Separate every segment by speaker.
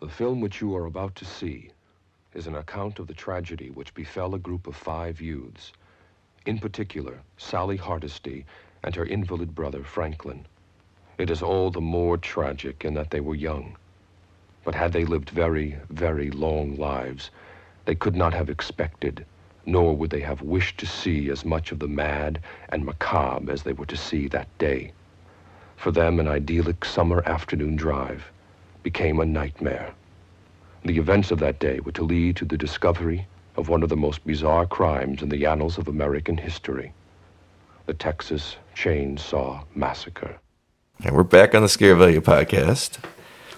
Speaker 1: The film which you are about to see is an account of the tragedy which befell a group of five youths. In particular, Sally Hardesty and her invalid brother, Franklin. It is all the more tragic in that they were young. But had they lived very, very long lives, they could not have expected, nor would they have wished to see as much of the mad and macabre as they were to see that day. For them, an idyllic summer afternoon drive became a nightmare. The events of that day were to lead to the discovery of one of the most bizarre crimes in the annals of American history the Texas Chainsaw Massacre.
Speaker 2: And we're back on the Scare Value podcast.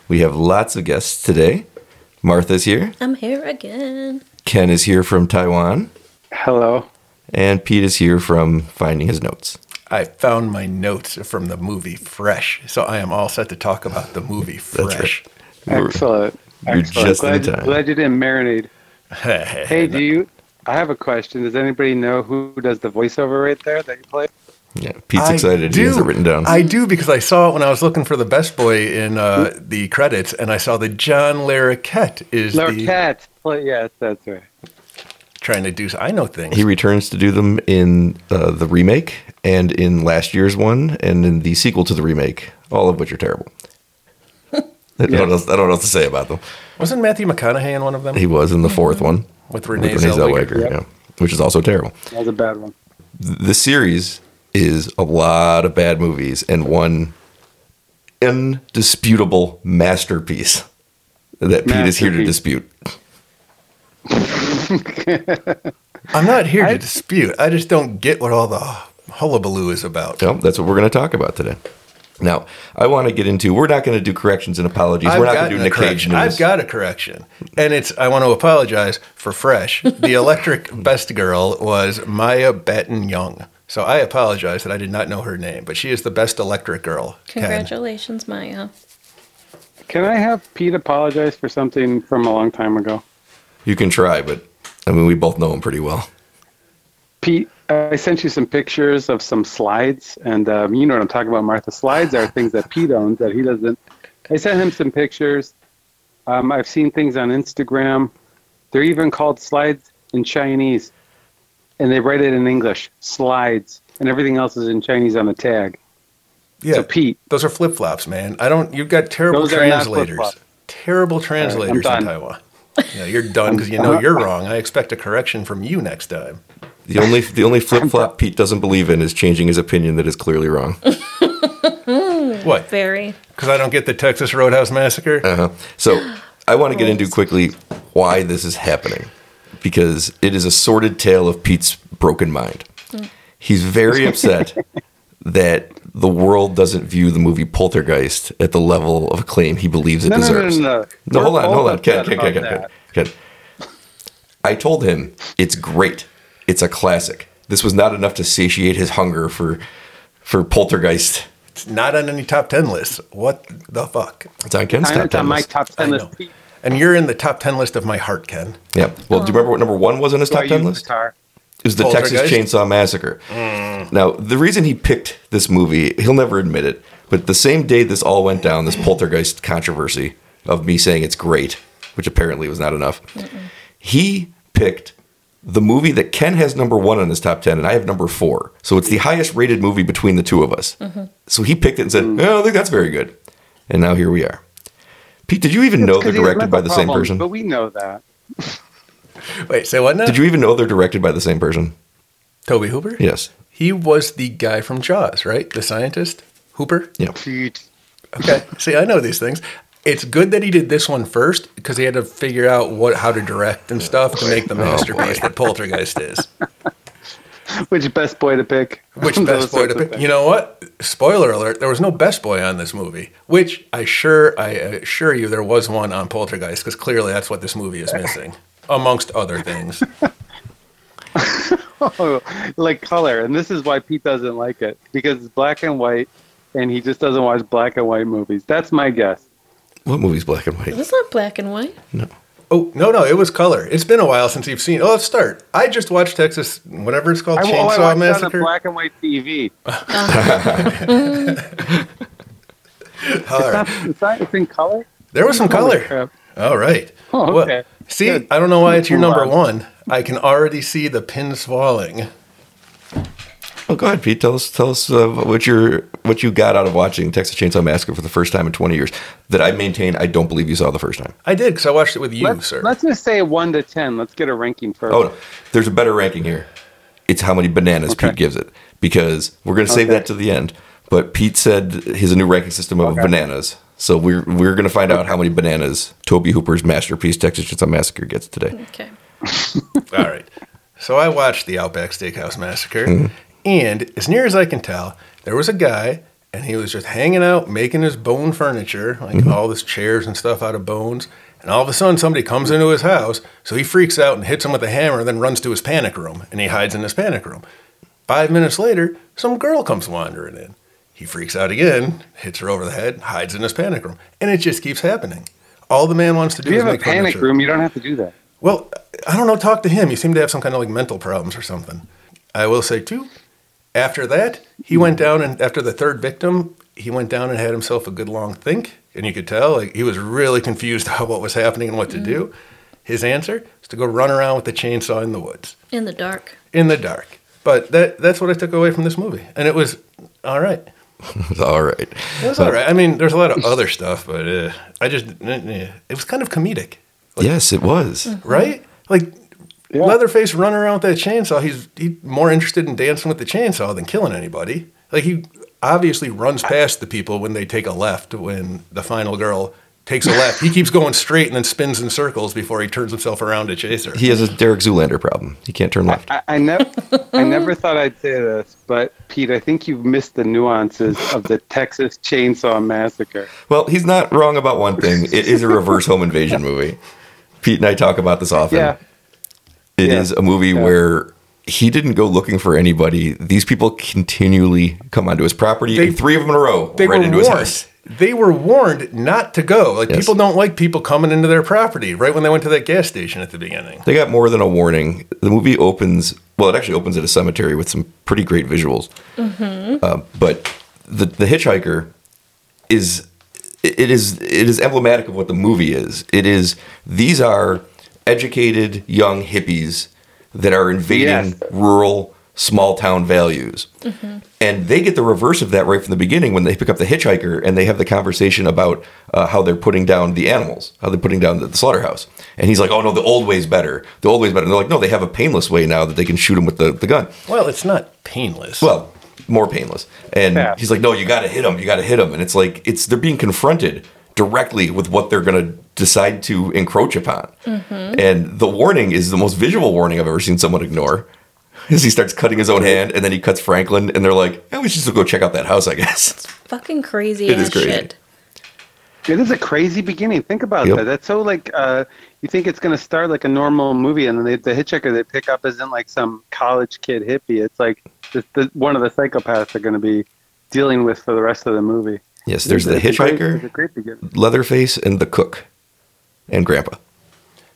Speaker 2: We have lots of guests today. Martha's here.
Speaker 3: I'm here again.
Speaker 2: Ken is here from Taiwan.
Speaker 4: Hello.
Speaker 2: And Pete is here from finding his notes.
Speaker 5: I found my notes from the movie Fresh, so I am all set to talk about the movie Fresh.
Speaker 4: Excellent.
Speaker 2: You're
Speaker 4: Excellent.
Speaker 2: just in
Speaker 4: glad,
Speaker 2: time.
Speaker 4: glad you didn't marinate. Hey, do you? I have a question. Does anybody know who does the voiceover right there that you play?
Speaker 2: Yeah, Pete's
Speaker 5: I
Speaker 2: excited. He
Speaker 5: do.
Speaker 2: has it written down.
Speaker 5: I do because I saw it when I was looking for the best boy in uh, the credits, and I saw that John Larroquette is the
Speaker 4: Larquette. Play, yes, that's right.
Speaker 5: trying to do. I know things.
Speaker 2: he returns to do them in uh, the remake and in last year's one and in the sequel to the remake, all of which are terrible. I, don't know, I don't know what to say about them.
Speaker 5: Wasn't Matthew McConaughey in one of them
Speaker 2: He was in the fourth one with
Speaker 5: with Renee,
Speaker 2: Renee
Speaker 5: Zellweger?
Speaker 2: Zellweger,
Speaker 4: Yep.
Speaker 2: yeah, which is also terrible.
Speaker 4: That was a bad one.
Speaker 2: the series is a lot of bad movies and one indisputable masterpiece that Pete is here to
Speaker 4: Masterpiece.
Speaker 2: dispute.
Speaker 5: I'm not here to dispute. I just don't get what all the hullabaloo is about.
Speaker 2: Well, that's what we're going to talk about today. Now, I want to get into. We're not going to do corrections and apologies.
Speaker 5: I've
Speaker 2: we're not
Speaker 5: gotten
Speaker 2: going to do
Speaker 5: a
Speaker 2: Nick Cage
Speaker 5: correction.
Speaker 2: news.
Speaker 5: I've got a correction, and it's I want to apologize for Fresh. The electric best girl was Maya Batten Young, so I apologize that I did not know her name, but she is the best electric girl. Ken.
Speaker 3: Congratulations, Maya.
Speaker 4: Can I have Pete apologize for something from a long time ago?
Speaker 2: you can try, but I mean, we both know him pretty well.
Speaker 4: Pete, I sent you some pictures of some slides, and um, you know what I'm talking about, Martha. Slides are things that Pete owns that he doesn't. I sent him some pictures. Um, I've seen things on Instagram. They're even called slides in Chinese, and they write it in English, slides, and everything else is in Chinese on the tag.
Speaker 5: Yeah,
Speaker 4: So, Pete,
Speaker 5: those are flip flops, man. I don't. You've got terrible
Speaker 4: Those are not
Speaker 5: translators.
Speaker 4: flip-flops.
Speaker 5: Terrible translators
Speaker 4: done.
Speaker 5: in Taiwan. Yeah, you're done because you know you're wrong. I expect a correction from you next time.
Speaker 2: The only the only flip flop Pete doesn't believe in is changing his opinion that is clearly wrong.
Speaker 5: What?
Speaker 3: Very.
Speaker 5: Because I don't get the Texas Roadhouse Massacre.
Speaker 2: Uh-huh. So I want to get into quickly why this is happening because it is a sordid tale of Pete's broken mind. He's very upset that the world doesn't view the movie Poltergeist at the level of acclaim he believes it
Speaker 4: No, no, no,
Speaker 2: deserves.
Speaker 4: no, no.
Speaker 2: No, hold
Speaker 4: We're
Speaker 2: on, hold
Speaker 4: both
Speaker 2: on. Ken,
Speaker 4: upset
Speaker 2: Ken, Ken, Ken,
Speaker 4: about
Speaker 2: Ken,
Speaker 4: that.
Speaker 2: Ken. I told him it's great. It's a classic. This was not enough to satiate his hunger for for Poltergeist.
Speaker 5: It's not on any top ten lists. What the fuck?
Speaker 2: It's on Ken's top
Speaker 4: it's on
Speaker 2: 10
Speaker 4: my
Speaker 2: list.
Speaker 4: top
Speaker 5: I
Speaker 4: ten
Speaker 5: know.
Speaker 4: list. Pete,
Speaker 5: And you're in the top 10 list of my heart, Ken.
Speaker 2: Yeah. Well, do you remember what number one was on his
Speaker 4: who I
Speaker 2: top ten
Speaker 4: use
Speaker 2: list?
Speaker 4: guitar.
Speaker 2: It was the Texas
Speaker 5: Poltergeist?
Speaker 2: Chainsaw Massacre. Now, the reason he picked this movie, he'll never admit it, but the same day this all went down, this poltergeist controversy of me saying it's great, which apparently was not enough, he picked the movie that Ken has number one on his top 10, and I have number four. So it's the highest rated movie between the two of us. So he picked it and said, "Oh, I don't think that's very good. And now here we are. Pete, did you even know they're
Speaker 4: 'Cause he's
Speaker 2: directed by
Speaker 4: mental
Speaker 2: the same
Speaker 4: problems,
Speaker 2: person?
Speaker 4: But we know that.
Speaker 5: Wait, say what now?
Speaker 2: Did you even know they're directed by the same person?
Speaker 5: Toby Hooper?
Speaker 2: Yes.
Speaker 5: He was the guy from Jaws, right? The scientist? Hooper?
Speaker 2: Yeah.
Speaker 4: Pete,
Speaker 5: Okay. See, I know these things. It's good that he did this one first because he had to figure out what how to direct and stuff to make the
Speaker 4: Oh,
Speaker 5: masterpiece that Poltergeist is.
Speaker 4: which best boy to pick?
Speaker 5: Which
Speaker 4: Those
Speaker 5: best boy
Speaker 4: sorts of
Speaker 5: to pick?
Speaker 4: things.
Speaker 5: You know what? Spoiler alert: there was no best boy on this movie. Which I sure, I assure you, there was one on Poltergeist because clearly that's what this movie is missing, amongst other things.
Speaker 4: like color, and this is why Pete doesn't like it because it's black and white, and he just doesn't watch black and white movies. That's my guess.
Speaker 2: What movie's black and white?
Speaker 3: It's not black and white.
Speaker 5: Oh no no! It was color. It's been a while since you've seen. Oh, let's start. I just watched Texas, whatever it's called,
Speaker 4: I, well, I watched
Speaker 5: Chainsaw
Speaker 4: it on a
Speaker 5: Massacre.
Speaker 4: black and white TV.
Speaker 5: All right.
Speaker 4: It's, not, it's in color.
Speaker 5: There was some
Speaker 4: Holy
Speaker 5: color.
Speaker 4: crap.
Speaker 5: All right.
Speaker 4: Oh,
Speaker 5: Well,
Speaker 4: okay.
Speaker 5: see,
Speaker 4: Good.
Speaker 5: I don't know why it's your
Speaker 4: Move
Speaker 5: number
Speaker 4: on.
Speaker 5: one. I can already see the pins falling.
Speaker 2: Oh, go ahead, Pete. Tell us, tell us uh, what your what you got out of watching Texas Chainsaw Massacre for the first time in 20 years. That I maintain, I don't believe you saw the first time.
Speaker 5: I did because I watched it with you,
Speaker 4: let's,
Speaker 5: sir.
Speaker 4: let's just say one to ten. Let's get a ranking first.
Speaker 2: Oh no, there's a better ranking here. It's how many bananas
Speaker 4: Okay.
Speaker 2: Pete gives it because we're going to save
Speaker 4: Okay.
Speaker 2: that to the end. But Pete said his new ranking system of bananas, so we're we're going to find out how many bananas Toby Hooper's masterpiece Texas Chainsaw Massacre gets today.
Speaker 3: Okay.
Speaker 5: All right. So I watched the Outback Steakhouse Massacre, and as near as I can tell, there was a guy, and he was just hanging out making his bone furniture, like all this chairs and stuff out of bones. And all of a sudden, somebody comes into his house, so he freaks out and hits him with a hammer, then runs to his panic room, and he hides in his panic room. Five minutes later, some girl comes wandering in. He freaks out again, hits her over the head, hides in his panic room, and it just keeps happening. All the man wants to do
Speaker 4: If you
Speaker 5: is
Speaker 4: have a
Speaker 5: make
Speaker 4: panic
Speaker 5: furniture.
Speaker 4: room, you don't have to do that.
Speaker 5: Well, I don't know. Talk to him. You seem to have some kind of like mental problems or something. I will say too. After that, he went down and after the third victim, he went down and had himself a good long think, and you could tell like he was really confused about what was happening and what to do. His answer is to go run around with a chainsaw in the woods
Speaker 3: In the dark.
Speaker 5: in the dark. But that that's what I took away from this movie, and it was all right.
Speaker 2: All right,
Speaker 5: It was all right. I mean, there's a lot of other stuff, but uh, I just eh, it was kind of comedic.
Speaker 2: yes, it was.
Speaker 5: right? Like
Speaker 4: Yeah.
Speaker 5: Leatherface running around with that chainsaw. He's he more interested in dancing with the chainsaw than killing anybody. Like he obviously runs past the people when they take a left. When the final girl takes a left, he keeps going straight and then spins in circles before he turns himself around to chase her.
Speaker 2: He has a Derek Zoolander problem. He can't turn left.
Speaker 4: I, I never, I never thought I'd say this, but Pete, I think you've missed the nuances of the Texas Chainsaw Massacre.
Speaker 2: Well, he's not wrong about one thing. It is a reverse home invasion movie. Pete and I talk about this often.
Speaker 4: Yeah,
Speaker 2: It is
Speaker 4: Yeah.
Speaker 2: a movie
Speaker 4: Yeah.
Speaker 2: where he didn't go looking for anybody. These people continually come onto his property,
Speaker 5: They-
Speaker 2: and three of them in a row,
Speaker 5: they
Speaker 2: right
Speaker 5: were
Speaker 2: into his
Speaker 5: warned.
Speaker 2: house.
Speaker 5: They were warned not to go. Like
Speaker 2: Yes.
Speaker 5: people don't like people coming into their property. Right when they went to that gas station at the beginning.
Speaker 2: They got more than a warning. The movie opens, well, it actually opens at a cemetery with some pretty great visuals. Uh, but the, the hitchhiker is it is it is emblematic of what the movie is. It is these are educated young hippies that are invading
Speaker 4: Yes.
Speaker 2: rural small town values. And they get the reverse of that right from the beginning when they pick up the hitchhiker and they have the conversation about uh, how they're putting down the animals, how they're putting down the, the slaughterhouse. And he's like, oh no, the old way's better. The old way's better. And they're like, no, they have a painless way now that they can shoot him with the, the gun.
Speaker 5: Well, it's not painless.
Speaker 2: Well, more painless. And
Speaker 4: Yeah.
Speaker 2: he's like, no, you got to hit him. You got to hit him. And it's like, it's they're being confronted directly with what they're going to decide to encroach upon. And the warning is the most visual warning I've ever seen someone ignore. Is he starts cutting his own hand and then he cuts Franklin and they're like, eh, we should just go check out that house, I guess.
Speaker 3: Fucking crazy
Speaker 2: It
Speaker 3: it
Speaker 2: is
Speaker 3: ass
Speaker 2: crazy.
Speaker 3: shit.
Speaker 4: it is a crazy beginning. Think about
Speaker 2: Yep.
Speaker 4: that. That's so like uh, you think it's going to start like a normal movie, and then they, the hitchhiker they pick up isn't like some college kid hippie. It's like just the, one of the psychopaths they're going to be dealing with for the rest of the movie.
Speaker 2: Yes, there's the
Speaker 4: It's a great-
Speaker 2: hitchhiker,
Speaker 4: it's a great beginning.
Speaker 2: Leatherface, and the cook and grandpa.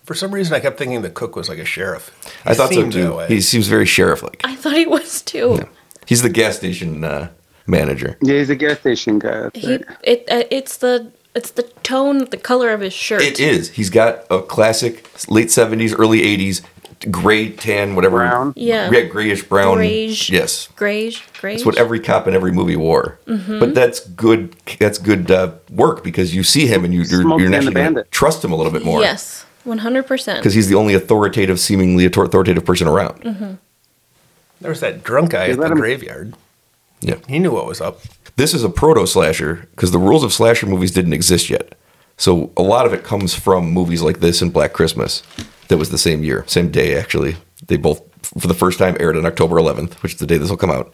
Speaker 5: for some reason, I kept thinking the cook was like a sheriff.
Speaker 2: I
Speaker 5: He
Speaker 2: thought so
Speaker 5: seemed that
Speaker 2: too.
Speaker 5: way.
Speaker 2: He seems very sheriff like.
Speaker 3: I thought he was too.
Speaker 2: He's the gas station uh, manager.
Speaker 4: Yeah, he's a gas station guy. That's
Speaker 3: He
Speaker 4: right.
Speaker 3: it uh, it's the it's the tone, the color of his shirt.
Speaker 2: It is. He's got a classic late seventies, early eighties, gray, tan, whatever.
Speaker 4: Brown.
Speaker 3: Yeah.
Speaker 2: Yeah, grayish brown.
Speaker 3: Grayish.
Speaker 2: Yes.
Speaker 3: Grayish, grayish.
Speaker 2: It's
Speaker 3: Mm-hmm.
Speaker 2: what every cop in every movie wore. But that's good. That's good uh, work because you see him and you, you're,
Speaker 4: Smokey
Speaker 2: you're
Speaker 4: and the
Speaker 2: naturally gonna
Speaker 4: Bandit.
Speaker 2: trust him a little bit more.
Speaker 3: Yes. 100%.
Speaker 2: Because he's the only authoritative, seemingly author- authoritative person around.
Speaker 5: There was that drunk guy
Speaker 4: They
Speaker 5: at
Speaker 4: let
Speaker 5: the
Speaker 4: him-
Speaker 5: graveyard.
Speaker 2: Yeah.
Speaker 5: He knew what was up.
Speaker 2: This is a proto slasher because the rules of slasher movies didn't exist yet. So a lot of it comes from movies like this and Black Christmas. That was the same year, same day actually. They both for the first time aired on October 11th, which is the day this will come out.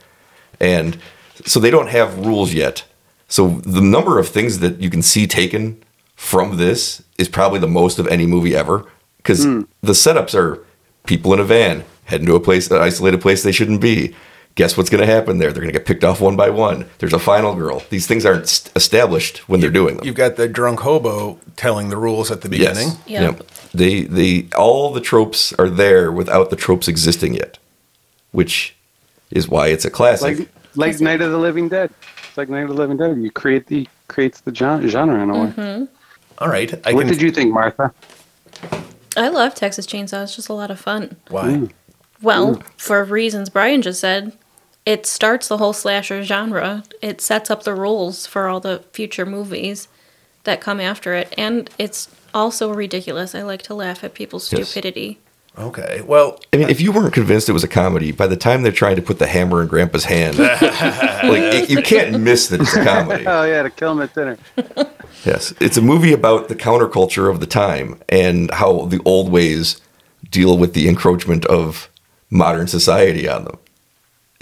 Speaker 2: And so they don't have rules yet. So the number of things that you can see taken from this is probably the most of any movie ever because the setups are people in a van heading to a place, an isolated place they shouldn't be. Guess what's going to happen there? They're going to get picked off one by one. There's a final girl. These things aren't st- established when they're doing them.
Speaker 5: You've got the drunk hobo telling the rules at the beginning.
Speaker 2: Yes.
Speaker 3: Yeah.
Speaker 2: Yep. They they all the tropes are there without the tropes existing yet, which is why it's a classic.
Speaker 4: like like Night of the Living Dead. It's like Night of the Living Dead. You create the creates the gen- genre in a way.
Speaker 5: All right. I
Speaker 4: what
Speaker 5: can,
Speaker 4: did you think, Martha?
Speaker 3: I love Texas Chainsaw. It's just a lot of fun.
Speaker 5: Why?
Speaker 2: Mm.
Speaker 3: Well, for reasons Brian just said, it starts the whole slasher genre. It sets up the rules for all the future movies that come after it, and it's also ridiculous. I like to laugh at people's
Speaker 2: Yes.
Speaker 3: stupidity.
Speaker 5: Okay. Well,
Speaker 2: I mean, if you weren't convinced it was a comedy, by the time they're trying to put the hammer in Grandpa's hand, like it, you can't miss that it's a comedy.
Speaker 4: Oh yeah, to kill him at dinner.
Speaker 2: Yes, it's a movie about the counterculture of the time and how the old ways deal with the encroachment of modern society on them.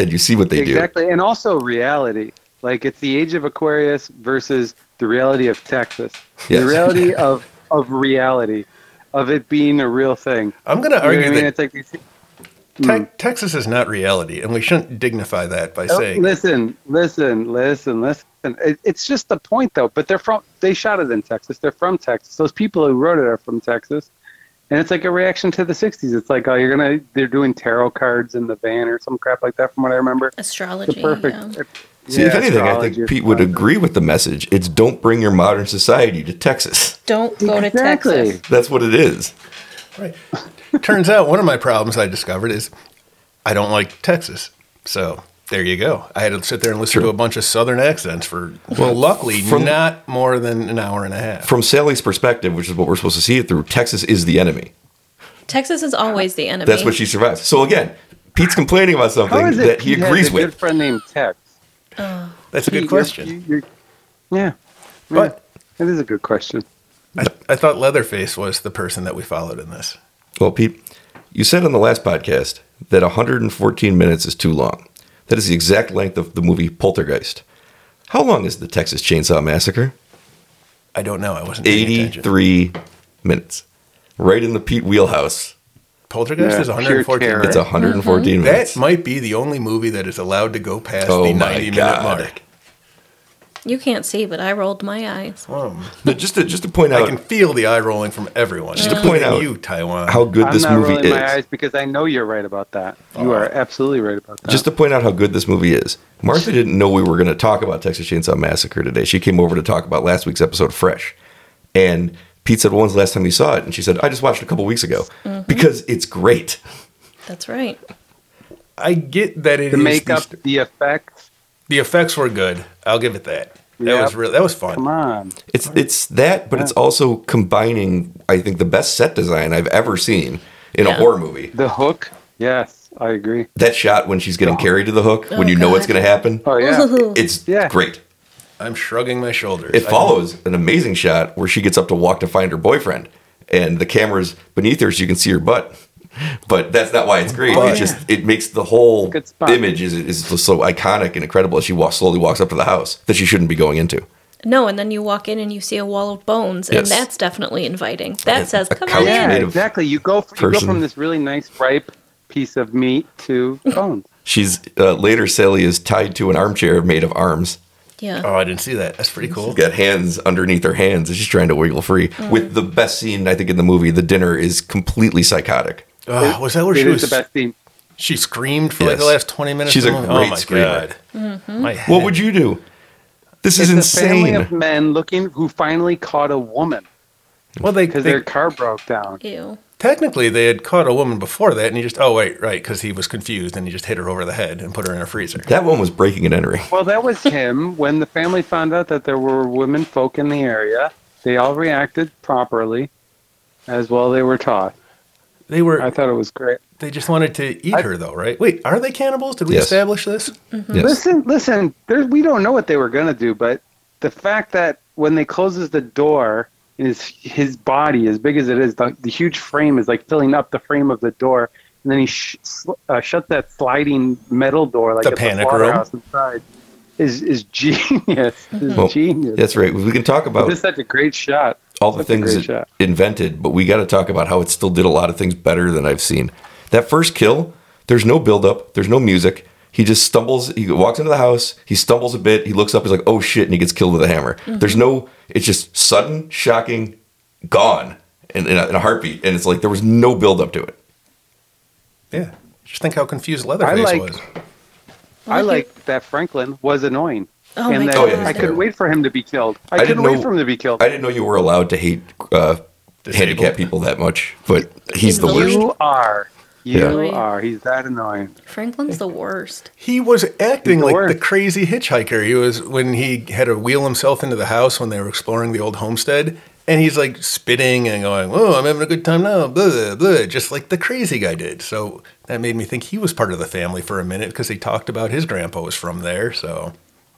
Speaker 2: And you see what they
Speaker 4: exactly, and also reality. Like it's the age of Aquarius versus the reality of Texas.
Speaker 2: Yes.
Speaker 4: The reality of of reality, of it being a real thing.
Speaker 5: I'm going
Speaker 4: You know
Speaker 5: to
Speaker 4: what
Speaker 5: argue
Speaker 4: I mean?
Speaker 5: that
Speaker 4: It's like these
Speaker 5: Te- Texas is not reality, and we shouldn't dignify that by
Speaker 4: Oh,
Speaker 5: saying
Speaker 4: Listen, listen, listen, listen. It, it's just the point, though. But they're from. They shot it in Texas. They're from Texas. Those people who wrote it are from Texas, and it's like a reaction to the '60s. It's like, oh, you're gonna. They're doing tarot cards in the van or some crap like that, from what I remember.
Speaker 3: Astrology.
Speaker 4: The perfect.
Speaker 3: yeah.
Speaker 2: do. See, if
Speaker 4: yeah,
Speaker 2: anything, I
Speaker 4: astrology
Speaker 2: think
Speaker 4: is
Speaker 2: Pete would
Speaker 4: fun.
Speaker 2: agree with the message. It's don't bring your modern society to Texas.
Speaker 3: Don't go to
Speaker 4: Exactly.
Speaker 3: Texas.
Speaker 2: That's what it is.
Speaker 5: Right. Turns out one of my problems I discovered is I don't like Texas. So there you go. I had to sit there and listen to a bunch of Southern accents for, well, luckily,
Speaker 2: from-
Speaker 5: not more than an hour and a half.
Speaker 2: From Sally's perspective, which is what we're supposed to see it through, Texas is the enemy.
Speaker 3: Texas is always the enemy.
Speaker 2: That's what she survives. So again, Pete's complaining about
Speaker 4: How
Speaker 2: something
Speaker 4: is it?
Speaker 2: that he
Speaker 4: Pete has
Speaker 2: agrees
Speaker 4: a
Speaker 2: with.
Speaker 4: Good friend named Tex.
Speaker 5: That's a
Speaker 4: Pete,
Speaker 5: good
Speaker 4: you're-
Speaker 5: question.
Speaker 4: you- you're- yeah,
Speaker 5: But
Speaker 4: it is a good question.
Speaker 5: I, I thought Leatherface was the person that we followed in this.
Speaker 2: Well, Pete, you said on the last podcast that 114 minutes is too long. That is the exact length of the movie Poltergeist. How long is the Texas Chainsaw Massacre?
Speaker 5: I don't know. I wasn't paying attention.
Speaker 2: 83 minutes. Right in the Pete wheelhouse.
Speaker 5: Poltergeist
Speaker 4: Yeah,
Speaker 5: is
Speaker 4: pure
Speaker 5: 114
Speaker 4: terror.
Speaker 5: minutes.
Speaker 2: It's 114
Speaker 4: Mm-hmm.
Speaker 5: That
Speaker 2: minutes.
Speaker 5: might be the only movie that is allowed to go past
Speaker 2: Oh
Speaker 5: the
Speaker 2: my
Speaker 5: 90 minute
Speaker 2: God.
Speaker 5: mark.
Speaker 3: You can't see, but I rolled my eyes.
Speaker 4: Hmm.
Speaker 5: Um,
Speaker 2: But just to just to point
Speaker 5: I
Speaker 2: out
Speaker 5: can feel the eye rolling from everyone. Just
Speaker 2: to point out
Speaker 5: you, Taiwan.
Speaker 2: how good
Speaker 4: I'm
Speaker 2: this
Speaker 4: not
Speaker 2: movie
Speaker 4: rolling my
Speaker 2: is.
Speaker 4: eyes because I know you're right about that. You are absolutely right about that.
Speaker 2: Uh-huh. Just to point out how good this movie is. Martha didn't know we were going to talk about Texas Chainsaw Massacre today. She came over to talk about last week's episode of Fresh. And Pete said, well, When's the last time you saw it? And she said, I just watched it a couple weeks ago
Speaker 3: Mm-hmm.
Speaker 2: because it's great.
Speaker 3: That's right.
Speaker 5: I get that it is
Speaker 4: the makeup,
Speaker 5: The,
Speaker 4: the effects.
Speaker 5: the effects were good. I'll give it that. That
Speaker 4: Yeah.
Speaker 5: was real. That was
Speaker 4: Come
Speaker 5: fun.
Speaker 4: on.
Speaker 2: It's it's that, but it's also combining, I think, the best set design I've ever seen in a
Speaker 3: Yeah.
Speaker 2: horror movie.
Speaker 4: The hook? Yes, I agree.
Speaker 2: That shot when she's getting carried to the hook, when
Speaker 3: Oh,
Speaker 2: you know what's
Speaker 3: God.
Speaker 2: going to happen,
Speaker 4: Oh yeah.
Speaker 2: it's
Speaker 4: Yeah.
Speaker 2: great.
Speaker 5: I'm shrugging my shoulders.
Speaker 2: It
Speaker 5: I-
Speaker 2: follows an amazing shot where she gets up to walk to find her boyfriend, and the camera's beneath her, so you can see her butt. But that's not why it's great.
Speaker 5: But-
Speaker 2: It's just it makes the whole
Speaker 4: Good spot.
Speaker 2: image is, is just so iconic and incredible as she walks slowly walks up to the house that she shouldn't be going into.
Speaker 3: No, and then you walk in and you see a wall of bones,
Speaker 2: Yes.
Speaker 3: and that's definitely inviting. That says,
Speaker 2: a
Speaker 3: "Come
Speaker 2: couch
Speaker 3: on in."
Speaker 4: Yeah,
Speaker 2: Native
Speaker 4: exactly. You go, f- you go
Speaker 2: person.
Speaker 4: from this really nice ripe piece of meat to bones.
Speaker 2: She's uh, later Sally is tied to an armchair made of arms.
Speaker 3: Yeah.
Speaker 5: Oh, I didn't see that. That's pretty cool.
Speaker 2: got hands underneath her hands and she's trying to wiggle free.
Speaker 4: Mm.
Speaker 2: With the best scene I think in the movie, the dinner is completely psychotic.
Speaker 5: Ah, was that where she
Speaker 4: it is
Speaker 5: was?
Speaker 4: the best theme.
Speaker 5: She screamed for like the
Speaker 2: Yes.
Speaker 5: last 20 minutes.
Speaker 2: She's
Speaker 5: of
Speaker 2: a
Speaker 5: the movie?
Speaker 2: great
Speaker 5: oh my
Speaker 2: screamer.
Speaker 5: god.
Speaker 4: Mm-hmm.
Speaker 5: My
Speaker 2: What would you do? This
Speaker 4: It's
Speaker 2: is
Speaker 4: a family
Speaker 2: insane.
Speaker 4: of men looking who finally caught a woman
Speaker 5: Well, they,
Speaker 4: because
Speaker 5: they-
Speaker 4: their car broke down.
Speaker 3: Ew.
Speaker 5: technically they had caught a woman before that, and he just oh wait right because he was confused and he just hit her over the head and put her in a freezer.
Speaker 2: that one was breaking and entering.
Speaker 4: Well, that was him. when the family found out that there were women folk in the area, they all reacted properly, as well they were taught.
Speaker 5: They were
Speaker 4: I thought it was great.
Speaker 5: they just wanted to eat
Speaker 4: I-
Speaker 5: her though, right? Wait, are they cannibals? Did we
Speaker 2: Yes.
Speaker 5: establish this?
Speaker 4: Mm-hmm.
Speaker 2: Yes.
Speaker 4: Listen, listen. There, we don't know what they were gonna do, but the fact that when they closes the door, is his body as big as it is, the, the huge frame is like filling up the frame of the door, and then he sh- sl- uh, shuts that sliding metal door like
Speaker 5: The
Speaker 4: at
Speaker 5: panic
Speaker 4: the
Speaker 5: room.
Speaker 4: slaughterhouse inside. Is is genius? Is
Speaker 2: Well,
Speaker 4: genius.
Speaker 2: That's right. We can talk about
Speaker 4: This is such a great shot.
Speaker 2: all the
Speaker 4: That's a
Speaker 2: things
Speaker 4: great
Speaker 2: it
Speaker 4: shot.
Speaker 2: invented, but we got to talk about how it still did a lot of things better than I've seen. That first kill, there's no buildup, there's no music. He just stumbles. He walks into the house. He stumbles a bit. He looks up. He's like, "Oh shit!" and he gets killed with a hammer.
Speaker 4: Mm-hmm.
Speaker 2: There's no. It's just sudden, shocking, gone in, in, a, in a heartbeat, and it's like there was no buildup to it.
Speaker 5: Yeah. Just think how confused Leatherface
Speaker 4: like-
Speaker 5: was.
Speaker 4: I like that Franklin was annoying.
Speaker 3: Oh
Speaker 4: and
Speaker 3: my
Speaker 4: that
Speaker 2: Oh, yeah, he's
Speaker 4: I
Speaker 3: god.
Speaker 4: couldn't wait for him to be killed. I,
Speaker 2: didn't
Speaker 4: couldn't wait
Speaker 2: know-
Speaker 4: for him to be killed.
Speaker 2: I didn't know you were allowed to hate uh, handicapped people that much, but he's the
Speaker 3: Invalid.
Speaker 2: worst.
Speaker 4: you are. You
Speaker 3: Yeah.
Speaker 4: are. He's that annoying.
Speaker 3: Franklin's the worst.
Speaker 5: He was acting
Speaker 4: the
Speaker 5: like
Speaker 4: worst.
Speaker 5: the crazy hitchhiker. He was when he had to wheel himself into the house when they were exploring the old homestead, and he's like spitting and going, "Oh, I'm having a good time now," blah blah, blah, just like the crazy guy did. So that made me think he was part of the family for a minute because he talked about his grandpa was from there. So,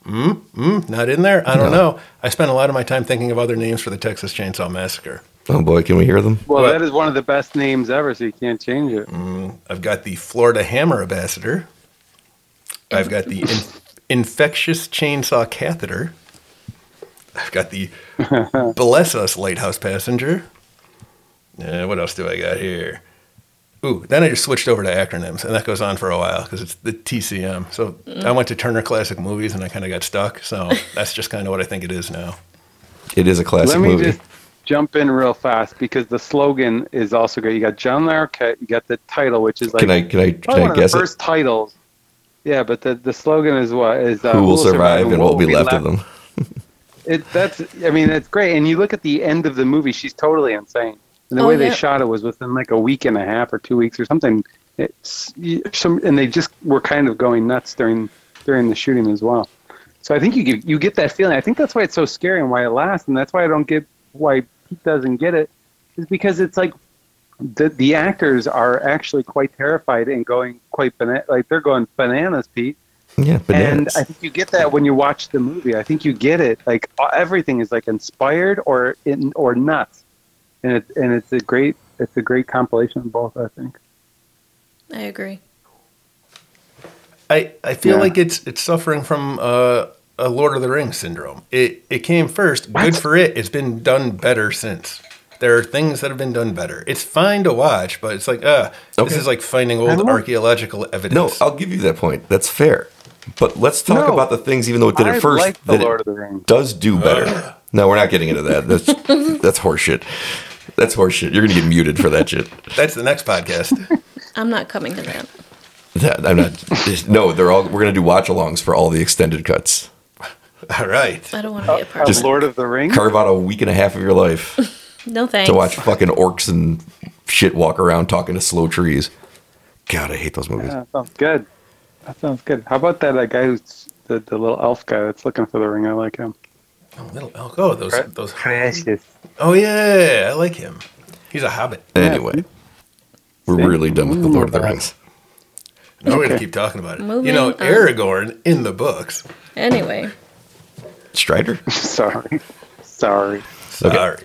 Speaker 5: mm, mm, not in there. I don't know. I spent a lot of my time thinking of other names for the Texas Chainsaw Massacre.
Speaker 2: Oh boy, can we hear them?
Speaker 4: Well,
Speaker 5: What?
Speaker 4: that is one of the best names ever, so you can't change it.
Speaker 2: Mm,
Speaker 5: I've got the Florida Hammer Ambassador. I've got the in- Infectious Chainsaw Catheter. I've got the Bless Us Lighthouse Passenger. Uh, what else do I got here? Ooh, then I just switched over to acronyms, and that goes on for a while because it's the TCM. So I went to Turner Classic Movies, and I kind of got stuck. So that's just kind of what I think it is now.
Speaker 2: It is a classic
Speaker 4: Let me
Speaker 2: movie.
Speaker 4: just jump in real fast because the slogan is also good. You got John Larroquette, you got the title, which is like
Speaker 2: can I can I
Speaker 4: probably
Speaker 2: can
Speaker 4: one
Speaker 2: I
Speaker 4: of the
Speaker 2: guess
Speaker 4: first
Speaker 2: it?
Speaker 4: titles. Yeah, but the, the slogan is what is uh,
Speaker 2: Who will survive and what will be left of them?
Speaker 4: It, that's I mean it's great, and you look at the end of the movie; she's totally insane. And the
Speaker 3: Oh,
Speaker 4: way
Speaker 3: yeah.
Speaker 4: they shot it was within like a week and a half or two weeks or something. It's some, and they just were kind of going nuts during during the shooting as well. So I think you get, you get that feeling. I think that's why it's so scary and why it lasts, and that's why I don't get why Pete doesn't get it, is because it's like the the actors are actually quite terrified and going quite bana- like they're going bananas, Pete.
Speaker 2: Yeah,
Speaker 4: And
Speaker 2: bananas.
Speaker 4: I think you get that when you watch the movie. I think you get it. Like uh, everything is like inspired or in, or nuts, and it and it's a great it's a great compilation of both. I think.
Speaker 3: I agree.
Speaker 5: I, I feel
Speaker 4: Yeah.
Speaker 5: like it's it's suffering from uh, a Lord of the Rings syndrome. It it came first. Good for it. It's been done better since. There are things that have been done better. It's fine to watch, but it's like uh,
Speaker 2: Okay.
Speaker 5: this is like finding
Speaker 4: I
Speaker 5: old
Speaker 4: don't-
Speaker 5: archaeological
Speaker 2: no,
Speaker 5: evidence.
Speaker 2: I'll give you that point. That's fair. But let's talk
Speaker 4: No.
Speaker 2: about the things, even though it did
Speaker 4: I
Speaker 2: it first,
Speaker 4: like the
Speaker 2: that it
Speaker 4: Lord of the Rings.
Speaker 2: does do better. no, we're not getting into that. That's that's horseshit. That's horseshit. You're gonna get muted for that shit.
Speaker 5: That's the next podcast.
Speaker 3: I'm not coming to that.
Speaker 2: That I'm not. No, they're all. We're gonna do watch-alongs for all the extended cuts.
Speaker 5: All right.
Speaker 3: I don't want to be a part
Speaker 4: Of
Speaker 3: of
Speaker 2: Just-
Speaker 3: it.
Speaker 4: Uh, Lord of the Rings.
Speaker 2: Carve out a week and a half of your life.
Speaker 3: No thanks.
Speaker 2: to watch fucking orcs and shit walk around talking to slow trees. God, I hate those movies.
Speaker 4: Yeah, that sounds good. That sounds good. How about that, that guy who's the, the little elf guy that's looking for the ring? I like him.
Speaker 5: Oh, little elk. Oh, those
Speaker 4: Right.
Speaker 5: those.
Speaker 4: Precious.
Speaker 5: Oh yeah, I like him. He's a hobbit.
Speaker 2: Anyway, we're really done with the Lord of the Rings.
Speaker 5: No, we're gonna keep talking about it. you
Speaker 3: Moving
Speaker 5: know,
Speaker 3: on.
Speaker 5: Aragorn in the books.
Speaker 3: Anyway,
Speaker 2: Strider.
Speaker 4: Sorry. Sorry.
Speaker 5: Sorry.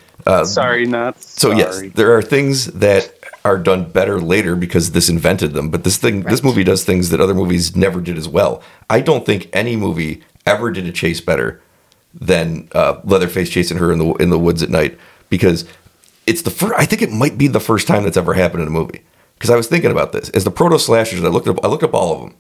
Speaker 4: sorry, not
Speaker 2: Um, So
Speaker 4: sorry.
Speaker 2: yes, there are things that are done better later because this invented them. But this thing, this
Speaker 3: Right.
Speaker 2: movie does things that other movies never did as well. I don't think any movie ever did a chase better than uh, Leatherface chasing her in the in the woods at night because it's the first. I think it might be the first time that's ever happened in a movie. Because I was thinking about this as the proto slashers, and I looked up, I looked up all of them,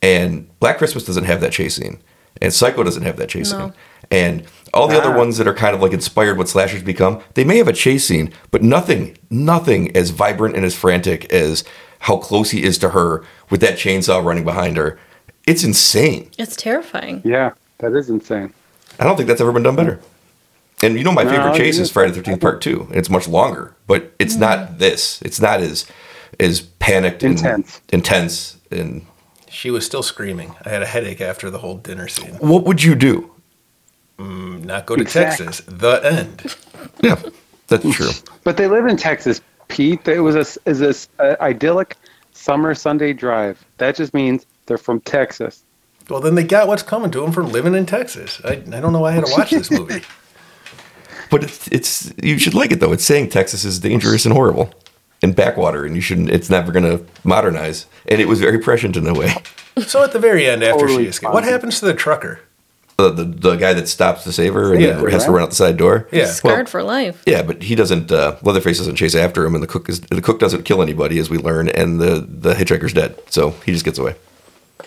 Speaker 2: and Black Christmas doesn't have that chase scene, and Psycho doesn't have that chase
Speaker 3: No.
Speaker 2: scene, and all the other
Speaker 4: Ah.
Speaker 2: ones that are kind of like inspired what slashers become, they may have a chase scene, but nothing, nothing as vibrant and as frantic as how close he is to her with that chainsaw running behind her. It's insane.
Speaker 3: it's terrifying.
Speaker 4: Yeah, that is insane.
Speaker 2: I don't think that's ever been done better. And you know my
Speaker 4: No,
Speaker 2: favorite chase
Speaker 4: it
Speaker 2: is
Speaker 4: is-
Speaker 2: Friday the Thirteenth Part Two, and it's much longer, but it's
Speaker 4: Mm.
Speaker 2: not this. It's not as as panicked and
Speaker 4: Intense.
Speaker 2: intense. And
Speaker 5: She was still screaming. I had a headache after the whole dinner scene.
Speaker 2: what would you do?
Speaker 5: Not go to
Speaker 4: Exactly.
Speaker 5: Texas. The end.
Speaker 2: Yeah, that's true.
Speaker 4: But they live in Texas, Pete. It was a is this uh, idyllic summer Sunday drive. That just means they're from Texas.
Speaker 5: Well, then they got what's coming to them from living in Texas. I, I don't know why I had to watch this movie.
Speaker 2: But it's, it's you should like it though. It's saying Texas is dangerous and horrible and backwater, and you shouldn't. It's never going to modernize. And it was very prescient in a way.
Speaker 5: so at the very end, after
Speaker 4: Totally
Speaker 5: she escaped, what
Speaker 4: fine.
Speaker 5: happens to the trucker?
Speaker 2: The, the the guy that stops to save her and
Speaker 5: Yeah,
Speaker 2: then has to
Speaker 4: right.
Speaker 2: run out the side door.
Speaker 5: Yeah.
Speaker 3: Scarred for life.
Speaker 2: Yeah, but he doesn't. Uh, Leatherface doesn't chase after him, and the cook is the cook doesn't kill anybody, as we learn, and the the hitchhiker's dead, so he just gets away.
Speaker 5: I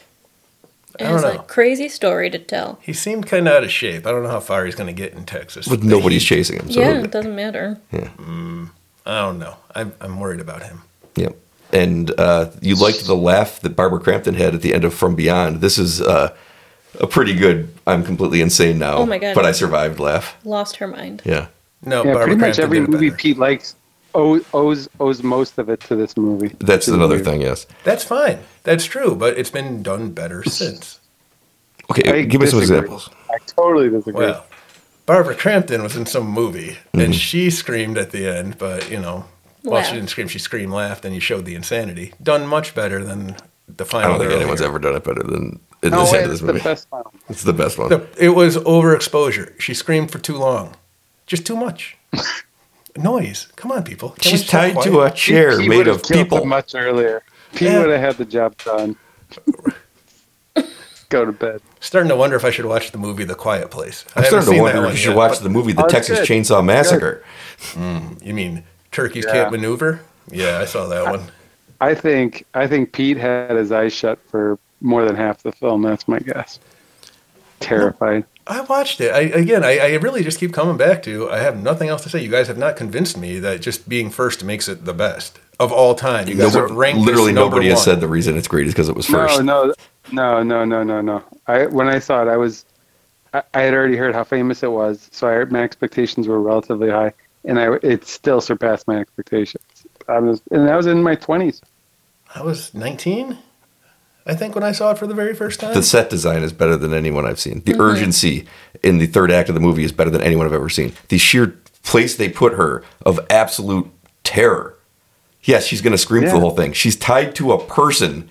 Speaker 3: It
Speaker 5: don't
Speaker 3: was
Speaker 5: know.
Speaker 3: a crazy story to tell.
Speaker 5: He seemed kind of out of shape. I don't know how far he's going to get in Texas.
Speaker 2: But nobody's chasing him. So
Speaker 3: yeah, it doesn't matter.
Speaker 5: I don't know. I'm, I'm worried about him.
Speaker 2: yeah. And uh, you liked the laugh that Barbara Crampton had at the end of From Beyond. This is uh, a pretty good I'm completely insane now.
Speaker 3: Oh my God.
Speaker 2: But I survived laugh.
Speaker 3: Lost her mind.
Speaker 2: Yeah.
Speaker 5: No,
Speaker 4: yeah,
Speaker 5: Barbara
Speaker 4: pretty much
Speaker 5: Crampton
Speaker 4: every
Speaker 5: did it
Speaker 4: movie
Speaker 5: better.
Speaker 4: Pete likes owes, owes owes most of it to this movie.
Speaker 2: That's
Speaker 4: To the
Speaker 2: another
Speaker 4: movie.
Speaker 2: thing, yes.
Speaker 5: That's fine. That's true, but it's been done better since.
Speaker 2: Okay,
Speaker 4: I
Speaker 2: give me some
Speaker 4: disagree.
Speaker 2: examples.
Speaker 4: I totally disagree.
Speaker 5: Well, Barbara Crampton was in some movie
Speaker 2: Mm-hmm.
Speaker 5: and she screamed at the end, but you know, well, she
Speaker 3: Wow.
Speaker 5: didn't scream, she screamed, laughed, and you showed the insanity. Done much better than the
Speaker 2: I
Speaker 5: final.
Speaker 2: don't think
Speaker 5: girl
Speaker 2: anyone's
Speaker 5: here.
Speaker 2: ever done it better than in
Speaker 4: no,
Speaker 2: this end of
Speaker 4: it's
Speaker 2: this
Speaker 4: the
Speaker 2: movie.
Speaker 4: best one.
Speaker 2: It's the best one.
Speaker 5: The- it was overexposure. She screamed for too long, just too much noise. Come on, people. Can we
Speaker 2: She's
Speaker 5: just be
Speaker 2: tied to
Speaker 5: quiet?
Speaker 2: a chair
Speaker 4: Pete
Speaker 2: made
Speaker 4: would've
Speaker 2: of
Speaker 4: killed
Speaker 2: people.
Speaker 4: Them much earlier. Pete
Speaker 5: Yeah.
Speaker 4: would have had the job done. Go to bed.
Speaker 5: Starting to wonder if I should watch the movie The Quiet Place. I
Speaker 2: I'm
Speaker 5: haven't
Speaker 2: starting to
Speaker 5: seen
Speaker 2: wonder
Speaker 5: that
Speaker 2: if
Speaker 5: one
Speaker 2: you should
Speaker 5: yet,
Speaker 2: watch
Speaker 5: but
Speaker 2: the movie The
Speaker 4: Oh,
Speaker 2: Texas
Speaker 4: good.
Speaker 2: Chainsaw Massacre.
Speaker 5: You mean Turkeys
Speaker 4: Yeah.
Speaker 5: Can't Maneuver? Yeah, I saw that one.
Speaker 4: I think I think Pete had his eyes shut for more than half the film. That's my guess. Terrified.
Speaker 5: I watched it. I, again, I, I really just keep coming back to I have nothing else to say. You guys have not convinced me that just being first makes it the best of all time. You guys
Speaker 2: Nobody-
Speaker 5: have ranked this
Speaker 2: literally
Speaker 5: number
Speaker 2: nobody
Speaker 5: one.
Speaker 2: has said the reason it's great is because it was first.
Speaker 4: No, no, no, no, no, no, no. I when I saw it, I was, I, I had already heard how famous it was, so I, my expectations were relatively high, and I it still surpassed my expectations. I was, and I was in my twenties.
Speaker 5: I was 19, I think, when I saw it for the very first time.
Speaker 2: The set design is better than anyone I've seen.
Speaker 4: Mm-hmm.
Speaker 2: The urgency in the third act of the movie is better than anyone I've ever seen. The sheer place they put her of absolute terror. Yes, she's going to scream for
Speaker 4: Yeah.
Speaker 2: the whole thing. She's tied to a person.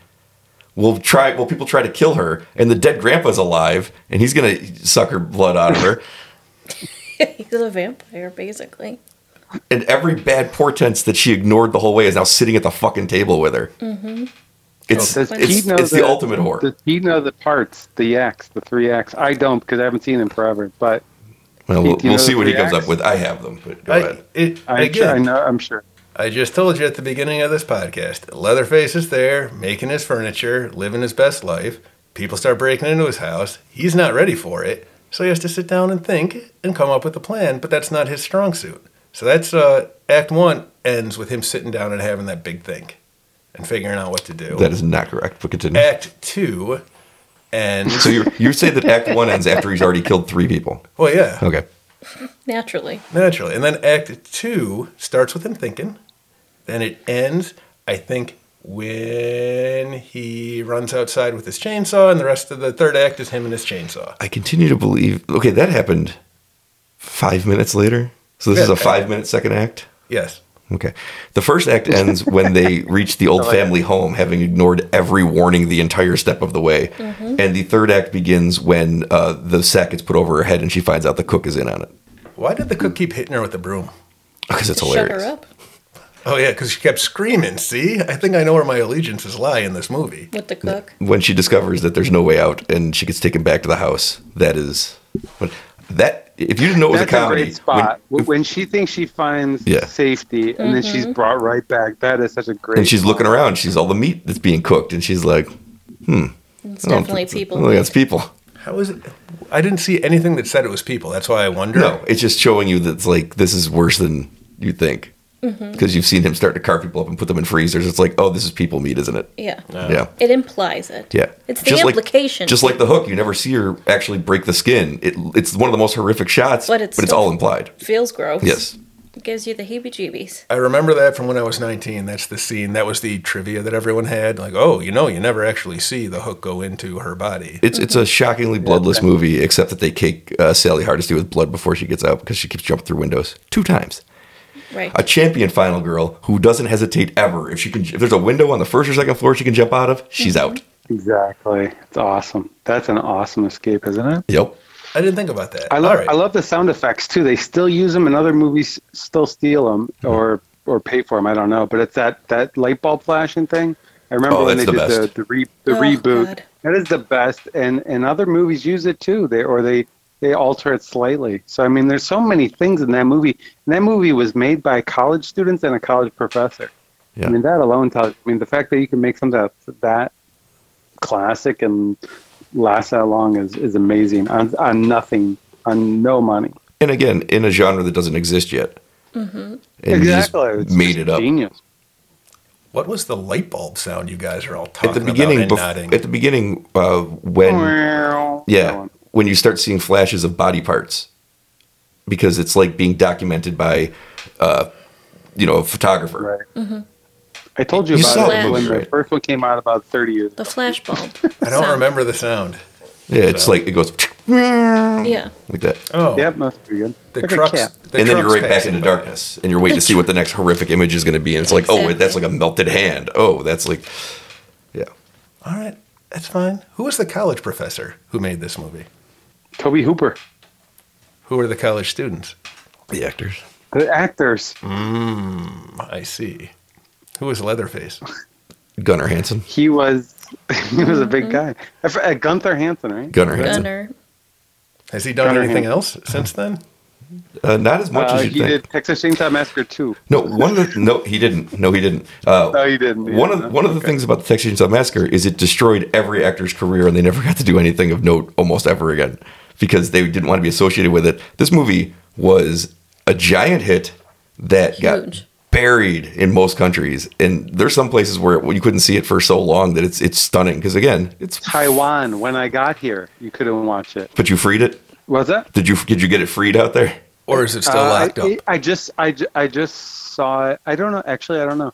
Speaker 2: Will try. Will people try to kill her? And the dead grandpa's alive, and he's going to suck her blood out of her.
Speaker 3: He's a vampire, basically.
Speaker 2: and every bad portents that she ignored the whole way is now sitting at the fucking table with her. Mm-hmm. It's
Speaker 5: Does
Speaker 2: it's,
Speaker 4: know
Speaker 2: it's the, ultimate horror.
Speaker 4: Does he know the parts, the acts, the three acts? I don't because I haven't seen him forever. But
Speaker 2: well, we'll,
Speaker 4: Pete, do you
Speaker 2: we'll
Speaker 4: know
Speaker 2: see
Speaker 4: the
Speaker 2: what he
Speaker 4: three
Speaker 2: comes up
Speaker 4: acts?
Speaker 2: with. I have them, but go
Speaker 5: I,
Speaker 2: ahead.
Speaker 5: it,
Speaker 4: I,
Speaker 5: again,
Speaker 4: I know I'm sure.
Speaker 5: I just told you at the beginning of this podcast, Leatherface is there, making his furniture, living his best life. People start breaking into his house. He's not ready for it, so he has to sit down and think and come up with a plan. But that's not his strong suit. So that's uh, Act One ends with him sitting down and having that big think and figuring out what to do.
Speaker 2: That is not correct. But continue.
Speaker 5: Act Two ends.
Speaker 2: so you you say that Act One ends after he's already killed three people.
Speaker 5: well, yeah.
Speaker 2: Okay.
Speaker 3: Naturally.
Speaker 5: Naturally. And then Act Two starts with him thinking. Then it ends, I think, when he runs outside with his chainsaw, and the rest of the third act is him and his chainsaw.
Speaker 2: I continue to believe. Okay, that happened five minutes later. So this is
Speaker 5: Yeah.
Speaker 2: a five minute second act.
Speaker 5: Yes.
Speaker 2: Okay. The first act ends when they reach the old family home, having ignored every warning the entire step of the way.
Speaker 3: Mm-hmm.
Speaker 2: And the third act begins when uh, the sack gets put over her head and she finds out the cook is in on it.
Speaker 5: Why did the cook keep hitting her with the broom?
Speaker 2: Because it's
Speaker 3: Shut her
Speaker 2: hilarious.
Speaker 3: up
Speaker 5: Oh, yeah, because she kept screaming. See, I think I know where my allegiances lie in this movie.
Speaker 3: with the cook.
Speaker 2: When she discovers that there's no way out and she gets taken back to the house, that is. But that, if you didn't know it was
Speaker 4: That's
Speaker 2: a comedy,
Speaker 4: great spot. When, she thinks she finds
Speaker 2: Yeah.
Speaker 4: safety and then she's brought right back. That is such a great.
Speaker 2: when- and she's looking around, she's all the meat that's being cooked, and she's like, I
Speaker 3: It's
Speaker 2: don't- Oh,
Speaker 3: definitely people.
Speaker 2: Look, that's people.
Speaker 5: How is it? I didn't see anything that said it was people. That's why I wonder.
Speaker 2: No, it's just showing you that it's like this is worse than you think because
Speaker 3: Mm-hmm.
Speaker 2: you've seen him start to carve people up and put them in freezers. It's like, oh, this is people meat, isn't it?
Speaker 3: Yeah.
Speaker 2: Yeah,
Speaker 3: It implies it.
Speaker 2: yeah.
Speaker 3: It's the
Speaker 2: like-
Speaker 3: implication.
Speaker 2: just like the hook, you never see her actually break the skin. It, it's one of the most horrific shots,
Speaker 3: But it's still-
Speaker 2: all implied.
Speaker 3: Feels gross.
Speaker 2: Yes,
Speaker 3: It gives you the heebie jeebies.
Speaker 5: I remember that from when I was 19. That's the scene. That was the trivia that everyone had. Like, oh, you know, you never actually see the hook go into her body.
Speaker 2: it's it's a shockingly bloodless movie, except that they cake uh, Sally Hardesty with blood before she gets out because she keeps jumping through windows two times.
Speaker 3: Right.
Speaker 2: a champion final girl who doesn't hesitate ever. If she can, if there's a window on the first or second floor she can jump out of, she's out.
Speaker 4: Exactly. It's awesome. That's an awesome escape, isn't it?
Speaker 2: Yep.
Speaker 5: I didn't think about that.
Speaker 4: I love
Speaker 5: All right.
Speaker 4: I love the sound effects too. They still use them, and other movies still steal them
Speaker 2: Mm-hmm.
Speaker 4: or or pay for them. I don't know, but it's that that light bulb flashing thing. I remember
Speaker 2: Oh,
Speaker 4: when they
Speaker 2: that's
Speaker 4: did
Speaker 2: the best.
Speaker 4: the the, re, the
Speaker 3: Oh,
Speaker 4: reboot.
Speaker 3: God.
Speaker 4: That is the best, and and other movies use it too. They or they they alter it slightly. So I mean, there's so many things in that movie. And that movie was made by college students and a college professor.
Speaker 2: Yeah.
Speaker 4: I mean, that alone tells. I mean, the fact that you can make something that's that classic and last that long is, is amazing on, on nothing on no money
Speaker 2: and again in a genre that doesn't exist yet. And you just
Speaker 4: It's
Speaker 2: made
Speaker 4: just
Speaker 2: it up.
Speaker 4: genius
Speaker 5: What was the light bulb sound you guys are all talking
Speaker 2: at the beginning,
Speaker 5: about and
Speaker 2: bef-
Speaker 5: nodding?
Speaker 2: at the beginning, uh, when
Speaker 4: That
Speaker 2: yeah,
Speaker 4: one.
Speaker 2: when you start seeing flashes of body parts, because it's like being documented by, uh, you know, a photographer.
Speaker 4: Right.
Speaker 3: Mm-hmm.
Speaker 4: I told you,
Speaker 2: You
Speaker 4: about
Speaker 2: saw
Speaker 4: it
Speaker 3: the
Speaker 4: when
Speaker 2: movie,
Speaker 4: the
Speaker 2: right?
Speaker 4: first one came out about 30 years ago.
Speaker 3: The flash bulb.
Speaker 5: I don't remember the sound.
Speaker 2: Yeah, it's
Speaker 5: So-
Speaker 2: like it goes
Speaker 3: Yeah.
Speaker 2: like that,
Speaker 5: Oh,
Speaker 4: Yep, that's pretty good.
Speaker 5: the
Speaker 4: Like a
Speaker 5: trucks.
Speaker 4: cat.
Speaker 5: the
Speaker 2: and then you're
Speaker 5: trucks
Speaker 2: right back
Speaker 5: passing
Speaker 2: into
Speaker 5: by.
Speaker 2: darkness, and you're waiting to see what the next horrific image is going to be, and it's like, oh, that's like a melted hand. Oh, that's like, yeah,
Speaker 5: All right, that's fine. Who was the college professor who made this movie?
Speaker 4: Toby Hooper.
Speaker 5: Who were the college students?
Speaker 2: the actors.
Speaker 4: The actors.
Speaker 5: I see. Who was Leatherface?
Speaker 2: Gunnar Hansen.
Speaker 4: He was he was a big guy. I for- uh, Gunther Hansen, right?
Speaker 2: Gunnar Hansen.
Speaker 3: Gunner.
Speaker 5: Has he done
Speaker 4: Gunnar
Speaker 5: anything
Speaker 4: Hansen.
Speaker 5: else since then?
Speaker 2: Uh, not as much
Speaker 4: Uh,
Speaker 2: as you
Speaker 4: he
Speaker 2: think.
Speaker 4: did Texas Chainsaw Massacre 2.
Speaker 2: No, one of the, no, he didn't. No, he didn't. Uh,
Speaker 4: No, he didn't. He
Speaker 2: one
Speaker 4: didn't,
Speaker 2: of
Speaker 4: huh?
Speaker 2: one of the things about the Texas Chainsaw Massacre is it destroyed every actor's career, and they never got to do anything of note almost ever again because they didn't want to be associated with it. This movie was a giant hit that got
Speaker 3: Huge.
Speaker 2: buried in most countries, and there's some places where you couldn't see it for so long that it's it's stunning because again, it's
Speaker 4: Taiwan, when I got here, you couldn't watch it.
Speaker 2: but you freed it.
Speaker 4: Was that?
Speaker 2: Did you did you get it freed out there?
Speaker 5: Or is it still
Speaker 4: Uh,
Speaker 5: locked
Speaker 4: I,
Speaker 5: up?
Speaker 4: I just I, ju- I just saw it. I don't know. Actually, I don't know.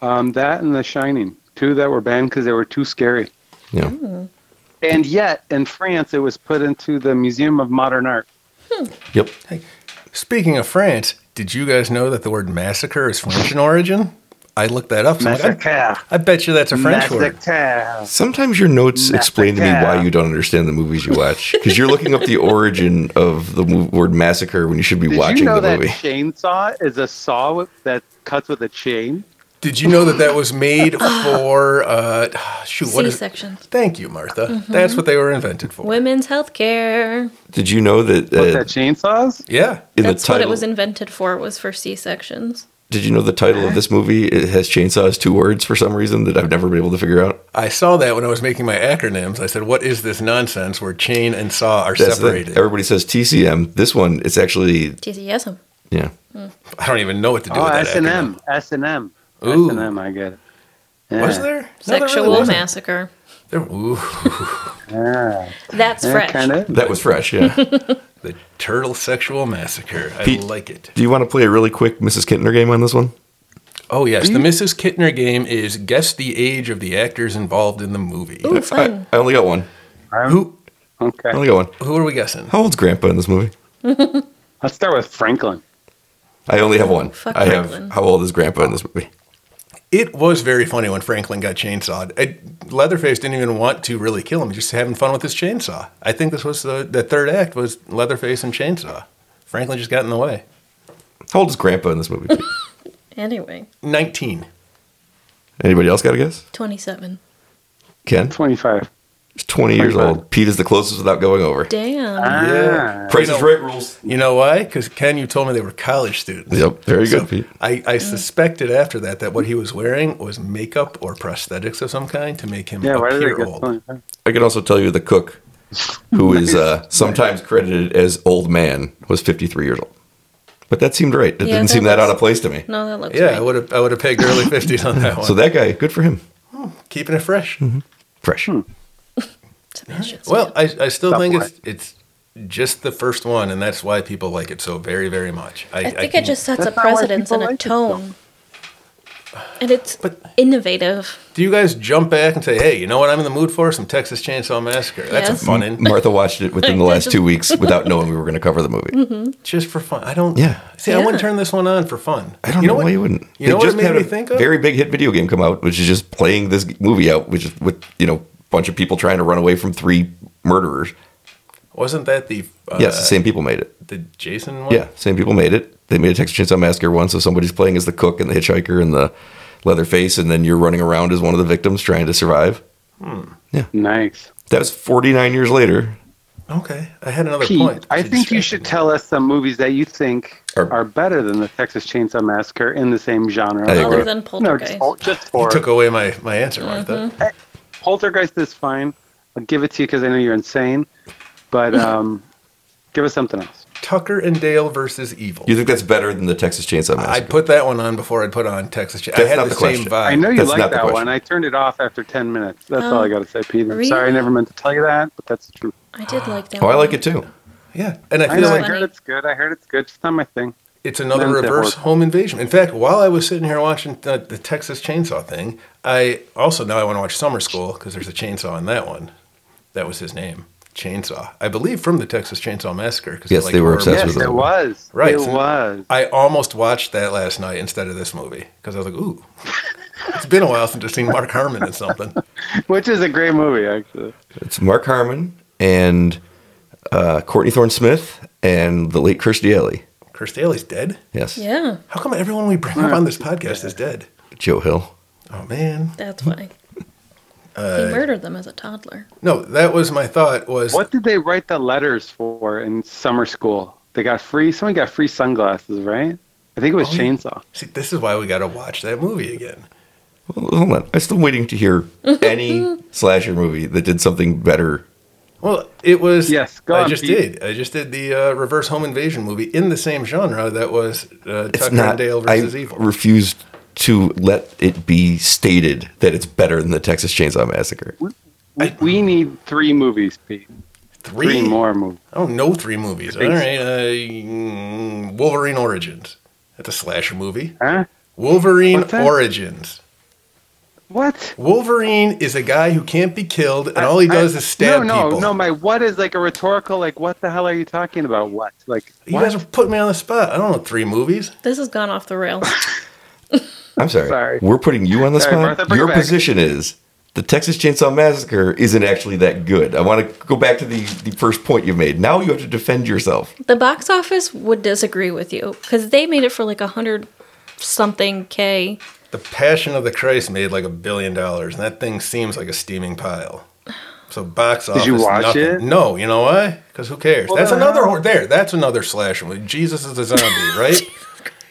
Speaker 4: Um, that and The Shining, two that were banned because they were too scary.
Speaker 2: Yeah.
Speaker 4: And yet, in France, it was put into the Museum of Modern Art.
Speaker 2: Yep.
Speaker 5: Speaking of France, did you guys know that the word massacre is French in origin? I looked that up. so I'm like, I-
Speaker 4: Massacre.
Speaker 5: I bet you that's a French word.
Speaker 4: Massacre.
Speaker 2: Sometimes your notes explain to me
Speaker 4: Massacre.
Speaker 2: why you don't understand the movies you watch because you're looking up the origin of the mo- word massacre when you should be
Speaker 4: Did
Speaker 2: watching
Speaker 4: you know
Speaker 2: the
Speaker 4: that
Speaker 2: movie.
Speaker 4: chainsaw is a saw with, that cuts with a chain?
Speaker 5: Did you know that that was made for uh, shoot? What
Speaker 3: C
Speaker 5: is it?
Speaker 3: sections.
Speaker 5: Thank you, Martha. That's what they were invented for.
Speaker 3: Women's health care.
Speaker 2: Did you know that, uh,
Speaker 4: What, that chainsaws?
Speaker 5: Yeah,
Speaker 2: in the
Speaker 3: That's
Speaker 2: title?
Speaker 3: what it was invented for, was for C sections.
Speaker 2: did you know the title of this movie it has chainsaws two words for some reason that I've never been able to figure out?
Speaker 5: I saw that when I was making my acronyms. I said, "What is this nonsense where chain and saw are
Speaker 2: That's the thing.
Speaker 5: separated?"
Speaker 2: Everybody says TCM. This one, it's actually
Speaker 3: TCSM.
Speaker 2: yeah.
Speaker 5: I don't even know what to do
Speaker 4: Oh,
Speaker 5: with that.
Speaker 4: S and
Speaker 5: acronym.
Speaker 4: M, S and M,
Speaker 5: Ooh.
Speaker 4: S and M. I get it. Yeah.
Speaker 5: Was there No, there really
Speaker 3: Sexual
Speaker 5: wasn't.
Speaker 3: massacre.
Speaker 5: There- ooh,
Speaker 4: Yeah,
Speaker 3: That's
Speaker 4: yeah
Speaker 3: French.
Speaker 4: kind of.
Speaker 2: That was fresh. Yeah. Do
Speaker 5: the turtle sexual massacre. I
Speaker 2: Pete-
Speaker 5: like it.
Speaker 2: you want to play a really quick Mrs. Kintner game on this one?
Speaker 5: Oh yes, the Mrs. Kittner game is guess the age of the actors involved in the movie.
Speaker 3: Ooh,
Speaker 2: I,
Speaker 3: fun.
Speaker 2: I only got one.
Speaker 5: Who
Speaker 2: I
Speaker 4: Okay,
Speaker 2: only got one.
Speaker 5: who are we guessing?
Speaker 2: How old's Grandpa in this movie?
Speaker 4: let's start with Franklin.
Speaker 2: I only have one.
Speaker 3: Oh, Fuck
Speaker 2: I have.
Speaker 3: Franklin.
Speaker 2: How old is Grandpa in this movie?
Speaker 5: It was very funny when Franklin got chainsawed. I, Leatherface didn't even want to really kill him; just having fun with his chainsaw. I think this was the, the third act was Leatherface and chainsaw. Franklin just got in the way.
Speaker 2: How old is Grandpa in this movie? Pete?
Speaker 3: Anyway,
Speaker 5: Nineteen.
Speaker 2: Anybody else got a guess?
Speaker 3: 27.
Speaker 2: Ken?
Speaker 4: Twenty-five.
Speaker 2: He's 20 years
Speaker 4: 25.
Speaker 2: old. Pete is the closest without going over.
Speaker 3: Damn.
Speaker 5: Uh, Yeah.
Speaker 2: Price is
Speaker 5: know-
Speaker 2: right rules.
Speaker 5: You know why? Because Ken, you told me they were college students.
Speaker 2: Yep, there you go,
Speaker 5: So
Speaker 2: Pete.
Speaker 5: I, I suspected after that that what he was wearing was makeup or prosthetics of some kind to make him
Speaker 4: Yeah, why did I
Speaker 5: appear
Speaker 4: get
Speaker 5: old.
Speaker 4: twenty-five?
Speaker 2: I can also tell you the cook, who is uh, sometimes credited as old man, was 53 years old. But that seemed right. It
Speaker 3: Yeah,
Speaker 2: didn't
Speaker 3: that
Speaker 2: seem that out
Speaker 3: looks-
Speaker 2: of place to me.
Speaker 3: No, that looks
Speaker 5: Yeah, I
Speaker 3: right.
Speaker 5: would have I would have pegged early fifties on
Speaker 3: Hmm.
Speaker 5: that one.
Speaker 2: So that Mm-hmm. guy, good for him.
Speaker 5: keeping it fresh.
Speaker 2: Fresh.
Speaker 3: Hmm. Sebastian Stan.
Speaker 5: Well, I, I still
Speaker 4: Top
Speaker 5: think
Speaker 4: line.
Speaker 5: it's it's just the first one, and that's why people like it so very very much. I,
Speaker 3: I think
Speaker 5: can-
Speaker 3: it just sets a
Speaker 4: That's not why
Speaker 3: precedence and
Speaker 4: people
Speaker 3: a
Speaker 4: like it, though.
Speaker 3: tone. And it's
Speaker 5: But-
Speaker 3: innovative.
Speaker 5: Do you guys jump back and say, "Hey, you know what? I'm in the mood for some Texas Chainsaw Massacre. That's
Speaker 3: Yes.
Speaker 5: a fun in
Speaker 2: Martha watched it within the last two weeks without knowing we were going to cover the movie.
Speaker 3: Mm-hmm.
Speaker 5: just for fun." I don't.
Speaker 2: Yeah.
Speaker 5: See, I wouldn't
Speaker 3: Yeah.
Speaker 5: turn this one on for fun.
Speaker 2: I don't know, why you wouldn't.
Speaker 5: You know what it made
Speaker 2: had
Speaker 5: me
Speaker 2: a
Speaker 5: think of?
Speaker 2: very big hit video game come out, which is just playing this movie out, which is with you know a bunch of people trying to run away from three murderers.
Speaker 5: Wasn't that the uh,
Speaker 2: yes, the same people made it.
Speaker 5: the Jason one?
Speaker 2: Yeah, same people made it. They made a Texas Chainsaw Massacre one, so somebody's playing as the cook and the hitchhiker and the Leatherface, and then you're running around as one of the victims trying to survive.
Speaker 4: Nice.
Speaker 2: That was 49 years later.
Speaker 5: Okay, I had another
Speaker 4: Pete,
Speaker 5: point.
Speaker 4: I
Speaker 5: to
Speaker 4: think you
Speaker 5: distract
Speaker 4: should
Speaker 5: me.
Speaker 4: tell us some movies that you think
Speaker 2: Are-
Speaker 4: are, better than the Texas Chainsaw Massacre in the same genre.
Speaker 2: I agree.
Speaker 3: Other than
Speaker 4: No,
Speaker 3: Poltergeist.
Speaker 4: just, for- just for
Speaker 5: Took away my my answer, Martha.
Speaker 3: Mm-hmm.
Speaker 4: Poltergeist is fine. I'll give it to you because I know you're insane, but um, give us something else.
Speaker 5: Tucker and Dale versus Evil.
Speaker 2: You think that's better than the Texas Chainsaw
Speaker 5: I'd
Speaker 2: Massacre?
Speaker 5: put that one on before I'd put on Texas. Chain- I
Speaker 2: That's
Speaker 5: had
Speaker 2: not
Speaker 5: the,
Speaker 2: the
Speaker 5: same
Speaker 2: question.
Speaker 5: vibe.
Speaker 4: I know you
Speaker 2: That's
Speaker 4: like
Speaker 2: not the
Speaker 4: that
Speaker 2: question.
Speaker 4: one. I turned it off after 10 minutes. That's all I got to say, Peter. I'm Sorry, I
Speaker 3: really?
Speaker 4: never meant to tell you that, but that's true.
Speaker 3: I did like that.
Speaker 2: oh, I
Speaker 3: one.
Speaker 2: like it too.
Speaker 5: Yeah, and I
Speaker 4: I
Speaker 5: feel
Speaker 4: know. I
Speaker 5: like
Speaker 3: Funny.
Speaker 4: heard it's good. I heard it's good. It's not my thing.
Speaker 5: It's another
Speaker 4: Then they
Speaker 5: reverse
Speaker 4: work.
Speaker 5: home invasion. In fact, while I was sitting here watching the, the Texas Chainsaw thing, I also now I want to watch Summer School because there's a chainsaw in that one. That was his name, Chainsaw. I believe from the Texas Chainsaw Massacre. 'cause
Speaker 2: Yes, they were
Speaker 5: horror
Speaker 2: obsessed
Speaker 4: yes,
Speaker 5: movies.
Speaker 2: with
Speaker 4: it
Speaker 2: that.
Speaker 4: was.
Speaker 5: Right,
Speaker 4: It
Speaker 5: so-
Speaker 4: was.
Speaker 5: I almost watched that last night instead of this movie because I was like, ooh, it's been a while since I've seen Mark Harmon in something.
Speaker 4: Which is a great movie, actually.
Speaker 2: It's Mark Harmon and uh, Courtney Thorne Smith and the late Kirstie Alley.
Speaker 5: Chris Daly's dead.
Speaker 2: Yes.
Speaker 3: Yeah,
Speaker 5: How come everyone we bring up on this podcast is dead?
Speaker 2: Joe Hill.
Speaker 5: Oh man,
Speaker 3: that's why.
Speaker 5: Uh,
Speaker 3: he murdered them as a toddler.
Speaker 5: no, that was my thought. Was
Speaker 4: What did they write the letters for in summer school? They got free. Someone got free sunglasses, right? I think it was
Speaker 5: yeah.
Speaker 4: Chainsaw.
Speaker 5: see, this is why we got to watch that movie again.
Speaker 2: Well, hold on. I'm still waiting to hear any slasher movie that did something better.
Speaker 5: Well, it was.
Speaker 4: Yes, go
Speaker 5: I
Speaker 4: on,
Speaker 5: just
Speaker 4: Pete.
Speaker 5: did. I just did the uh, reverse home invasion movie in the same genre that was uh,
Speaker 2: It's
Speaker 5: Tucker
Speaker 2: not.
Speaker 5: and Dale
Speaker 2: I
Speaker 5: versus Evil.
Speaker 2: refuse to let it be stated that it's better than the Texas Chainsaw Massacre.
Speaker 4: We, we need three movies, Pete.
Speaker 5: three?
Speaker 4: Three more movies.
Speaker 5: I don't know three movies. All
Speaker 4: Thanks.
Speaker 5: right, uh, mm, Wolverine Origins. That's a slasher movie.
Speaker 4: Huh?
Speaker 5: Wolverine
Speaker 4: What's that?
Speaker 5: Origins.
Speaker 4: What?
Speaker 5: Wolverine is a guy who can't be killed, and all he
Speaker 4: I-
Speaker 5: does is stab
Speaker 4: no, no,
Speaker 5: people.
Speaker 4: No, my what is like a rhetorical, like, what the hell are you talking about? What? Like,
Speaker 5: you guys are putting me on the spot. I don't know three movies.
Speaker 3: This has gone off the rails.
Speaker 2: I'm sorry.
Speaker 4: Sorry.
Speaker 2: We're putting you on the
Speaker 4: Sorry,
Speaker 2: spot.
Speaker 4: Martha, bring it
Speaker 2: Your
Speaker 4: back.
Speaker 2: position is the Texas Chainsaw Massacre isn't actually that good. I want to go back to the, the first point you made. Now you have to defend yourself.
Speaker 3: the box office would disagree with you because they made it for like a hundred something k.
Speaker 5: The Passion of the Christ made like a billion dollars, and that thing seems like a steaming pile. So box office.
Speaker 4: you watch
Speaker 5: nothing.
Speaker 4: it?
Speaker 5: No, you know why? Because who cares? that's another hor- there. That's another slasher movie. Jesus is a zombie, right?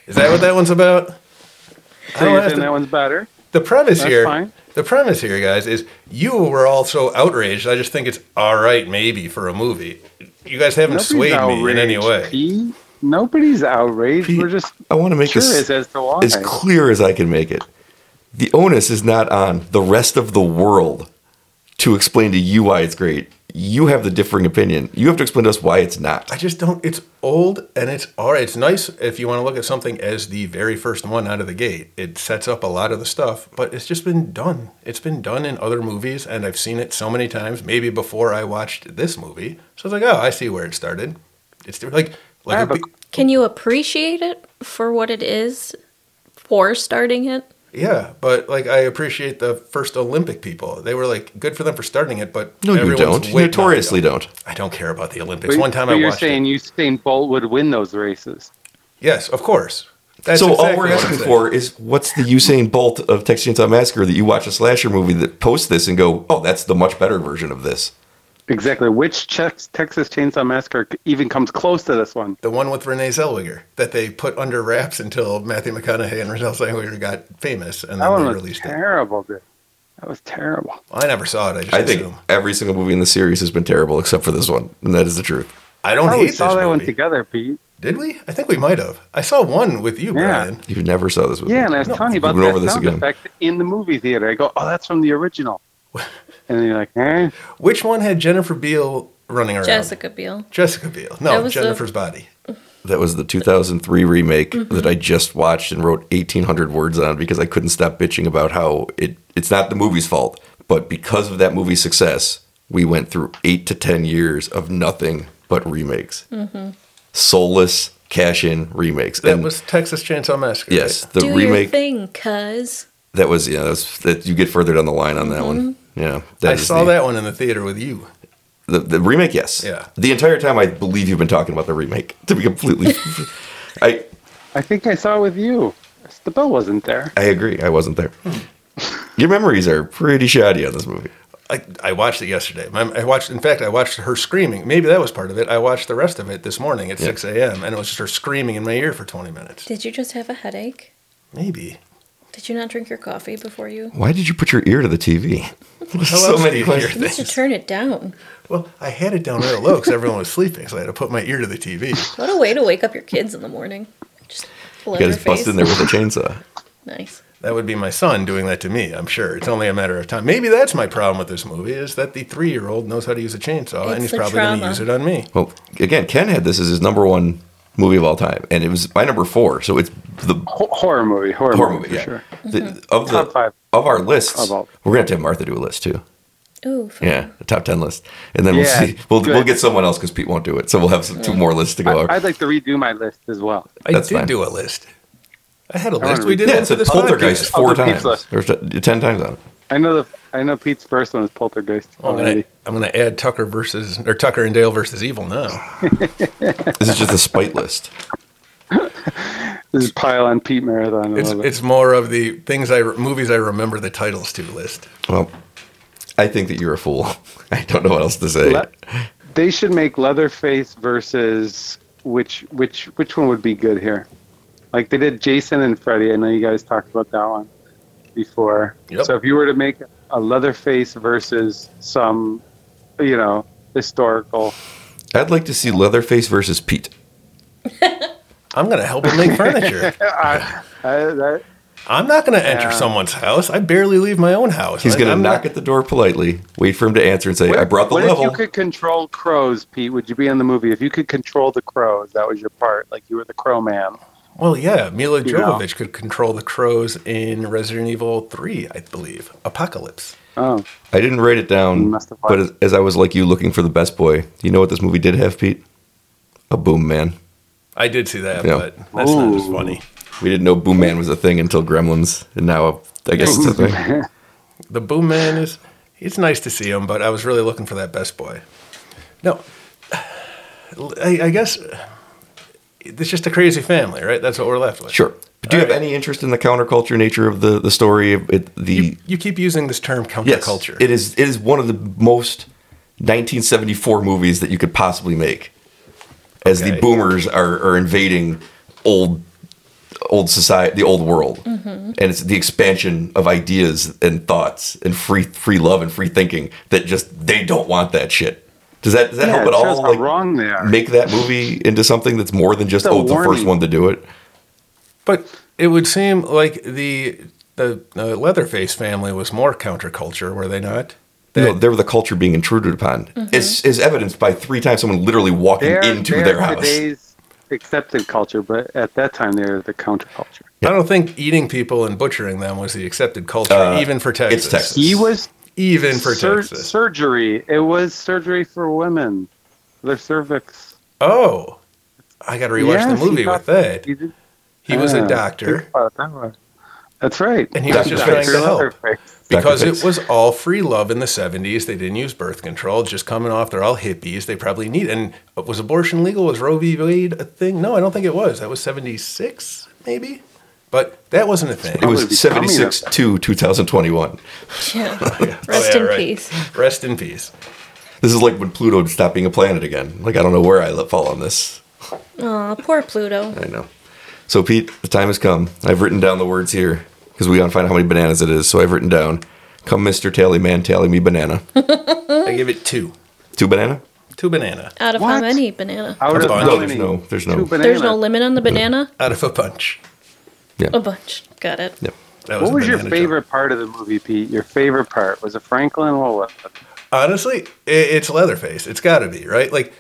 Speaker 5: Is that what that one's about? I
Speaker 4: so you're
Speaker 5: don't have
Speaker 4: saying
Speaker 5: to-
Speaker 4: that one's better?
Speaker 5: the premise
Speaker 4: That's
Speaker 5: here.
Speaker 4: fine.
Speaker 5: The premise here, guys, is you were all so outraged. I just think it's all right, maybe for a movie. You guys haven't swayed me in any way.
Speaker 4: Pete. Nobody's outraged. We're just
Speaker 2: I want to make
Speaker 4: curious
Speaker 2: this
Speaker 4: as to why.
Speaker 2: as clear as I can make it. The onus is not on the rest of the world to explain to you why it's great. You have the differing opinion. You have to explain to us why it's not.
Speaker 5: I just don't. It's old and it's all right. It's nice if you want to look at something as the very first one out of the gate. It sets up a lot of the stuff, but it's just been done. It's been done in other movies, and I've seen it so many times. Maybe before I watched this movie, so I was like, oh, I see where it started. It's like
Speaker 4: I
Speaker 5: like
Speaker 4: have
Speaker 5: a
Speaker 4: a-
Speaker 5: pe-
Speaker 3: Can you appreciate it for what it is for starting it?
Speaker 5: Yeah, but like I appreciate the first Olympic people. They were like good for them for starting it, but
Speaker 2: no, you
Speaker 5: everyone's
Speaker 2: don't. You
Speaker 5: way- no,
Speaker 2: notoriously
Speaker 5: I don't.
Speaker 2: don't.
Speaker 5: I don't care about the Olympics.
Speaker 4: But-
Speaker 5: One time
Speaker 4: but
Speaker 5: I
Speaker 4: you're
Speaker 5: watched.
Speaker 4: saying
Speaker 5: it.
Speaker 4: you saying Bolt would win those races.
Speaker 5: Yes, of course. That's
Speaker 2: so
Speaker 5: exactly
Speaker 2: all we're
Speaker 5: what I'm
Speaker 2: asking
Speaker 5: saying.
Speaker 2: for is what's the Usain Bolt of Texas Chainsaw Massacre that you watch a slasher movie that posts this and go, oh, that's the much better version of this.
Speaker 4: Exactly. Which Chex, Texas Chainsaw Massacre c- even comes close to this one?
Speaker 5: The one with Renee Zellweger that they put under wraps until Matthew McConaughey and Renee Zellweger got famous and
Speaker 4: That
Speaker 5: then
Speaker 4: one
Speaker 5: they
Speaker 4: was
Speaker 5: released it.
Speaker 4: terrible, dude. That was terrible.
Speaker 5: I never saw it. I just
Speaker 2: I think
Speaker 5: assume.
Speaker 2: every single movie in the series has been terrible except for this one, and that is the truth.
Speaker 5: I don't
Speaker 4: Oh,
Speaker 5: hate
Speaker 4: we saw
Speaker 5: this
Speaker 4: that one
Speaker 5: movie.
Speaker 4: together, Pete.
Speaker 5: Did we? I think we might have. I saw one with you,
Speaker 4: Yeah.
Speaker 5: Brian.
Speaker 2: You never saw this movie.
Speaker 4: Yeah, and I was telling you about
Speaker 2: we went
Speaker 4: that
Speaker 2: over this
Speaker 4: sound
Speaker 2: again.
Speaker 4: effect in the movie theater. I go, oh, that's from the original. and you're like, eh?
Speaker 5: Which one had Jennifer Beal running around?
Speaker 3: Jessica Biel.
Speaker 5: Jessica Biel.
Speaker 3: That
Speaker 5: No,
Speaker 3: was the-
Speaker 5: Jennifer's body.
Speaker 2: that was the 2003 remake
Speaker 3: Mm-hmm.
Speaker 2: that I just watched and wrote 1,800 words on because I couldn't stop bitching about how it. It's not the movie's fault, but because of that movie's success, we went through eight to ten years of nothing but remakes,
Speaker 3: Mm-hmm.
Speaker 2: soulless cash-in remakes.
Speaker 5: That was Texas Chainsaw Massacre. right?
Speaker 2: yes, the
Speaker 3: Do your
Speaker 2: remake
Speaker 3: thing, cuz.
Speaker 2: that was yeah, that, was, that you get further down the line on that one.
Speaker 3: Mm-hmm.
Speaker 2: Yeah, that
Speaker 5: I
Speaker 2: is
Speaker 5: saw
Speaker 2: the-
Speaker 5: that one in the theater with you.
Speaker 2: The, the remake, yes.
Speaker 5: Yeah.
Speaker 2: The entire time, I believe you've been talking about the remake. To be completely, I
Speaker 4: I think I saw it with you. The bill wasn't there.
Speaker 2: I agree. I wasn't there. Your memories are pretty shoddy on this movie.
Speaker 5: I, I watched it yesterday. My, I watched, in fact, I watched her screaming. Maybe that was part of it. I watched the rest of it this morning at 6 a.m. and it was just her screaming in my ear for 20 minutes.
Speaker 3: Did you just have a headache?
Speaker 5: Maybe.
Speaker 3: Did you not drink your coffee before you?
Speaker 2: Why did you put your ear to the TV? so
Speaker 5: else do
Speaker 2: many
Speaker 5: you hear?
Speaker 2: questions.
Speaker 3: You need to turn it down.
Speaker 5: Well, I had it down real low because everyone was sleeping, so I had to put my ear to the TV.
Speaker 3: What a way to wake up your kids in the morning. Just blow
Speaker 2: You
Speaker 3: their
Speaker 2: guys
Speaker 3: face.
Speaker 2: busted in there with a chainsaw.
Speaker 3: Nice.
Speaker 5: That would be my son doing that to me, I'm sure. It's only a matter of time. Maybe that's my problem with this movie is that the three year old knows how to use a chainsaw
Speaker 3: It's
Speaker 5: and he's
Speaker 3: the
Speaker 5: probably going to
Speaker 3: trauma.
Speaker 5: use it on me.
Speaker 2: Well, again, Ken had this as his number one movie of all time, and it was my number four. So it's the
Speaker 4: Ho- horror movie. Horror,
Speaker 2: horror
Speaker 4: movie,
Speaker 2: movie.
Speaker 4: for
Speaker 2: Yeah.
Speaker 4: sure.
Speaker 2: The- of the
Speaker 4: Top five.
Speaker 2: of our lists,
Speaker 4: Of all-
Speaker 2: we're gonna have to have Martha do a list too.
Speaker 3: Ooh, fun.
Speaker 2: Yeah, the top ten list, and then
Speaker 4: Yeah,
Speaker 2: we'll see. We'll,
Speaker 4: good.
Speaker 2: we'll get someone else because Pete won't do it. So we'll have some, two more lists to go. over.
Speaker 4: I, I'd like to redo my list as well.
Speaker 5: I
Speaker 2: That's
Speaker 5: did
Speaker 2: fine.
Speaker 5: do a list. I had a
Speaker 4: wanna
Speaker 5: list. We
Speaker 4: read-
Speaker 5: did
Speaker 2: yeah,
Speaker 5: one
Speaker 2: it's
Speaker 5: for
Speaker 2: a
Speaker 5: this
Speaker 2: poltergeist
Speaker 5: podcast.
Speaker 2: four
Speaker 4: Oh, the
Speaker 2: times
Speaker 4: pizza.
Speaker 2: or t- ten times on it.
Speaker 4: I know the I know Pete's first one is Poltergeist
Speaker 5: I'm
Speaker 4: already.
Speaker 5: gonna, I'm gonna add Tucker versus or Tucker and Dale versus Evil
Speaker 4: Oh,
Speaker 5: now.
Speaker 2: This is just a spite list.
Speaker 4: This is pile on Pete marathon. I
Speaker 5: It's
Speaker 4: love it.
Speaker 5: it's more of the things I re- movies I remember the titles to list.
Speaker 2: Well, I think that you're a fool. I don't know what else to say.
Speaker 4: Le- they should make Leatherface versus which which which one would be good here? Like they did Jason and Freddy. I know you guys talked about that one before.
Speaker 5: Yep.
Speaker 4: So if you were to make a Leatherface versus some, you know, historical,
Speaker 2: I'd like to see Leatherface versus Pete.
Speaker 5: I'm gonna help him make furniture.
Speaker 4: I, uh, that,
Speaker 5: I'm not gonna enter
Speaker 4: Yeah.
Speaker 5: someone's house. I barely leave my own house.
Speaker 2: He's
Speaker 5: I-
Speaker 2: going to
Speaker 5: I'm
Speaker 2: knock
Speaker 5: not-
Speaker 2: at the door politely, wait for him to answer, and say,
Speaker 4: What-
Speaker 2: "I brought the
Speaker 4: what
Speaker 2: level."
Speaker 4: If you could control crows, Pete, would you be in the movie? If you could control the crows, that was your part. Like you were the crow man.
Speaker 5: Well, yeah, Mila
Speaker 4: You know.
Speaker 5: Jovovich could control the crows in Resident Evil Three, I believe. Apocalypse.
Speaker 4: Oh,
Speaker 2: I didn't write it
Speaker 4: You
Speaker 2: down,
Speaker 4: must have
Speaker 2: but
Speaker 4: watched.
Speaker 2: as, as I was like you looking for the best boy, you know what this movie did have, Pete? A boom man.
Speaker 5: I did see that,
Speaker 2: Yeah.
Speaker 5: but that's not as
Speaker 4: Ooh.
Speaker 5: funny.
Speaker 2: We didn't know boom man was a thing until Gremlins, and now I guess it's a thing.
Speaker 5: The Boom Man is it's nice to see him, but I was really looking for that best boy. No, I, I guess it's just a crazy family, right? That's what we're left with.
Speaker 2: Sure. But do you
Speaker 5: All
Speaker 2: have
Speaker 5: right.
Speaker 2: any interest in the counterculture nature of the the story? of It, the
Speaker 5: You, you keep using this term
Speaker 2: yes,
Speaker 5: counterculture.
Speaker 2: it is it is one of the most 1974 movies that you could possibly make, as
Speaker 5: Okay.
Speaker 2: the boomers are are invading old old society, the old world, and it's the expansion of ideas and thoughts and free free love and free thinking that just they don't want that shit. Does that does that
Speaker 4: Yeah,
Speaker 2: help
Speaker 4: it
Speaker 2: at
Speaker 4: shows
Speaker 2: all?
Speaker 4: how wrong they are.
Speaker 2: Make that movie into something that's more than just
Speaker 4: It's a
Speaker 2: oh the first
Speaker 4: warning.
Speaker 2: one to do it.
Speaker 5: But it would seem like the the uh, Leatherface family was more counterculture, were they not?
Speaker 2: no, they were the culture being intruded upon. Is is evidenced by three times someone literally walking
Speaker 4: they're,
Speaker 2: into
Speaker 4: they're
Speaker 2: their house.
Speaker 4: Today's accepted culture, but at that time they're the counterculture.
Speaker 5: I don't think eating people and butchering them was the accepted culture,
Speaker 2: Uh,
Speaker 5: even for Texas.
Speaker 2: Texas.
Speaker 4: He was
Speaker 5: Even for
Speaker 4: sur-
Speaker 5: Texas.
Speaker 4: surgery. It was surgery for women, their cervix.
Speaker 5: Oh, I got to rewatch
Speaker 4: Yes,
Speaker 5: the movie
Speaker 4: he got-
Speaker 5: with that.
Speaker 4: he did-
Speaker 5: He was a
Speaker 4: Ah,
Speaker 5: doctor
Speaker 4: think about that one. That's right.
Speaker 5: And he was
Speaker 2: just trying
Speaker 5: to help.
Speaker 4: Leatherface.
Speaker 5: because
Speaker 2: Dr.
Speaker 5: it
Speaker 2: Fix.
Speaker 5: was all free love in the 70s. They didn't use birth control, just coming off. They're all hippies. They probably need. And was abortion legal? Was Roe v. Wade a thing? No, I don't think it was. That was 76, maybe? But that wasn't a thing.
Speaker 2: It
Speaker 4: Probably
Speaker 2: was
Speaker 4: becoming
Speaker 2: 76 to 2021.
Speaker 3: Yeah. Rest
Speaker 5: Oh, yeah,
Speaker 3: in
Speaker 5: right.
Speaker 3: peace.
Speaker 5: Rest in peace.
Speaker 2: This is like when Pluto stopped being a planet again. Like, I don't know where I let fall on this.
Speaker 3: Aw, poor Pluto.
Speaker 2: I know. So, Pete, the time has come. I've written down the words here because we gotta find out how many bananas it is. So, I've written down, come, Mr. Tally Man, tally me banana.
Speaker 5: I give it two.
Speaker 2: Two banana?
Speaker 5: Two banana
Speaker 3: Out of how
Speaker 4: What?
Speaker 3: many banana?
Speaker 4: Out of
Speaker 5: No,
Speaker 4: how
Speaker 2: there's
Speaker 4: many?
Speaker 2: no- there's no-
Speaker 4: Two
Speaker 3: There's no
Speaker 4: bananas.
Speaker 3: limit on the banana?
Speaker 5: out of a bunch.
Speaker 3: A bunch. Got it.
Speaker 2: Yep.
Speaker 5: That
Speaker 4: What
Speaker 5: a
Speaker 4: was your
Speaker 5: banana joke.
Speaker 4: favorite part of the movie, Pete? Your favorite part was it Franklin or what?
Speaker 5: Honestly, i- it's Leatherface. It's got to be, right? Like,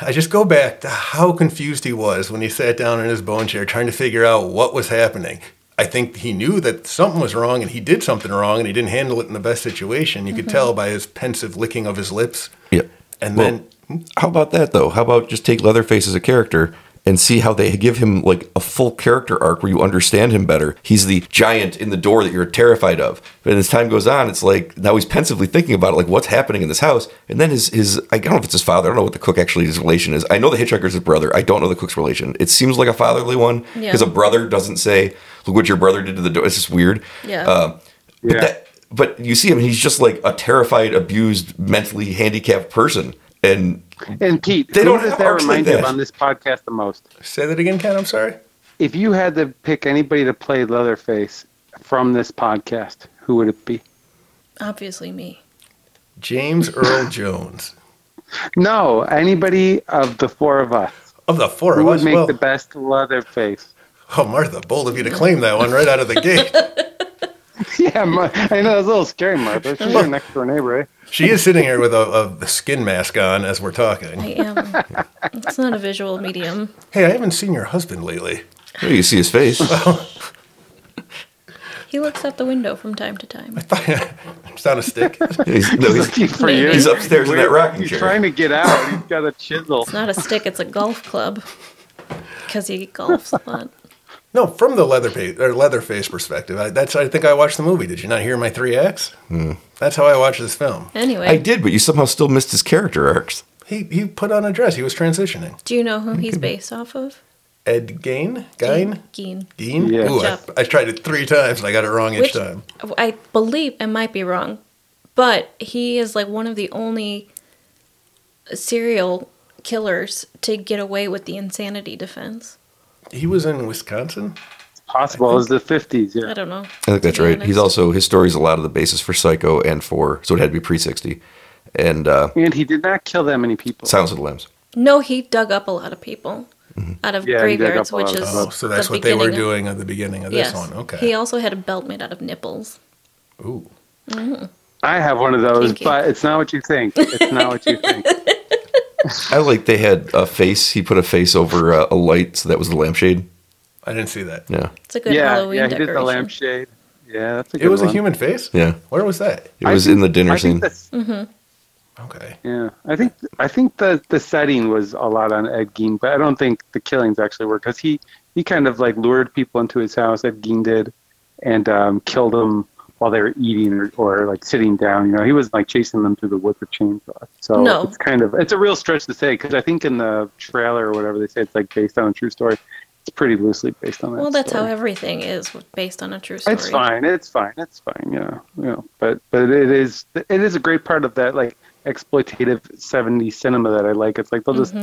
Speaker 5: I just go back to how confused he was when he sat down in his bone chair trying to figure out what was happening. I think he knew that something was wrong and he did something wrong and he didn't handle it in the best situation. You could
Speaker 4: Mm-hmm.
Speaker 5: tell by his pensive licking of his lips.
Speaker 2: Yep.
Speaker 5: And
Speaker 2: Well,
Speaker 5: then,
Speaker 2: How about that though? How about just take Leatherface as a character and see how they give him like a full character arc where you understand him better. He's the giant in the door that you're terrified of. But as time goes on, it's like now he's pensively thinking about it, like what's happening in this house. And then his his I don't know if it's his father. I don't know what the cook actually his relation is. I know the hitchhiker's his brother. I don't know the cook's relation. It seems like a fatherly one
Speaker 3: Yeah.
Speaker 2: because a brother doesn't say look what your brother did to the door. It's just weird.
Speaker 3: Yeah.
Speaker 2: Um, but
Speaker 4: Yeah.
Speaker 2: that, but you see him, and he's just like a terrified, abused, mentally handicapped person. And
Speaker 4: And Pete,
Speaker 2: They
Speaker 4: who
Speaker 2: don't
Speaker 4: does
Speaker 2: have
Speaker 4: that
Speaker 2: arcs like
Speaker 4: remind you of
Speaker 2: that.
Speaker 4: on this podcast the most?
Speaker 5: say that again, Ken. I'm sorry.
Speaker 4: If you had to pick anybody to play Leatherface, from this podcast, who would it be?
Speaker 3: Obviously, me.
Speaker 5: James Earl Jones.
Speaker 4: No, anybody of the four of us.
Speaker 5: Of the four
Speaker 4: Who
Speaker 5: of
Speaker 4: would
Speaker 5: us,
Speaker 4: make
Speaker 5: well,
Speaker 4: the best Leatherface?
Speaker 5: oh Martha, bold of you to claim that one right out of the gate.
Speaker 4: yeah, Mar- I know it's a little scary, Martha. She's your next door neighbor, eh?
Speaker 5: She is sitting here with a, a skin mask on as we're
Speaker 3: I
Speaker 5: talking.
Speaker 3: am. it's not a visual medium.
Speaker 5: Hey, I haven't seen your husband lately.
Speaker 2: Well, you can see his face.
Speaker 3: He looks out the window from time to time.
Speaker 5: It's on a stick.
Speaker 2: He's, no, he's,
Speaker 4: Looking for you.
Speaker 2: he's upstairs in that
Speaker 4: Where-
Speaker 2: rocking
Speaker 4: He's
Speaker 2: chair.
Speaker 4: trying to get out. He's got a chisel.
Speaker 3: It's not a stick, it's a golf club. Because he golfs a lot.
Speaker 5: No, from the leather pa- or Leatherface perspective, I, that's I think I watched the movie. Did you not hear my three acts?
Speaker 4: Hmm.
Speaker 5: That's how I watched this film.
Speaker 3: Anyway,
Speaker 2: I did, but you somehow still missed his character arcs.
Speaker 5: He he put on a dress. He was transitioning.
Speaker 3: do you know who he's based off of?
Speaker 5: Ed Gain, Gain,
Speaker 3: Gein.
Speaker 5: Gein.
Speaker 4: Yeah.
Speaker 5: Ooh, I,
Speaker 3: Job.
Speaker 5: I tried it three times and I got it wrong each
Speaker 3: Which-
Speaker 5: time.
Speaker 3: I believe, I might be wrong, but he is like one of the only serial killers to get away with the insanity defense.
Speaker 5: He was in Wisconsin.
Speaker 3: Oh.
Speaker 4: It's possible. It was the 50s, yeah.
Speaker 3: I don't know.
Speaker 2: I think that's
Speaker 3: To be
Speaker 2: right. He's
Speaker 3: honest.
Speaker 2: also his story's a lot of the basis for Psycho and for so it had to be pre sixty, and uh,
Speaker 4: And he did not kill that many people.
Speaker 2: Silence of the Lambs.
Speaker 3: No, he dug up a lot of people out of
Speaker 4: Yeah, he dug
Speaker 3: graveyards,
Speaker 4: up a lot
Speaker 3: which
Speaker 4: of
Speaker 3: is.
Speaker 4: people.
Speaker 5: Mm-hmm. Oh, so that's
Speaker 3: the
Speaker 5: what they were
Speaker 3: beginning of-
Speaker 5: doing at the beginning of
Speaker 3: Yes.
Speaker 5: this one. Okay.
Speaker 3: He also had a belt made out of nipples.
Speaker 5: Ooh.
Speaker 4: I have one of those,
Speaker 3: Kinky.
Speaker 4: but it's not what you think. It's not what you think.
Speaker 2: I like they had a face. He put a face over uh, a light, so that was the lampshade.
Speaker 5: I didn't see that.
Speaker 2: Yeah,
Speaker 3: It's a good
Speaker 4: yeah,
Speaker 3: Halloween
Speaker 4: yeah, he
Speaker 3: decoration.
Speaker 4: did the lampshade. Yeah, that's a good
Speaker 5: It was
Speaker 4: one.
Speaker 5: a human face.
Speaker 2: yeah.
Speaker 5: Where was that?
Speaker 2: It
Speaker 4: I
Speaker 2: was
Speaker 4: think-
Speaker 2: in the dinner
Speaker 4: I think
Speaker 2: scene.
Speaker 4: that's-
Speaker 5: Okay.
Speaker 4: Yeah, I think I think the the setting was a lot on Ed Gein, but I don't think the killings actually were because he he kind of like lured people into his house. Ed Gein did, and um, killed them while they were eating or, or like sitting down. You know, he was like chasing them through the woods with chainsaws. So
Speaker 3: No.
Speaker 4: it's kind of it's a real stretch to say because I think in the trailer or whatever they say it's like based on a true story. It's pretty loosely based on that.
Speaker 3: Well, that's
Speaker 4: story.
Speaker 3: how everything is with- based on a true story.
Speaker 4: It's fine. It's fine. It's fine. Yeah, yeah. But but it is it is a great part of that like exploitative '70s cinema that I like. It's like they'll just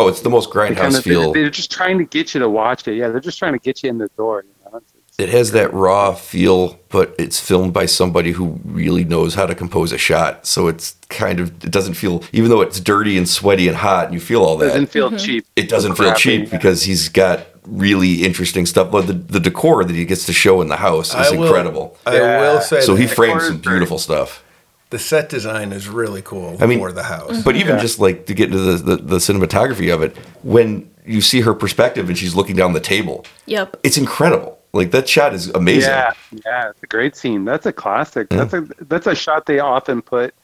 Speaker 2: Oh, it's the most
Speaker 4: they
Speaker 2: grindhouse
Speaker 4: kind of
Speaker 2: feel.
Speaker 4: they're just trying to get you to watch it. Yeah, they're just trying to get you in the door. You know? It's- it's-
Speaker 2: It has that raw feel, but it's filmed by somebody who really knows how to compose a shot. So it's kind of it doesn't feel, even though it's dirty and sweaty and hot, and you feel all
Speaker 4: it doesn't
Speaker 2: that.
Speaker 4: feel cheap.
Speaker 2: It doesn't feel
Speaker 4: Crappy,
Speaker 2: cheap
Speaker 4: yeah.
Speaker 2: because he's got really interesting stuff. But the, the decor that he gets to show in the house is
Speaker 5: I will-
Speaker 2: incredible.
Speaker 5: I
Speaker 4: Yeah.
Speaker 5: will say
Speaker 2: so
Speaker 5: that
Speaker 2: he
Speaker 4: the
Speaker 2: frames
Speaker 4: decor
Speaker 2: some
Speaker 4: is very-
Speaker 2: beautiful stuff.
Speaker 5: the set design is really cool
Speaker 2: I mean-
Speaker 5: for the house.
Speaker 2: But even
Speaker 4: Yeah.
Speaker 2: just like to get into the, the, the cinematography of it, when you see her perspective and she's looking down the table,
Speaker 3: Yep.
Speaker 2: it's incredible. Like that shot is amazing. Mm-hmm.
Speaker 4: Yeah, yeah. It's a great scene. That's a classic. That's a that's a shot they often put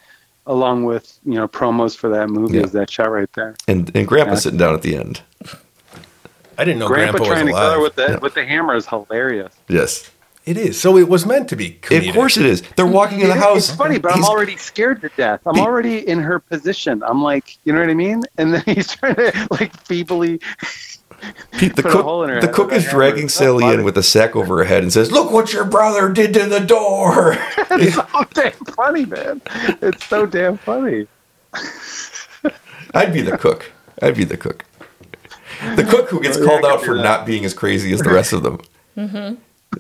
Speaker 4: along with you know promos for that movie.
Speaker 2: Yeah.
Speaker 4: Is that shot right there?
Speaker 2: And and grandpa
Speaker 4: Yeah.
Speaker 2: sitting down at the end.
Speaker 5: I didn't
Speaker 2: Oh,
Speaker 5: know
Speaker 4: Grandpa,
Speaker 5: Grandpa,
Speaker 4: trying to
Speaker 5: was
Speaker 4: kill her
Speaker 5: alive.
Speaker 4: with the with the hammer is hilarious.
Speaker 2: Yes.
Speaker 5: it is. So it was meant to be comedic.
Speaker 2: Of course it is. They're walking in the
Speaker 4: It-
Speaker 2: house.
Speaker 4: It's funny, but I'm
Speaker 2: He's-
Speaker 4: already scared to death. I'm
Speaker 2: He-
Speaker 4: already in her position. I'm like, you know what I mean? And then he's trying to like feebly.
Speaker 2: Pete, the
Speaker 4: put a hole in her
Speaker 2: cook, the
Speaker 4: head
Speaker 2: cook
Speaker 4: with
Speaker 2: is
Speaker 4: a hammer.
Speaker 2: dragging
Speaker 4: That's
Speaker 2: Sally in
Speaker 4: funny.
Speaker 2: with a sack over her head and says, "Look what your brother did to the door."
Speaker 4: It's so damn funny, man. It's so damn funny.
Speaker 2: I'd be the cook. I'd be the cook. The cook who gets
Speaker 4: Yeah, I
Speaker 2: called
Speaker 4: could
Speaker 2: out
Speaker 4: do
Speaker 2: for
Speaker 4: that.
Speaker 2: not being as crazy as the rest of them.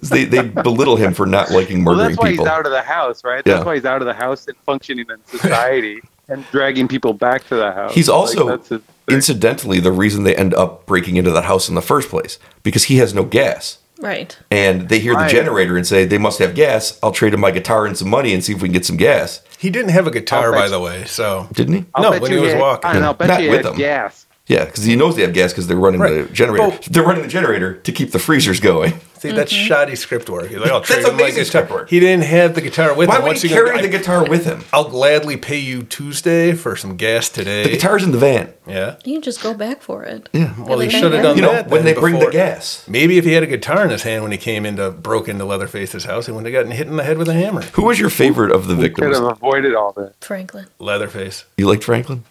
Speaker 2: They they belittle him for not liking
Speaker 4: Well,
Speaker 2: murdering
Speaker 4: that's why
Speaker 2: people.
Speaker 4: he's out of the house, right? That's
Speaker 2: Yeah.
Speaker 4: why he's out of the house and functioning in society and dragging people back to the house.
Speaker 2: He's
Speaker 4: Like,
Speaker 2: also
Speaker 4: that's his thing.
Speaker 2: incidentally the reason they end up breaking into that house in the first place because he has no gas
Speaker 3: Right.
Speaker 2: and they hear
Speaker 4: Right.
Speaker 2: the generator and say they must have gas i'll trade him my guitar and some money and see if we can get some gas
Speaker 5: He didn't have a guitar,
Speaker 4: I'll
Speaker 5: by
Speaker 4: bet
Speaker 5: the way. So
Speaker 2: didn't he
Speaker 4: I'll
Speaker 5: No,
Speaker 4: bet
Speaker 5: when
Speaker 4: you
Speaker 5: he was
Speaker 4: had-
Speaker 5: walking.
Speaker 4: and I'll bet
Speaker 2: Not
Speaker 4: you
Speaker 2: with
Speaker 4: had
Speaker 2: them.
Speaker 4: gas.
Speaker 2: yeah because he knows they have gas because they're running
Speaker 5: Right.
Speaker 2: the generator
Speaker 5: Oh.
Speaker 2: they're running the generator to keep the freezers going
Speaker 5: see, that's shoddy script work. He's like, I'll trade
Speaker 2: That's
Speaker 5: him my
Speaker 2: amazing
Speaker 5: guitar.
Speaker 2: script work.
Speaker 5: He didn't have the guitar with
Speaker 2: why
Speaker 5: him.
Speaker 2: would
Speaker 5: What's
Speaker 2: he
Speaker 5: gonna-
Speaker 2: carry
Speaker 5: I-
Speaker 2: the guitar with him
Speaker 5: I'll gladly pay you Tuesday for some gas today.
Speaker 2: the guitar's in the van
Speaker 5: yeah.
Speaker 3: You can just go back for it.
Speaker 2: yeah
Speaker 5: Well, he
Speaker 3: like, I
Speaker 5: should have
Speaker 3: had-
Speaker 5: done
Speaker 2: you know
Speaker 5: that
Speaker 2: when
Speaker 5: then
Speaker 2: they bring the
Speaker 5: before-
Speaker 2: gas
Speaker 5: Maybe if he had a guitar in his hand when he came into broke into Leatherface's house, he wouldn't have gotten hit in the head with a hammer.
Speaker 2: who was your favorite of the
Speaker 4: Could
Speaker 2: victims
Speaker 4: have avoided all that.
Speaker 3: Franklin.
Speaker 5: Leatherface
Speaker 2: you liked franklin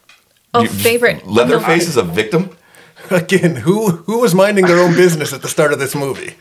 Speaker 3: Oh,
Speaker 2: You-
Speaker 3: favorite.
Speaker 2: leatherface is a victim
Speaker 5: again. Who who was minding their own business at the start of this movie?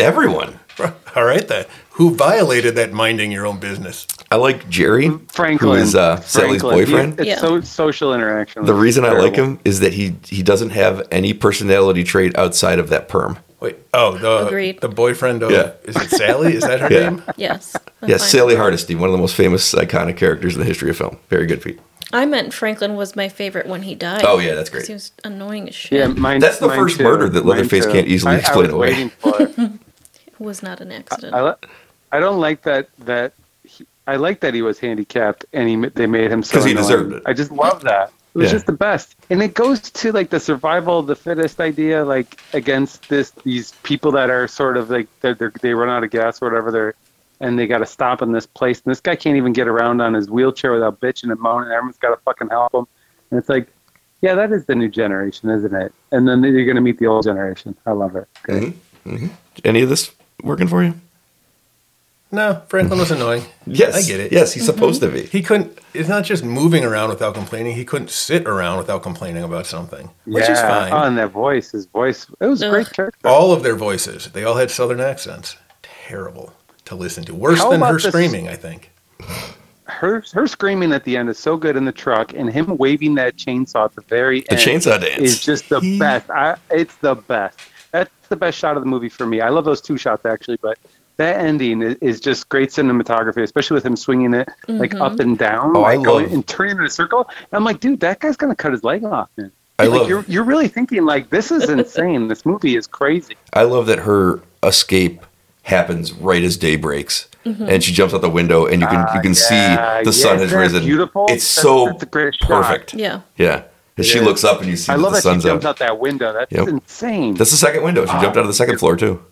Speaker 2: everyone
Speaker 5: All right, then. Who violated that minding your own business?
Speaker 2: i like jerry
Speaker 4: Franklin
Speaker 2: who is uh, sally's
Speaker 4: Franklin. He-
Speaker 2: boyfriend
Speaker 4: it's
Speaker 3: Yeah.
Speaker 4: so social interaction.
Speaker 2: The reason I like
Speaker 4: Terrible.
Speaker 2: him is that he he doesn't have any personality trait outside of that perm.
Speaker 5: Wait. Oh, the
Speaker 3: Agreed.
Speaker 5: the boyfriend of
Speaker 2: Yeah.
Speaker 5: is it Sally? Is that her
Speaker 2: Yeah.
Speaker 5: name?
Speaker 3: Yes. that's
Speaker 2: Yes,
Speaker 3: fine.
Speaker 2: Sally Hardesty, one of the most famous iconic characters in the history of film. Very good, Pete.
Speaker 3: I meant Franklin was my favorite when he died.
Speaker 2: Oh, yeah, that's great.
Speaker 3: 'Cause He was annoying as shit.
Speaker 4: Yeah, mine.
Speaker 2: That's the
Speaker 4: mine
Speaker 2: first
Speaker 4: too.
Speaker 2: murder that
Speaker 4: Mine
Speaker 2: Leatherface
Speaker 4: too.
Speaker 2: can't easily
Speaker 4: I- I
Speaker 2: explain
Speaker 4: was
Speaker 2: away.
Speaker 4: waiting for it.
Speaker 3: It was not an accident.
Speaker 4: I, li- I don't like that that he, I like that he was handicapped and he ma- they made him so
Speaker 2: 'Cause he
Speaker 4: annoying.
Speaker 2: deserved it.
Speaker 4: I just love that. It was
Speaker 2: Yeah.
Speaker 4: just the best, and it goes to like the survival of the fittest idea, like against this these people that are sort of like they're, they're, they run out of gas or whatever they're. And they got to stop in this place. And this guy can't even get around on his wheelchair without bitching and moaning. Everyone's got to fucking help him. And it's like, yeah, that is the new generation, isn't it? And then you're going to meet the old generation. I love it. Great.
Speaker 2: Mm-hmm. Any of this working for you?
Speaker 5: No, Franklin was annoying.
Speaker 2: Yes.
Speaker 5: I get it.
Speaker 2: Yes, he's supposed to be.
Speaker 5: He couldn't. It's not just moving around without complaining. He couldn't sit around without complaining about something, which is fine.
Speaker 4: Oh, and that voice, his voice, it was a great
Speaker 3: Ugh.
Speaker 4: character.
Speaker 5: all of their voices, they all had southern accents. Terrible to listen to. Worse
Speaker 4: How
Speaker 5: than
Speaker 4: about
Speaker 5: her
Speaker 4: this-
Speaker 5: screaming, I think.
Speaker 4: Her, her screaming at the end is so good in the truck, and him waving that chainsaw at the very
Speaker 2: The
Speaker 4: end
Speaker 2: chainsaw dance.
Speaker 4: is just the best. I, it's the best. That's the best shot of the movie for me. I love those two shots actually, but that ending is, is just great cinematography, especially with him swinging it like up and down,
Speaker 2: Oh, I
Speaker 4: like going
Speaker 2: love-
Speaker 4: and turning in a circle. And I'm like, dude, that guy's gonna cut his leg off, man.
Speaker 2: I
Speaker 4: like
Speaker 2: love-
Speaker 4: you're you're really thinking like this is insane. this movie is crazy.
Speaker 2: I love that her escape happens right as day breaks, and she jumps out the window, and you can you can
Speaker 4: Ah, yeah,
Speaker 2: see the sun
Speaker 4: yeah,
Speaker 2: has
Speaker 4: isn't that
Speaker 2: risen.
Speaker 4: beautiful?
Speaker 2: It's
Speaker 4: That's-
Speaker 2: so
Speaker 4: that's a great shot.
Speaker 2: perfect.
Speaker 3: yeah.
Speaker 2: Yeah. And she
Speaker 4: Yeah.
Speaker 2: looks up and you see
Speaker 4: I
Speaker 2: that
Speaker 4: love
Speaker 2: the
Speaker 4: that she
Speaker 2: sun's
Speaker 4: jumped
Speaker 2: out.
Speaker 4: out that window. That's
Speaker 2: Yep.
Speaker 4: insane.
Speaker 2: That's the second window. She jumped out of the second floor too.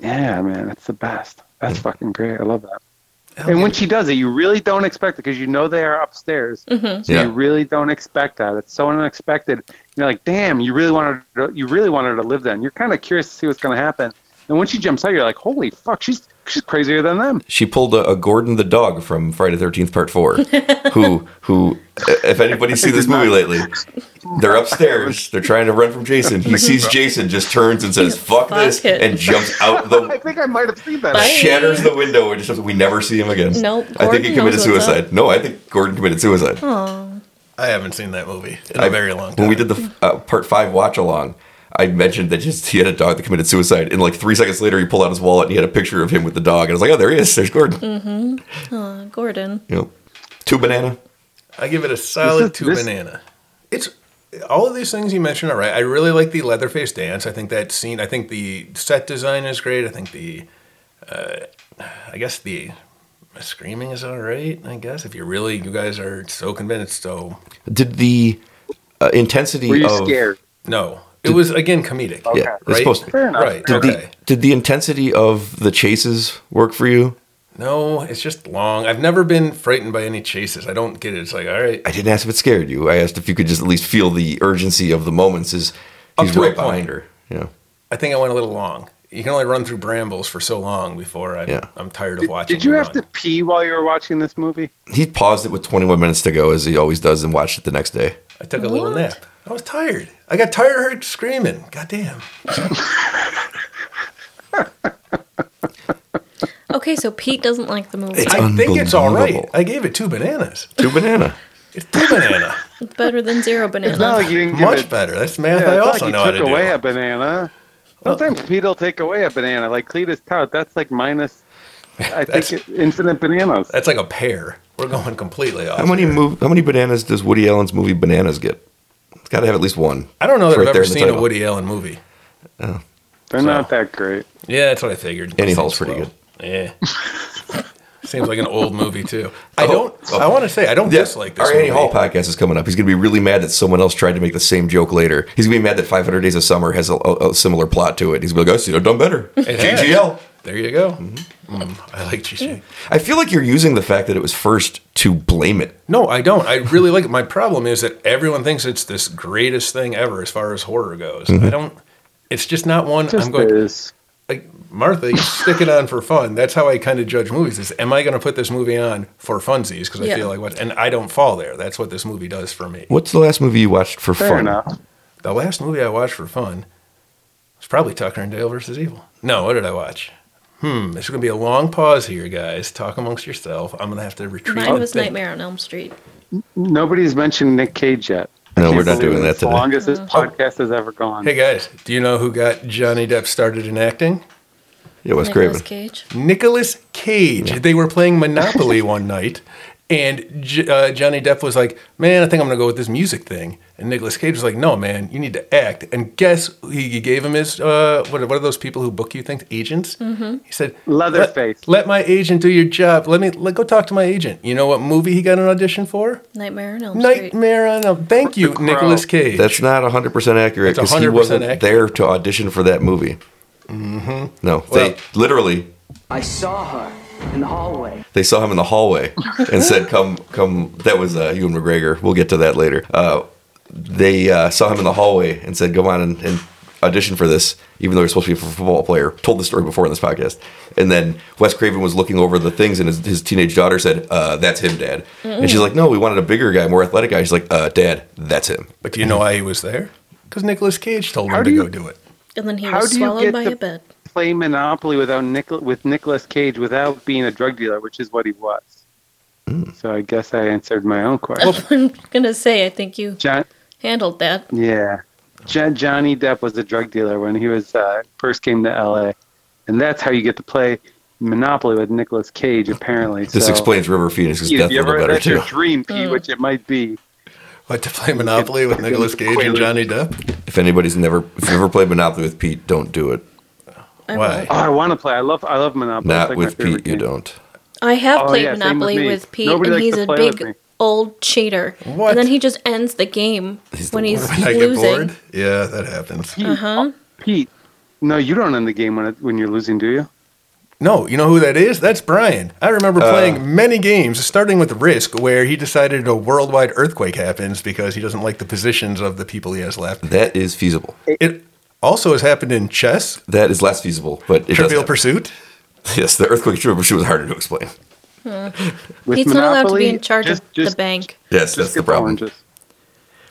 Speaker 4: Yeah, man, that's the best. That's
Speaker 5: Mm.
Speaker 4: fucking great. I love that. And when she does it, you really don't expect it because you know they are upstairs. So
Speaker 2: Yeah.
Speaker 4: you really don't expect that. It's so unexpected. You're like, damn, you really wanted to, you really wanted to live then. You're kind of curious to see what's going to happen. And when she jumps out, you're like, holy fuck, she's she's crazier than them.
Speaker 2: She pulled a, a Gordon the dog from Friday the Thirteenth Part Four. who who? If anybody's seen this movie lately, they're upstairs. They're trying to run from Jason. He sees Jason, just turns and says "fuck
Speaker 3: Fuck
Speaker 2: this"
Speaker 3: it.
Speaker 2: and jumps out
Speaker 4: I
Speaker 2: the
Speaker 4: think I might have seen that.
Speaker 3: Bye.
Speaker 2: shatters the window and just we never see him again.
Speaker 3: Nope,
Speaker 2: I think he
Speaker 3: Gordon
Speaker 2: committed
Speaker 3: knows what's
Speaker 2: suicide. No, I think Gordon committed suicide.
Speaker 5: I haven't seen that movie in a
Speaker 2: I-
Speaker 5: very long time.
Speaker 2: When we did the uh, part five watch along, I mentioned that just he had a dog that committed suicide, and like three seconds later, he pulled out his wallet and he had a picture of him with the dog, and I was like, "Oh, there he is. There's Gordon."
Speaker 3: Mm. Uh, Gordon.
Speaker 2: You know, two banana.
Speaker 5: I give it a solid
Speaker 4: This is-
Speaker 5: two
Speaker 4: this-
Speaker 5: banana. It's all of these things you mentioned are right. I really like the Leatherface dance. I think that scene. I think the set design is great. I think the, uh, I guess the screaming is all right. I guess if you really, you guys are so convinced. So
Speaker 2: Did the uh, intensity
Speaker 4: Were you
Speaker 2: of
Speaker 4: scared?
Speaker 5: no, it was again comedic.
Speaker 2: yeah,
Speaker 4: Okay.
Speaker 2: it's supposed to be.
Speaker 4: Fair enough.
Speaker 5: Right.
Speaker 4: Fair
Speaker 2: Did
Speaker 4: enough.
Speaker 5: Okay.
Speaker 2: the did the intensity of the chases work for you?
Speaker 5: No, it's just long. I've never been frightened by any chases. I don't get it. It's like all right,
Speaker 2: I didn't ask if it scared you. I asked if you could just at least feel the urgency of the moments. Is
Speaker 5: Up
Speaker 2: he's
Speaker 5: to a
Speaker 2: right
Speaker 5: point.
Speaker 2: behind her? Yeah.
Speaker 5: I think I went a little long. You can only run through brambles for so long before I'm,
Speaker 2: Yeah.
Speaker 5: I'm tired of
Speaker 4: Did,
Speaker 5: watching.
Speaker 4: did you
Speaker 5: them
Speaker 4: have
Speaker 5: run.
Speaker 4: to pee while you were watching this movie?
Speaker 2: He paused it with 21 minutes to go, as he always does, and watched it the next day.
Speaker 5: I took a little nap. I was tired. I got tired of her screaming. God damn.
Speaker 3: Okay, so Pete doesn't like the movie.
Speaker 2: It's
Speaker 3: It's
Speaker 5: I think it's all right.
Speaker 2: unbelievable.
Speaker 5: I gave it two bananas.
Speaker 2: Two banana.
Speaker 5: It's two banana.
Speaker 3: better than zero banana.
Speaker 4: It's not like you didn't give
Speaker 5: Much
Speaker 4: it-
Speaker 5: better. That's math
Speaker 4: Yeah,
Speaker 5: I
Speaker 4: it's
Speaker 5: also
Speaker 4: like
Speaker 5: know
Speaker 4: you
Speaker 5: how
Speaker 4: took
Speaker 5: to do.
Speaker 4: away a banana. Sometimes Pete will take away a banana, like Cletus Tout. That's like minus, I
Speaker 5: That's-
Speaker 4: think, it- infinite bananas.
Speaker 5: That's like a pear. We're going completely off.
Speaker 2: How many
Speaker 5: here.
Speaker 2: move, How many bananas does Woody Allen's movie Bananas get? It's got to have at least one.
Speaker 5: I don't know
Speaker 2: It's
Speaker 5: that
Speaker 2: right
Speaker 5: I've
Speaker 2: there
Speaker 5: ever
Speaker 2: in the
Speaker 5: seen a
Speaker 2: title.
Speaker 5: Woody Allen movie.
Speaker 4: They're not that great.
Speaker 5: Yeah, that's what I figured.
Speaker 2: Annie
Speaker 5: Seems
Speaker 2: Hall's pretty
Speaker 5: slow.
Speaker 2: good.
Speaker 5: Yeah. Seems like an old movie too. I
Speaker 2: Oh,
Speaker 5: don't.
Speaker 2: oh.
Speaker 5: I want to say I don't
Speaker 2: Yeah,
Speaker 5: dislike this
Speaker 2: Our
Speaker 5: movie.
Speaker 2: Annie Hall podcast is coming up. He's going to be really mad that someone else tried to make the same joke later. He's going to be mad that 500 Days of Summer has a, a- a similar plot to it. He's going to be like, I should have done better.
Speaker 5: It has.
Speaker 2: GGL.
Speaker 5: There you go.
Speaker 2: Mm-hmm.
Speaker 5: Mm, I like GG.
Speaker 2: I feel like you're using the fact that it was first to blame it.
Speaker 5: No, I don't. I really like it. My problem is that everyone thinks it's this greatest thing ever as far as horror goes. I don't. It's just not one.
Speaker 4: Just
Speaker 5: I'm going.
Speaker 4: is.
Speaker 5: like Martha, you stick it on for fun. That's how I kind of judge movies. Is am I going to put this movie on for funsies? Because I
Speaker 3: Yeah.
Speaker 5: feel like what, and I don't fall there. That's what this movie does for me.
Speaker 2: What's the last movie you watched for
Speaker 4: Fair
Speaker 2: fun?
Speaker 4: enough.
Speaker 5: The last movie I watched for fun was probably Tucker and Dale versus Evil. No, what did I watch? Hmm, it's going to be a long pause here, guys. Talk amongst yourself. I'm going to have to retreat.
Speaker 3: Mine
Speaker 5: and
Speaker 3: was
Speaker 5: think.
Speaker 3: Nightmare on Elm Street.
Speaker 4: Nobody's mentioned Nick Cage yet.
Speaker 2: No, we're not doing that
Speaker 4: It's the
Speaker 2: today.
Speaker 4: longest this podcast has ever gone.
Speaker 5: Hey guys, do you know who got Johnny Depp started in acting?
Speaker 2: It was
Speaker 3: Nicolas
Speaker 2: Craven.
Speaker 3: Cage.
Speaker 5: Nicolas Cage. They were playing Monopoly one night, and J- uh, Johnny Depp was like, "Man, I think I'm gonna go with this music thing." And Nicolas Cage was like, "No, man, you need to act." And guess who he gave him his uh, what, are- what are those people who book you things? Agents. He said,
Speaker 4: Leatherface.
Speaker 5: Let, let my agent do your job. Let me let go talk to my agent." You know what movie he got an audition for?
Speaker 3: Nightmare on Elm Street.
Speaker 5: Nightmare on a. Thank you,
Speaker 4: Crow.
Speaker 5: Nicolas Cage.
Speaker 2: That's not 100% accurate
Speaker 5: That's
Speaker 2: because he
Speaker 5: 100%
Speaker 2: wasn't
Speaker 5: accurate.
Speaker 2: there to audition for that movie. No, they
Speaker 5: Well-
Speaker 2: literally
Speaker 6: I saw her in the hallway.
Speaker 2: they saw him in the hallway and said, "Come, come." That was uh, Ewan McGregor. We'll get to that later. Uh, they uh, saw him in the hallway and said, "Go on and, and audition for this," even though you're supposed to be a football player. Told the story before in this podcast. And then Wes Craven was looking over the things, and his, his teenage daughter said, uh, "That's him, Dad." And she's like, "No, we wanted a bigger guy, more athletic guy." She's like, uh, "Dad, that's him."
Speaker 5: but do you know why he was there? Because Nicolas Cage told
Speaker 4: How
Speaker 5: him
Speaker 4: do
Speaker 5: to
Speaker 4: you-
Speaker 5: go do it.
Speaker 3: And then he
Speaker 4: How
Speaker 3: was
Speaker 4: do you
Speaker 3: swallowed
Speaker 4: get
Speaker 3: by
Speaker 4: the-
Speaker 3: a bed.
Speaker 4: Play Monopoly without Nicol- with Nicolas Cage without being a drug dealer, which is what he was.
Speaker 5: Hmm.
Speaker 4: So I guess I answered my own question.
Speaker 3: I'm gonna say I think you
Speaker 4: John,
Speaker 3: handled that.
Speaker 4: yeah, Jo- Johnny Depp was a drug dealer when he was uh, first came to L.A., and that's how you get to play Monopoly with Nicolas Cage. Apparently,
Speaker 2: This
Speaker 4: so,
Speaker 2: explains River Phoenix is
Speaker 4: If you
Speaker 2: definitely
Speaker 4: ever,
Speaker 2: better
Speaker 4: that's
Speaker 2: too.
Speaker 4: your dream, P,
Speaker 3: Hmm.
Speaker 4: which it might be.
Speaker 5: What to play Monopoly with Nicolas Cage and Johnny Depp?
Speaker 2: If anybody's never, if you've ever played Monopoly with Pete, don't do it.
Speaker 3: I
Speaker 5: Why?
Speaker 4: Oh, I want to play. I love. I love Monopoly.
Speaker 2: Not
Speaker 4: It's like my
Speaker 2: with
Speaker 4: favorite
Speaker 2: Pete, you
Speaker 4: game.
Speaker 2: don't.
Speaker 3: I have
Speaker 4: Oh,
Speaker 3: played
Speaker 4: yeah, same with
Speaker 3: Monopoly
Speaker 4: me.
Speaker 3: with, Pete,
Speaker 4: Nobody
Speaker 3: and
Speaker 4: likes
Speaker 3: he's
Speaker 4: to
Speaker 3: a
Speaker 4: play with me.
Speaker 3: big old cheater.
Speaker 5: What?
Speaker 3: And then he just ends the game
Speaker 2: He's the
Speaker 3: when he's
Speaker 5: When I get bored?
Speaker 3: losing.
Speaker 5: Yeah, that happens.
Speaker 4: Pete,
Speaker 3: Uh-huh.
Speaker 4: Pete, no, you don't end the game when it, when you're losing, do you?
Speaker 5: No, you know who that is? That's Brian. I remember
Speaker 2: Uh.
Speaker 5: playing many games, starting with Risk, where he decided a worldwide earthquake happens because he doesn't like the positions of the people he has left.
Speaker 2: That is feasible.
Speaker 5: It also has happened in chess,
Speaker 2: That is less feasible, but it does
Speaker 5: Trivial
Speaker 2: happen.
Speaker 5: Pursuit.
Speaker 2: Yes, the earthquake trivial pursuit was harder to explain.
Speaker 4: With
Speaker 3: Pete's not allowed to be in charge
Speaker 4: just-
Speaker 3: of
Speaker 4: just-
Speaker 3: the bank.
Speaker 2: Yes,
Speaker 4: just
Speaker 2: that's the
Speaker 4: skip all
Speaker 2: problem.
Speaker 4: and just-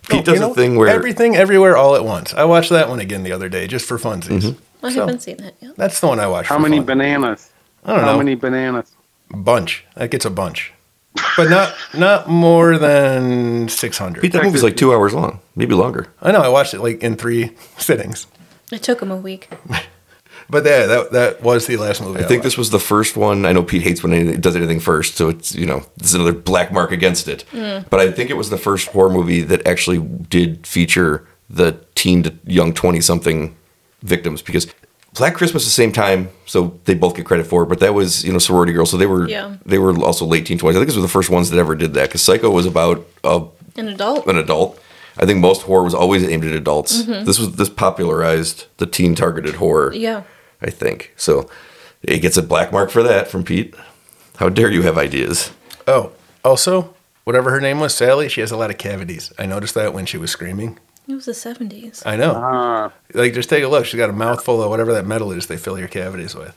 Speaker 2: Pete does
Speaker 5: You know,
Speaker 2: a thing where
Speaker 5: everything, everywhere, all at once. I watched that one again the other day just for funsies.
Speaker 2: Mm-hmm.
Speaker 3: I
Speaker 5: So-
Speaker 3: haven't seen that yet.
Speaker 5: That's the one I watched.
Speaker 4: How
Speaker 5: for
Speaker 4: many
Speaker 5: fun.
Speaker 4: bananas?
Speaker 5: I don't
Speaker 4: How
Speaker 5: know.
Speaker 4: many bananas?
Speaker 5: bunch? That gets a bunch, but not not more than six
Speaker 2: Pete,
Speaker 5: hundred.
Speaker 2: that movie's like two hours long, maybe longer.
Speaker 5: I know. I watched it like in three sittings.
Speaker 3: It took him a week.
Speaker 5: But yeah, that that was the last movie.
Speaker 2: I think this was the first one. I know Pete hates when anything does anything first, so it's you know this is another black mark against it. But I think it was the first horror movie that actually did feature the teen to young twenty something victims because Black Christmas the same time, so they both get credit for it. But that was you know sorority girls, so they were
Speaker 3: Yeah.
Speaker 2: they were also late teen twenties. I think this was the first ones that ever did that because Psycho was about a
Speaker 3: An adult.
Speaker 2: an adult. I think most horror was always aimed at adults. This was this popularized the teen targeted horror.
Speaker 3: Yeah.
Speaker 2: I think. So it gets a black mark for that from Pete. How dare you have ideas?
Speaker 5: Oh, also, whatever her name was, Sally. She has a lot of cavities. I noticed that when she was screaming.
Speaker 3: It was the 70s.
Speaker 5: I know.
Speaker 4: Uh,
Speaker 5: Like, just take a look. She's got a mouthful of whatever that metal is. They fill your cavities with.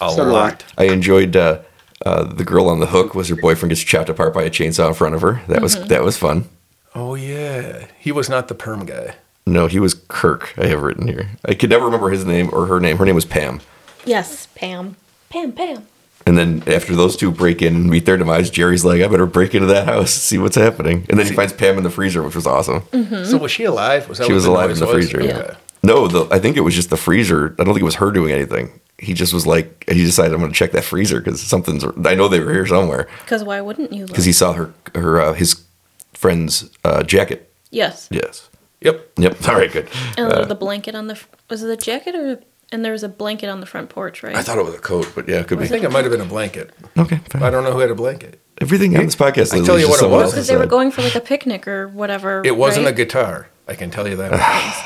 Speaker 5: A
Speaker 4: So do I.
Speaker 5: lot.
Speaker 2: I enjoyed uh, uh, the girl on the hook was her boyfriend gets chopped apart by a chainsaw in front of her. That was that was fun.
Speaker 5: Oh yeah, he was not the perm guy.
Speaker 2: No, he was Kirk. I have written here. I could never remember his name or her name. Her name was Pam.
Speaker 3: Yes, Pam. Pam, Pam.
Speaker 2: And then after those two break in and meet their demise, Jerry's like, "I better break into that house, see what's happening." And then he finds Pam in the freezer, which was awesome.
Speaker 5: So was she alive? Was that
Speaker 2: She
Speaker 5: what
Speaker 2: was
Speaker 5: the
Speaker 2: alive in
Speaker 5: noise
Speaker 2: the
Speaker 5: was?
Speaker 2: freezer.
Speaker 3: Yeah.
Speaker 5: Okay.
Speaker 2: No, the, I think it was just the freezer. I don't think it was her doing anything. He just was like, he decided I'm going to check that freezer because something's. I know they were here somewhere
Speaker 3: Because why wouldn't you?
Speaker 2: because
Speaker 3: Look?
Speaker 2: he saw her, her, uh, his friend's uh, jacket.
Speaker 3: Yes.
Speaker 2: Yes.
Speaker 5: Yep.
Speaker 2: Yep. All right. Good.
Speaker 3: And there was the blanket on the f- was it the jacket or and there was a blanket on the front porch, right?
Speaker 2: I thought it was a coat, but yeah, it could
Speaker 5: I
Speaker 2: be.
Speaker 5: think it might have been a blanket.
Speaker 2: Okay.
Speaker 5: I
Speaker 2: Fine.
Speaker 5: don't know who had a blanket.
Speaker 2: Everything on this podcast.
Speaker 5: I tell you what it was.
Speaker 3: because they were going for like a picnic or whatever.
Speaker 5: It wasn't
Speaker 3: right?
Speaker 5: a guitar. I can tell you that.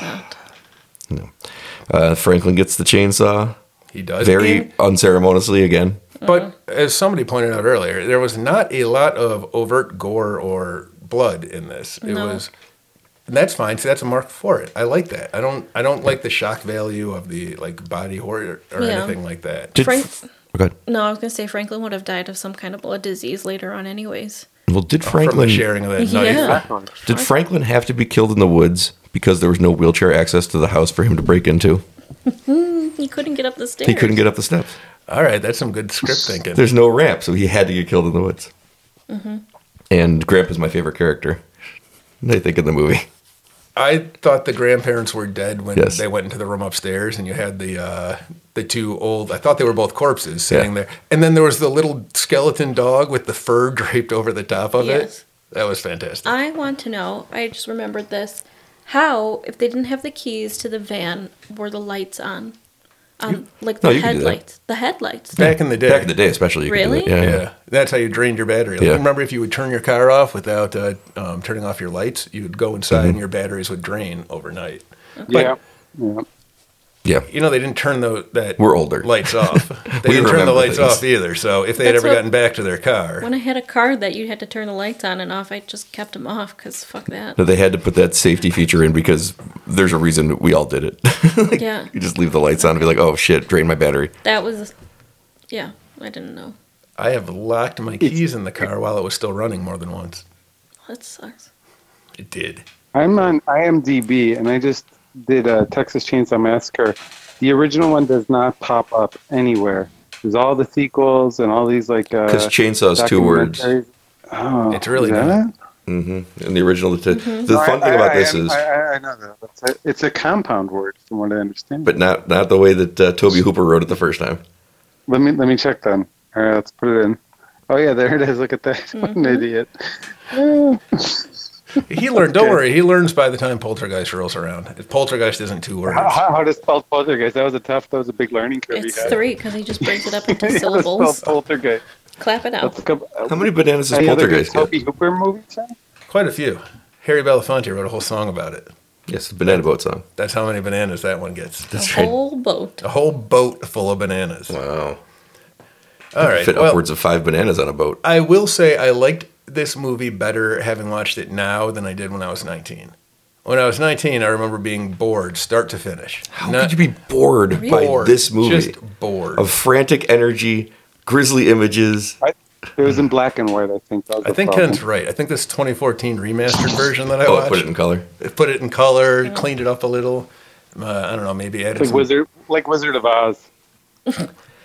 Speaker 3: It's not.
Speaker 2: Uh, Franklin gets the chainsaw
Speaker 5: He does.
Speaker 2: very unceremoniously again.
Speaker 5: But as somebody pointed out earlier, there was not a lot of overt gore or blood in this. It
Speaker 3: No.
Speaker 5: was and that's fine. See, that's a mark for it. I like that. I don't I don't like the shock value of the like body horror or
Speaker 3: Yeah.
Speaker 5: anything like that.
Speaker 2: Did
Speaker 3: Frank-
Speaker 2: Oh, Go ahead.
Speaker 3: No, I was gonna say Franklin would have died of some kind of blood disease later on, anyways.
Speaker 2: Well, did
Speaker 5: From the
Speaker 2: Franklin?
Speaker 5: sharing of that knife.
Speaker 3: Yeah.
Speaker 2: Did Franklin have to be killed in the woods because there was no wheelchair access to the house for him to break into?
Speaker 3: He couldn't get up the stairs.
Speaker 2: He couldn't get up the steps.
Speaker 5: All right, that's some good script thinking.
Speaker 2: There's no
Speaker 3: Mm-hmm.
Speaker 2: ramp, so he had to get killed in the woods. And Grandpa's my favorite character. I think in the movie.
Speaker 5: I thought the grandparents were dead when
Speaker 2: Yes.
Speaker 5: they went into the room upstairs, and you had the uh, the two old. I thought they were both corpses sitting
Speaker 2: Yeah.
Speaker 5: there, and then there was the little skeleton dog with the fur draped over the top of
Speaker 3: Yes.
Speaker 5: it. That was fantastic.
Speaker 3: I want to know, I just remembered this. How, if they didn't have the keys to the van, were the lights on? Um, like
Speaker 2: no,
Speaker 3: the
Speaker 2: you can do that.
Speaker 3: headlights. The headlights.
Speaker 5: back in the day,
Speaker 2: Back in the day, especially. You could do
Speaker 3: Really?
Speaker 2: that.
Speaker 5: yeah.
Speaker 2: Yeah.
Speaker 5: that's how you drained your battery. Like,
Speaker 2: Yeah.
Speaker 5: Remember, if you would turn your car off without uh, um, turning off your lights, you would go
Speaker 2: Mm-hmm.
Speaker 5: inside, and your batteries would drain overnight.
Speaker 4: Yeah. yeah.
Speaker 2: Yeah.
Speaker 5: You know, they didn't turn the that
Speaker 2: We're older.
Speaker 5: lights off. They didn't turn
Speaker 2: remember
Speaker 5: the lights
Speaker 2: things.
Speaker 5: off either. So if they had
Speaker 3: That's
Speaker 5: ever
Speaker 3: what-
Speaker 5: gotten back to their car,
Speaker 3: When I had a car that you had to turn the lights on and off, I just kept them off because fuck that.
Speaker 2: No, they had to put that safety feature in because there's a reason we all did it. Like,
Speaker 3: Yeah.
Speaker 2: You just leave the lights on and be like, oh shit, drain my battery.
Speaker 3: That was, yeah, I didn't know.
Speaker 5: I have locked my keys in the car while it was still running more than once.
Speaker 3: That sucks.
Speaker 5: It did.
Speaker 4: I'm on IMDb, and I just did a Texas Chainsaw Massacre. The original one does not pop up anywhere. There's all the sequels and all these like.
Speaker 2: Because
Speaker 4: Because
Speaker 2: chainsaws two words.
Speaker 4: Oh,
Speaker 5: It's really
Speaker 4: is that
Speaker 5: not.
Speaker 4: it?
Speaker 2: In the original, the, the
Speaker 3: Mm-hmm.
Speaker 4: No, I-
Speaker 2: fun thing
Speaker 4: I-
Speaker 2: about
Speaker 4: I
Speaker 2: this
Speaker 4: am-
Speaker 2: is,
Speaker 4: I, I, I know that. It's a, it's a compound word, from what I understand.
Speaker 2: but not not the way that uh, Toby Hooper wrote it the first time.
Speaker 4: let me let me check then. All right, let's put it in. Oh yeah, there it is. Look at that. What
Speaker 3: Mm-hmm.
Speaker 4: an idiot.
Speaker 5: He learned. Don't
Speaker 4: Okay.
Speaker 5: worry. He learns by the time Poltergeist rolls around. If Poltergeist isn't two words.
Speaker 4: How, how, how to spell poltergeist? That was a tough. That was a big learning curve.
Speaker 3: It's
Speaker 4: you had.
Speaker 3: three because he just breaks it up into
Speaker 4: How to spell
Speaker 3: syllables. Oh.
Speaker 4: poltergeist.
Speaker 3: Clap it out.
Speaker 4: Let's uh, go-
Speaker 2: How many bananas does
Speaker 4: Any other good
Speaker 2: Poltergeist get?
Speaker 4: Toby Hooper movie? Sam?
Speaker 5: Quite a few. Harry Belafonte wrote a whole song about it.
Speaker 2: Yes, the Banana Boat song.
Speaker 5: That's how many bananas that one gets.
Speaker 3: A
Speaker 2: right.
Speaker 3: whole boat.
Speaker 5: A whole boat full of bananas.
Speaker 2: Wow.
Speaker 5: All right.
Speaker 2: Fit
Speaker 5: well,
Speaker 2: upwards of five bananas on a boat.
Speaker 5: I will say I liked this movie better having watched it now than I did when I was 19. When I was 19, I remember being bored, start to finish.
Speaker 2: How could you be bored by
Speaker 5: bored,
Speaker 2: this movie?
Speaker 5: Just bored.
Speaker 2: of frantic energy, grisly images.
Speaker 4: I, it was in black and white. I think. That was
Speaker 5: I
Speaker 4: the
Speaker 5: think
Speaker 4: problem.
Speaker 5: Ken's right. I think this 2014 remastered version that I
Speaker 2: Oh,
Speaker 5: watched
Speaker 2: put it in color.
Speaker 5: put it in color, cleaned it up a little. Uh, I don't know, maybe added
Speaker 4: Like
Speaker 5: some-
Speaker 4: Wizard, like Wizard of Oz.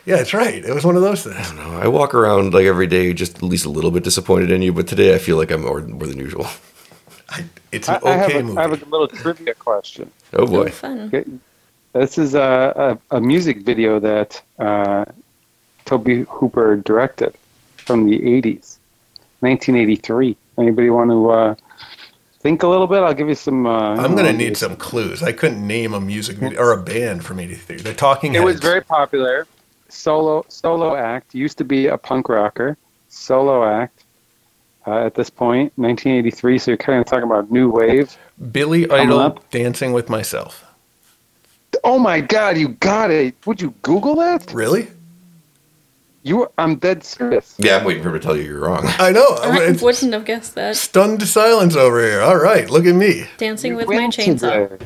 Speaker 5: Yeah, that's right. It was one of those things.
Speaker 2: I walk around like every day, just at least a little bit disappointed in you. But today, I feel like I'm more, more than usual.
Speaker 5: I, it's
Speaker 4: I,
Speaker 5: an
Speaker 4: I have
Speaker 5: okay
Speaker 4: a,
Speaker 5: movie.
Speaker 4: I have a little trivia question.
Speaker 2: Oh
Speaker 3: Oh,
Speaker 2: boy,
Speaker 3: fun.
Speaker 4: Okay. This is a, a, a music video that uh, Toby Hooper directed from the 80s, 1983. Anybody want to uh, think a little bit? I'll give you some. Uh,
Speaker 5: I'm
Speaker 2: Oh,
Speaker 5: gonna need some clues. I couldn't name a music video or a band from '83. The Talking
Speaker 4: It was
Speaker 5: Heads.
Speaker 4: very popular. Solo solo act used to be a punk rocker. Solo act uh, at this point, 1983. So you're kind of talking about new wave.
Speaker 5: Billy
Speaker 4: Coming
Speaker 5: Idol
Speaker 4: up.
Speaker 5: dancing with myself.
Speaker 4: Oh my God, you got it! Would you Google that?
Speaker 5: Really?
Speaker 4: You, I'm dead serious.
Speaker 2: yeah, I'm waiting for him to tell you you're wrong.
Speaker 5: I know. I'm-
Speaker 3: I
Speaker 5: it's
Speaker 3: wouldn't have guessed that.
Speaker 5: stunned silence over here. All right, look at me.
Speaker 3: Dancing with my
Speaker 4: Win
Speaker 3: chainsaw.
Speaker 4: today.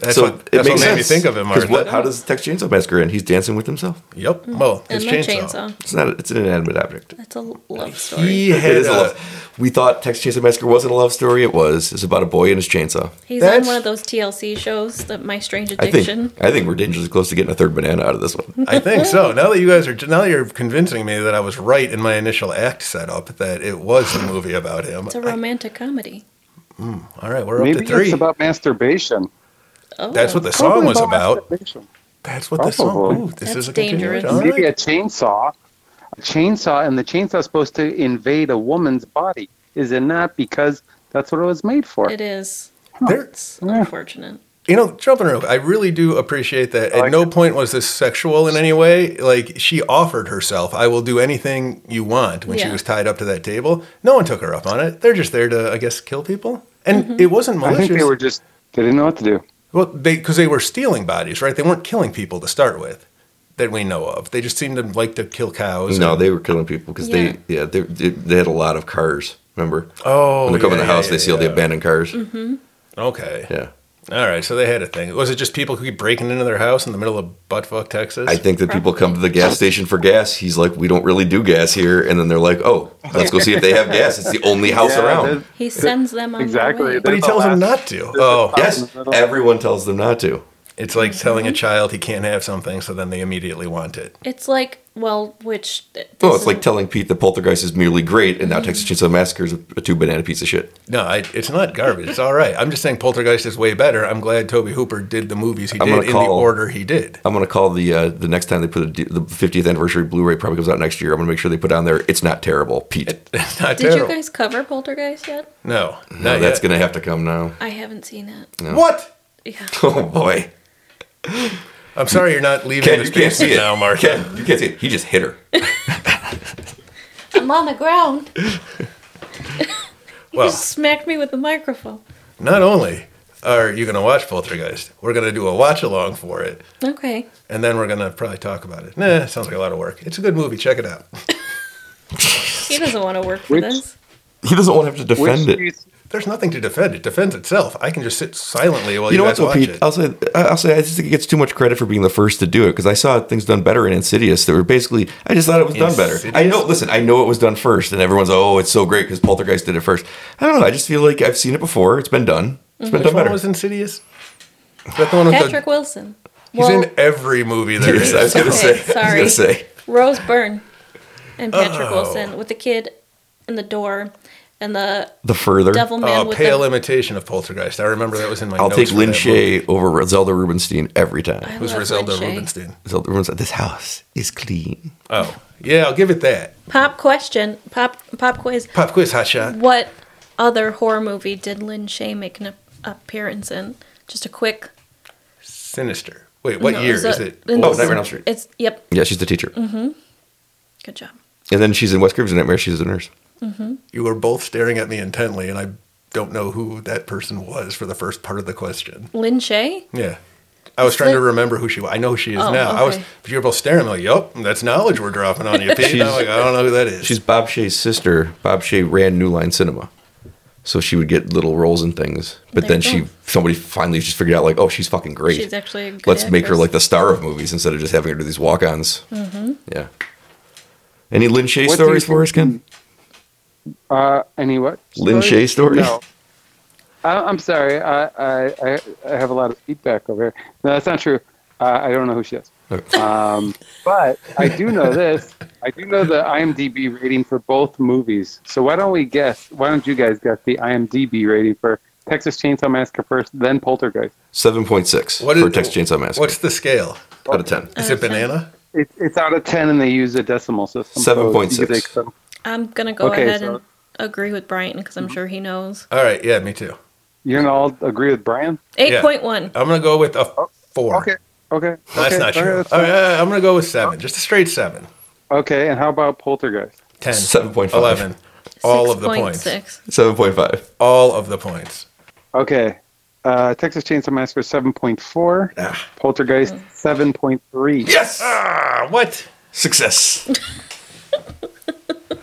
Speaker 5: That's
Speaker 2: so
Speaker 5: what,
Speaker 2: it
Speaker 5: that's
Speaker 2: makes
Speaker 5: what made me
Speaker 2: sense.
Speaker 5: think of him.
Speaker 2: 'Cause
Speaker 5: Martha.
Speaker 2: what- how does Texas Chainsaw Massacre end? He's dancing with himself.
Speaker 5: Yep. Well,
Speaker 3: And
Speaker 5: his
Speaker 3: my
Speaker 5: chainsaw.
Speaker 3: chainsaw.
Speaker 2: It's not. It's an inanimate object.
Speaker 3: That's a love story.
Speaker 5: He
Speaker 2: It
Speaker 5: had uh,
Speaker 2: is a
Speaker 5: a-
Speaker 2: love. We thought Texas Chainsaw Massacre wasn't a love story. It was. It's about a boy and his chainsaw.
Speaker 3: He's on
Speaker 5: That's-
Speaker 3: one of those TLC shows, that My Strange
Speaker 2: I think.
Speaker 3: Addiction.
Speaker 2: I think we're dangerously close to getting a third banana out of this one.
Speaker 5: I think so. Now that you guys are now that you're convincing me that I was right in my initial act setup that it was the movie about him.
Speaker 3: It's a romantic comedy.
Speaker 5: All right, we're
Speaker 4: Maybe
Speaker 5: up to three.
Speaker 4: it's about masturbation.
Speaker 3: Oh,
Speaker 5: That's what the song
Speaker 4: Probably
Speaker 5: was about.
Speaker 4: masturbation.
Speaker 5: That's what the
Speaker 4: Probably.
Speaker 5: song. Ooh, this
Speaker 3: That's
Speaker 5: is a
Speaker 3: dangerous.
Speaker 5: continuation. All
Speaker 4: Maybe
Speaker 5: right.
Speaker 4: a chainsaw. A chainsaw, and the chainsaw is supposed to invade a woman's body. Is it not? Because that's what it was made for.
Speaker 3: It is.
Speaker 5: There-
Speaker 3: It's unfortunate.
Speaker 5: You know, jumping real quick, I really do appreciate that. At
Speaker 4: like
Speaker 5: no point was this sexual in any way. Like she offered herself, "I will do anything you want." When she
Speaker 3: Yeah.
Speaker 5: was tied up to that table, no one took her up on it. They're just there to, I guess, kill people. And it wasn't
Speaker 4: I
Speaker 5: malicious.
Speaker 4: think they were just. They didn't know what to do.
Speaker 5: Well, they because they were stealing bodies, right? They weren't killing people to start with, that we know of. They just seemed to like to kill cows.
Speaker 2: No, they were killing people because they yeah they, they they had a lot of cars. Remember?
Speaker 5: oh,
Speaker 2: when they come in
Speaker 5: yeah,
Speaker 2: the house,
Speaker 5: yeah,
Speaker 2: they steal
Speaker 5: yeah.
Speaker 2: the abandoned cars.
Speaker 5: Okay,
Speaker 2: Yeah.
Speaker 5: all right. So they had a thing. Was it just people who keep breaking into their house in the middle of buttfuck Texas?
Speaker 2: I think that people come to the gas station for gas. He's like, we don't really do gas here. And then they're like, oh, let's go see if they have gas. It's the only house
Speaker 4: Yeah,
Speaker 2: around.
Speaker 4: there's-
Speaker 3: He sends them on
Speaker 4: Exactly.
Speaker 3: their way.
Speaker 5: but he
Speaker 4: They're the
Speaker 5: tells them
Speaker 4: last-
Speaker 5: not to. Oh,
Speaker 4: the-
Speaker 2: Yes, everyone tells them not to.
Speaker 5: It's like telling a child he can't have something, so then they immediately want it.
Speaker 3: It's like, well, which. th-
Speaker 5: Oh,
Speaker 2: Well,
Speaker 3: this
Speaker 2: Oh, it's like
Speaker 3: is-
Speaker 2: telling Pete that Poltergeist is merely great, and now Texas Chainsaw Massacre is a, a two banana piece of shit.
Speaker 5: No, I, it's not garbage. It's all right. I'm just saying Poltergeist is way better. I'm glad Toby Hooper did the movies he
Speaker 2: I'm
Speaker 5: did
Speaker 2: gonna
Speaker 5: in the
Speaker 2: call-
Speaker 5: order he did.
Speaker 2: I'm gonna call the uh, the next time they put a D the 50th anniversary Blu-ray probably comes out next year. I'm gonna make sure they put on there. It's not terrible, Pete.
Speaker 5: It's not
Speaker 3: Did you
Speaker 5: terrible.
Speaker 3: guys cover Poltergeist yet?
Speaker 5: no, not
Speaker 2: No, Oh, that's
Speaker 5: that's
Speaker 2: gonna have to come now.
Speaker 3: I haven't seen it.
Speaker 5: good. What?
Speaker 3: Yeah.
Speaker 2: Oh boy,
Speaker 5: I'm sorry you're not leaving
Speaker 2: Ken,
Speaker 5: the
Speaker 2: you can't
Speaker 5: space
Speaker 2: see it
Speaker 5: now, Mark.
Speaker 2: Ken, you can't see it. He just hit her.
Speaker 3: I'm on the ground. You
Speaker 5: Well,
Speaker 3: just smacked me with the microphone.
Speaker 5: not only are you going to watch Poltergeist, we're going to do a watch along for it,
Speaker 3: Okay.
Speaker 5: and then we're going to probably talk about it. Nah, sounds like a lot of work. It's a good movie. Check it out.
Speaker 3: He doesn't want to work for
Speaker 4: Which-
Speaker 3: this.
Speaker 2: He doesn't want to have to
Speaker 4: Which
Speaker 2: defend it.
Speaker 4: do you-
Speaker 5: There's nothing to defend. It defends itself. I can just sit silently while you,
Speaker 2: you know
Speaker 5: guys
Speaker 2: what, though, Pete?
Speaker 5: watch it.
Speaker 2: I'll say, I'll say, I just think it gets too much credit for being the first to do it because I saw things done better in Insidious that were basically, I just thought it was done better. I know, listen, I know it was done first, and everyone's, oh, it's so great because Poltergeist did it first. I don't know. I just feel like I've seen it before. It's been done. It's been
Speaker 5: Which
Speaker 2: done
Speaker 5: one
Speaker 2: better.
Speaker 5: was Insidious? Is that the one with
Speaker 3: Patrick
Speaker 5: the,
Speaker 3: Wilson.
Speaker 5: He's
Speaker 3: Well,
Speaker 5: in every movie there
Speaker 2: Yes,
Speaker 5: is.
Speaker 2: I was gonna
Speaker 3: Okay,
Speaker 2: say. I was
Speaker 3: sorry.
Speaker 2: gonna say.
Speaker 3: Rose Byrne and Patrick
Speaker 5: Oh.
Speaker 3: Wilson with the kid in the door and the
Speaker 2: The further.
Speaker 3: devil man
Speaker 5: Oh,
Speaker 3: with
Speaker 5: pale
Speaker 3: the.
Speaker 5: imitation of Poltergeist. I remember that was in my.
Speaker 2: I'll
Speaker 5: notes
Speaker 2: take
Speaker 5: for
Speaker 2: Lin
Speaker 5: that movie.
Speaker 2: Shay over Zelda Rubinstein every time.
Speaker 3: I
Speaker 5: Who's
Speaker 3: love
Speaker 5: Griselda
Speaker 3: Lin Shay.
Speaker 5: Rubinstein?
Speaker 2: Zelda Rubinstein, this house is clean.
Speaker 5: Oh, yeah, I'll give it that.
Speaker 3: Pop question. Pop pop quiz.
Speaker 5: Pop quiz, hot shot.
Speaker 3: What other horror movie did Lynn Shay make an ap- appearance in? Just a quick.
Speaker 5: Sinister. Wait, what
Speaker 3: No,
Speaker 5: year
Speaker 3: a-
Speaker 5: is it?
Speaker 3: in-
Speaker 2: Oh, Nightmare on Elm Street.
Speaker 3: It's yep.
Speaker 2: Yeah, she's the teacher.
Speaker 3: Good job.
Speaker 2: And then she's in West Craven's Nightmare. She's a nurse.
Speaker 5: You were both staring at me intently, and I don't know who that person was for the first part of the question.
Speaker 3: Lynn Shay.
Speaker 5: Yeah. I was
Speaker 3: It's
Speaker 5: trying to
Speaker 3: like-
Speaker 5: remember who she was. I know who she is
Speaker 3: Oh,
Speaker 5: now. I was,
Speaker 3: okay.
Speaker 5: but you were both staring at me like, yup, that's knowledge we're dropping on you, Pete. And I'm like, I don't know who that is.
Speaker 2: She's Bob Shea's sister. Bob Shea ran New Line Cinema, so she would get little roles and things. But
Speaker 3: There
Speaker 2: then
Speaker 3: you
Speaker 2: she,
Speaker 3: go.
Speaker 2: somebody finally just figured out like, oh, she's fucking great.
Speaker 3: She's actually a good
Speaker 2: Let's make her
Speaker 3: actress. Mm-hmm.
Speaker 2: like the star of movies instead of just having her do these walk-ons. Yeah. Any Lin Shay
Speaker 4: What do
Speaker 2: stories
Speaker 4: you
Speaker 2: for us, Ken?
Speaker 4: Uh, any what?
Speaker 2: Lin
Speaker 4: story?
Speaker 2: Shay story?
Speaker 4: No. I, I'm sorry. I, I, I- I have a lot of feedback over here. No, that's not true. Uh, I don't know who she is.
Speaker 2: Okay.
Speaker 4: Um, but I do know this. I do know the IMDb rating for both movies. So why don't we guess? Why don't you guys guess the IMDb rating for Texas Chainsaw Massacre first, then Poltergeist?
Speaker 2: Seven point six
Speaker 5: What
Speaker 2: for
Speaker 5: is-
Speaker 2: Texas Chainsaw Massacre.
Speaker 5: What's the scale?
Speaker 2: out of ten?
Speaker 5: Is it banana?
Speaker 4: It's it's out of ten, and they use a decimal system. so you could
Speaker 2: 7.6.
Speaker 4: take some-
Speaker 3: I'm gonna go
Speaker 4: Okay,
Speaker 3: ahead
Speaker 4: so-
Speaker 3: and agree with Brian because I'm sure he knows.
Speaker 5: All right, yeah, me too.
Speaker 4: You're gonna all agree with Brian?
Speaker 3: Eight point one.
Speaker 5: I'm going to go with a four.
Speaker 4: Oh, Okay. Okay.
Speaker 5: No, that's
Speaker 4: okay,
Speaker 5: not
Speaker 4: all right,
Speaker 5: true.
Speaker 4: that's
Speaker 5: All
Speaker 4: fine.
Speaker 5: right, all right, I'm going to go with seven, just a straight seven.
Speaker 4: Okay. And how about Poltergeist?
Speaker 5: 10,
Speaker 2: 7.5.
Speaker 5: 11. All of the points.
Speaker 3: Six.
Speaker 2: Seven point five.
Speaker 5: All of the points.
Speaker 4: Okay. Uh, Texas Chainsaw Massacre 7.4.
Speaker 5: Ah.
Speaker 4: Poltergeist 7.3.
Speaker 2: Yes.
Speaker 5: Ah, what?
Speaker 2: Success.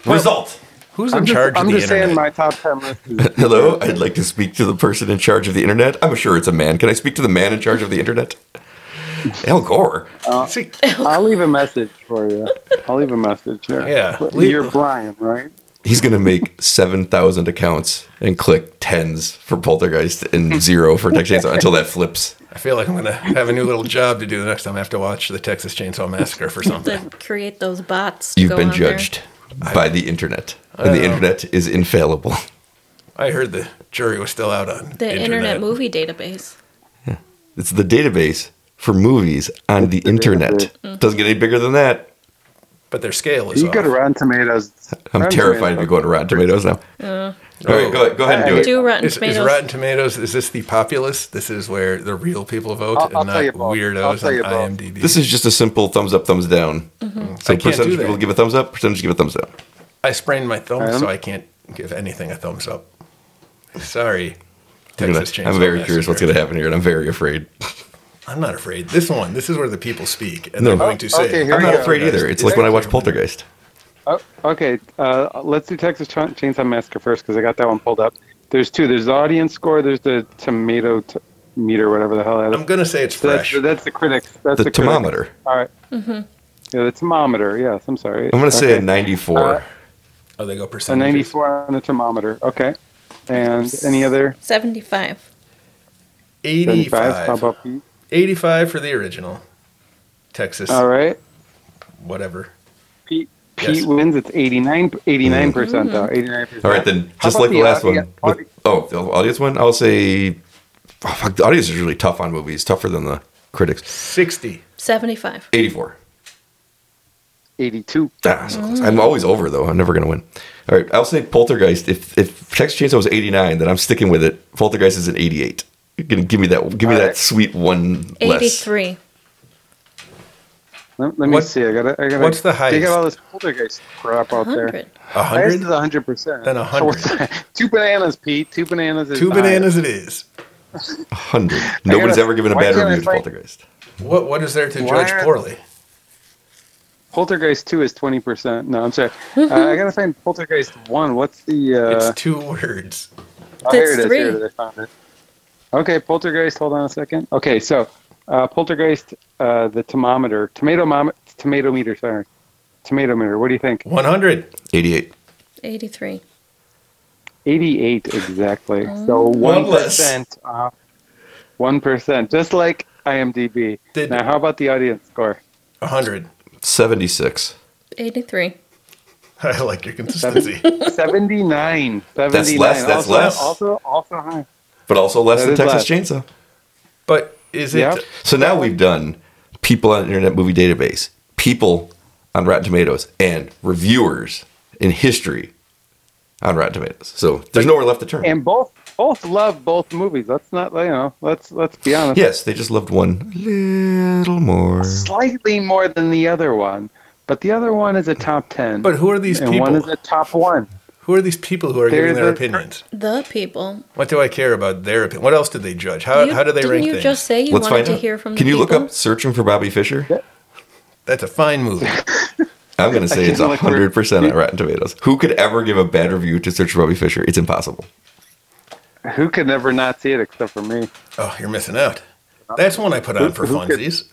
Speaker 2: Result.
Speaker 5: Who's in
Speaker 4: I'm just,
Speaker 5: charge
Speaker 4: I'm
Speaker 5: of the
Speaker 4: just
Speaker 5: internet?
Speaker 4: saying my top 10 list is
Speaker 2: Hello, I'd like to speak to the person in charge of the internet. I'm sure it's a man. Can I speak to the man in charge of the internet? Al Gore.
Speaker 5: See,
Speaker 4: I'll leave a message for you. I'll leave a message. Yeah.
Speaker 5: Yeah,
Speaker 4: But
Speaker 5: leave-
Speaker 4: You're Brian, right?
Speaker 2: He's going to make 7,000 accounts and click tens for Poltergeist and zero for Tech Chainsaw until that flips.
Speaker 5: I feel like I'm gonna have a new little job to do the next time I have to watch the Texas Chainsaw Massacre for something.
Speaker 3: To create those bots. to
Speaker 2: You've
Speaker 3: go
Speaker 2: been
Speaker 3: on there. Oh.
Speaker 2: judged by the internet. And the internet is infallible.
Speaker 5: I heard the jury was still out on
Speaker 3: The internet. movie database.
Speaker 2: It's the database for movies on the internet.
Speaker 3: Mm-hmm.
Speaker 2: Doesn't get any bigger than that.
Speaker 5: but their scale is
Speaker 4: You
Speaker 5: off.
Speaker 4: go to Rotten Tomatoes.
Speaker 2: I'm
Speaker 4: Rotten
Speaker 2: terrified
Speaker 4: Tomatoes.
Speaker 2: of going to Rotten Tomatoes now. All right, go, go ahead and do it.
Speaker 3: Do Rotten
Speaker 5: Is, is
Speaker 3: Tomatoes.
Speaker 5: Rotten Tomatoes? Is this the populace? This is where the real people vote,
Speaker 4: I'll- I'll
Speaker 5: and
Speaker 4: tell you
Speaker 5: not
Speaker 4: both. I'll
Speaker 5: weirdos
Speaker 4: tell you both.
Speaker 5: on IMDb.
Speaker 2: This is just a simple thumbs up, thumbs down. So
Speaker 5: I
Speaker 2: percentage
Speaker 5: can't do
Speaker 2: of people
Speaker 5: that.
Speaker 2: give a thumbs up, percentage give a thumbs down.
Speaker 5: I sprained my thumb,
Speaker 4: Um,
Speaker 5: so I can't give anything a thumbs up. Sorry,
Speaker 2: I'm gonna-
Speaker 5: Texas Chainsaw.
Speaker 2: I'm very curious what's
Speaker 5: Massacre.
Speaker 2: going to happen here, and I'm very afraid.
Speaker 5: I'm not afraid. This one. This is where the people speak, and
Speaker 2: No.
Speaker 5: they're going to say,
Speaker 4: okay, here
Speaker 2: I'm
Speaker 4: we
Speaker 2: not
Speaker 4: go.
Speaker 2: afraid either. It's like when I watch Poltergeist.
Speaker 4: Oh, okay, uh, let's do Texas Cha- Chainsaw Massacre first because I got that one pulled up. There's two. There's the audience score. There's the tomato t- meter, whatever the hell that is.
Speaker 5: I'm gonna say it's
Speaker 4: So that's,
Speaker 5: fresh.
Speaker 4: that's the critics. That's
Speaker 2: The
Speaker 4: the, critics.
Speaker 2: thermometer.
Speaker 4: All right. Yeah, the thermometer. Yes, I'm sorry.
Speaker 2: I'm going to say a
Speaker 4: Okay.
Speaker 2: 94.
Speaker 4: Uh,
Speaker 5: oh, they go
Speaker 4: a
Speaker 5: percentage.
Speaker 4: 94 on the thermometer. Okay. And any other?
Speaker 3: Seventy-five.
Speaker 5: 85.
Speaker 4: 75? How about Pete?
Speaker 5: 85 for the original. Texas,
Speaker 4: All right.
Speaker 5: whatever.
Speaker 4: Pete,
Speaker 5: Yes. Mm-hmm.
Speaker 4: Pete wins. It's 89, percent though. 89%.
Speaker 2: All right, then
Speaker 4: How
Speaker 2: just
Speaker 4: about
Speaker 2: like the last
Speaker 4: audi-
Speaker 2: one. with- oh, the audience one. I'll say, oh, fuck, the audience is really tough on movies, tougher than the critics.
Speaker 5: 60.
Speaker 3: 75.
Speaker 2: Eighty-four.
Speaker 4: 82.
Speaker 2: Ah, so close. I'm always over though. I'm never gonna win. All right, I'll say Poltergeist. If if Texas Chainsaw was 89, then I'm sticking with it. Poltergeist is an 88. You're gonna give me that. Give me
Speaker 4: All
Speaker 2: that
Speaker 4: right.
Speaker 2: sweet one. Less.
Speaker 3: 83.
Speaker 4: Let, let me
Speaker 5: What-
Speaker 4: see. I gotta. I gotta.
Speaker 5: what's the
Speaker 4: They
Speaker 5: highest?
Speaker 4: got all this poltergeist crap out there.
Speaker 3: 100.
Speaker 4: Highest
Speaker 5: 100?
Speaker 4: is 100 percent.
Speaker 5: Then 100.
Speaker 4: two bananas, Pete. Two bananas. Is
Speaker 5: Two
Speaker 4: the highest.
Speaker 5: bananas it is.
Speaker 2: Hundred. Nobody's
Speaker 4: gotta-
Speaker 2: ever given a
Speaker 4: why
Speaker 2: bad
Speaker 4: can't I
Speaker 2: review to
Speaker 4: find-
Speaker 2: Poltergeist.
Speaker 5: What, what is there to
Speaker 4: Why
Speaker 5: judge
Speaker 4: are-
Speaker 5: poorly?
Speaker 4: Poltergeist two is 20 percent. No, I'm sorry. uh, I gotta find Poltergeist one. What's the? Uh,
Speaker 5: It's two words.
Speaker 4: Oh, here it
Speaker 3: That's
Speaker 4: is. Here it
Speaker 3: three.
Speaker 4: is. I found it. Okay, Poltergeist. Hold on a second. Okay, so uh, Poltergeist, uh, the thermometer, tomato mom, tomato meter. Sorry, tomato meter. What do you think?
Speaker 5: 100.
Speaker 2: 88.
Speaker 3: 83.
Speaker 4: Eighty-eight exactly. So
Speaker 5: One
Speaker 4: one
Speaker 5: less.
Speaker 4: percent. uh, One percent. Just like IMDb.
Speaker 5: Did-
Speaker 4: now, how about the audience score?
Speaker 5: 100.
Speaker 2: 76.
Speaker 3: 83.
Speaker 5: I like your consistency.
Speaker 4: Seventy-nine. Seventy-nine.
Speaker 2: less, that's
Speaker 4: also,
Speaker 2: less.
Speaker 4: Also, also high.
Speaker 2: But also less
Speaker 4: That
Speaker 2: than Texas
Speaker 4: is
Speaker 2: Chainsaw.
Speaker 5: But is it.
Speaker 4: Yeah.
Speaker 2: So now we've done people on Internet Movie Database, people on Rotten Tomatoes, and reviewers in history on Rotten Tomatoes. So there's nowhere left to turn.
Speaker 4: And both both love both movies. Let's not you know. Let's let's be honest.
Speaker 2: yes, they just loved one little more.
Speaker 4: slightly more than the other one, but the other one is a top ten.
Speaker 5: But who are these
Speaker 4: and one is
Speaker 5: people?
Speaker 4: a top one.
Speaker 5: Who are these people who are giving
Speaker 4: There's
Speaker 5: their
Speaker 4: a-
Speaker 5: opinions?
Speaker 3: The people.
Speaker 5: What do I care about their opinion? What else did they judge? How,
Speaker 3: You-
Speaker 5: how do they
Speaker 3: didn't
Speaker 5: rank
Speaker 3: you
Speaker 5: things?
Speaker 3: just say you
Speaker 2: Let's
Speaker 3: wanted
Speaker 2: find
Speaker 3: to
Speaker 2: out.
Speaker 3: hear from
Speaker 2: Can
Speaker 3: the
Speaker 2: you look
Speaker 3: people?
Speaker 2: up Searching for Bobby Fisher?
Speaker 5: That's a fine movie.
Speaker 2: I'm going to say it's
Speaker 4: can look for-
Speaker 2: 100% on Rotten Tomatoes. Who could ever give a bad review to Search for Bobby Fisher? It's impossible.
Speaker 4: Who could never not see it except for me?
Speaker 5: Oh, you're missing out. That's one I put on for
Speaker 4: who could-
Speaker 5: funsies.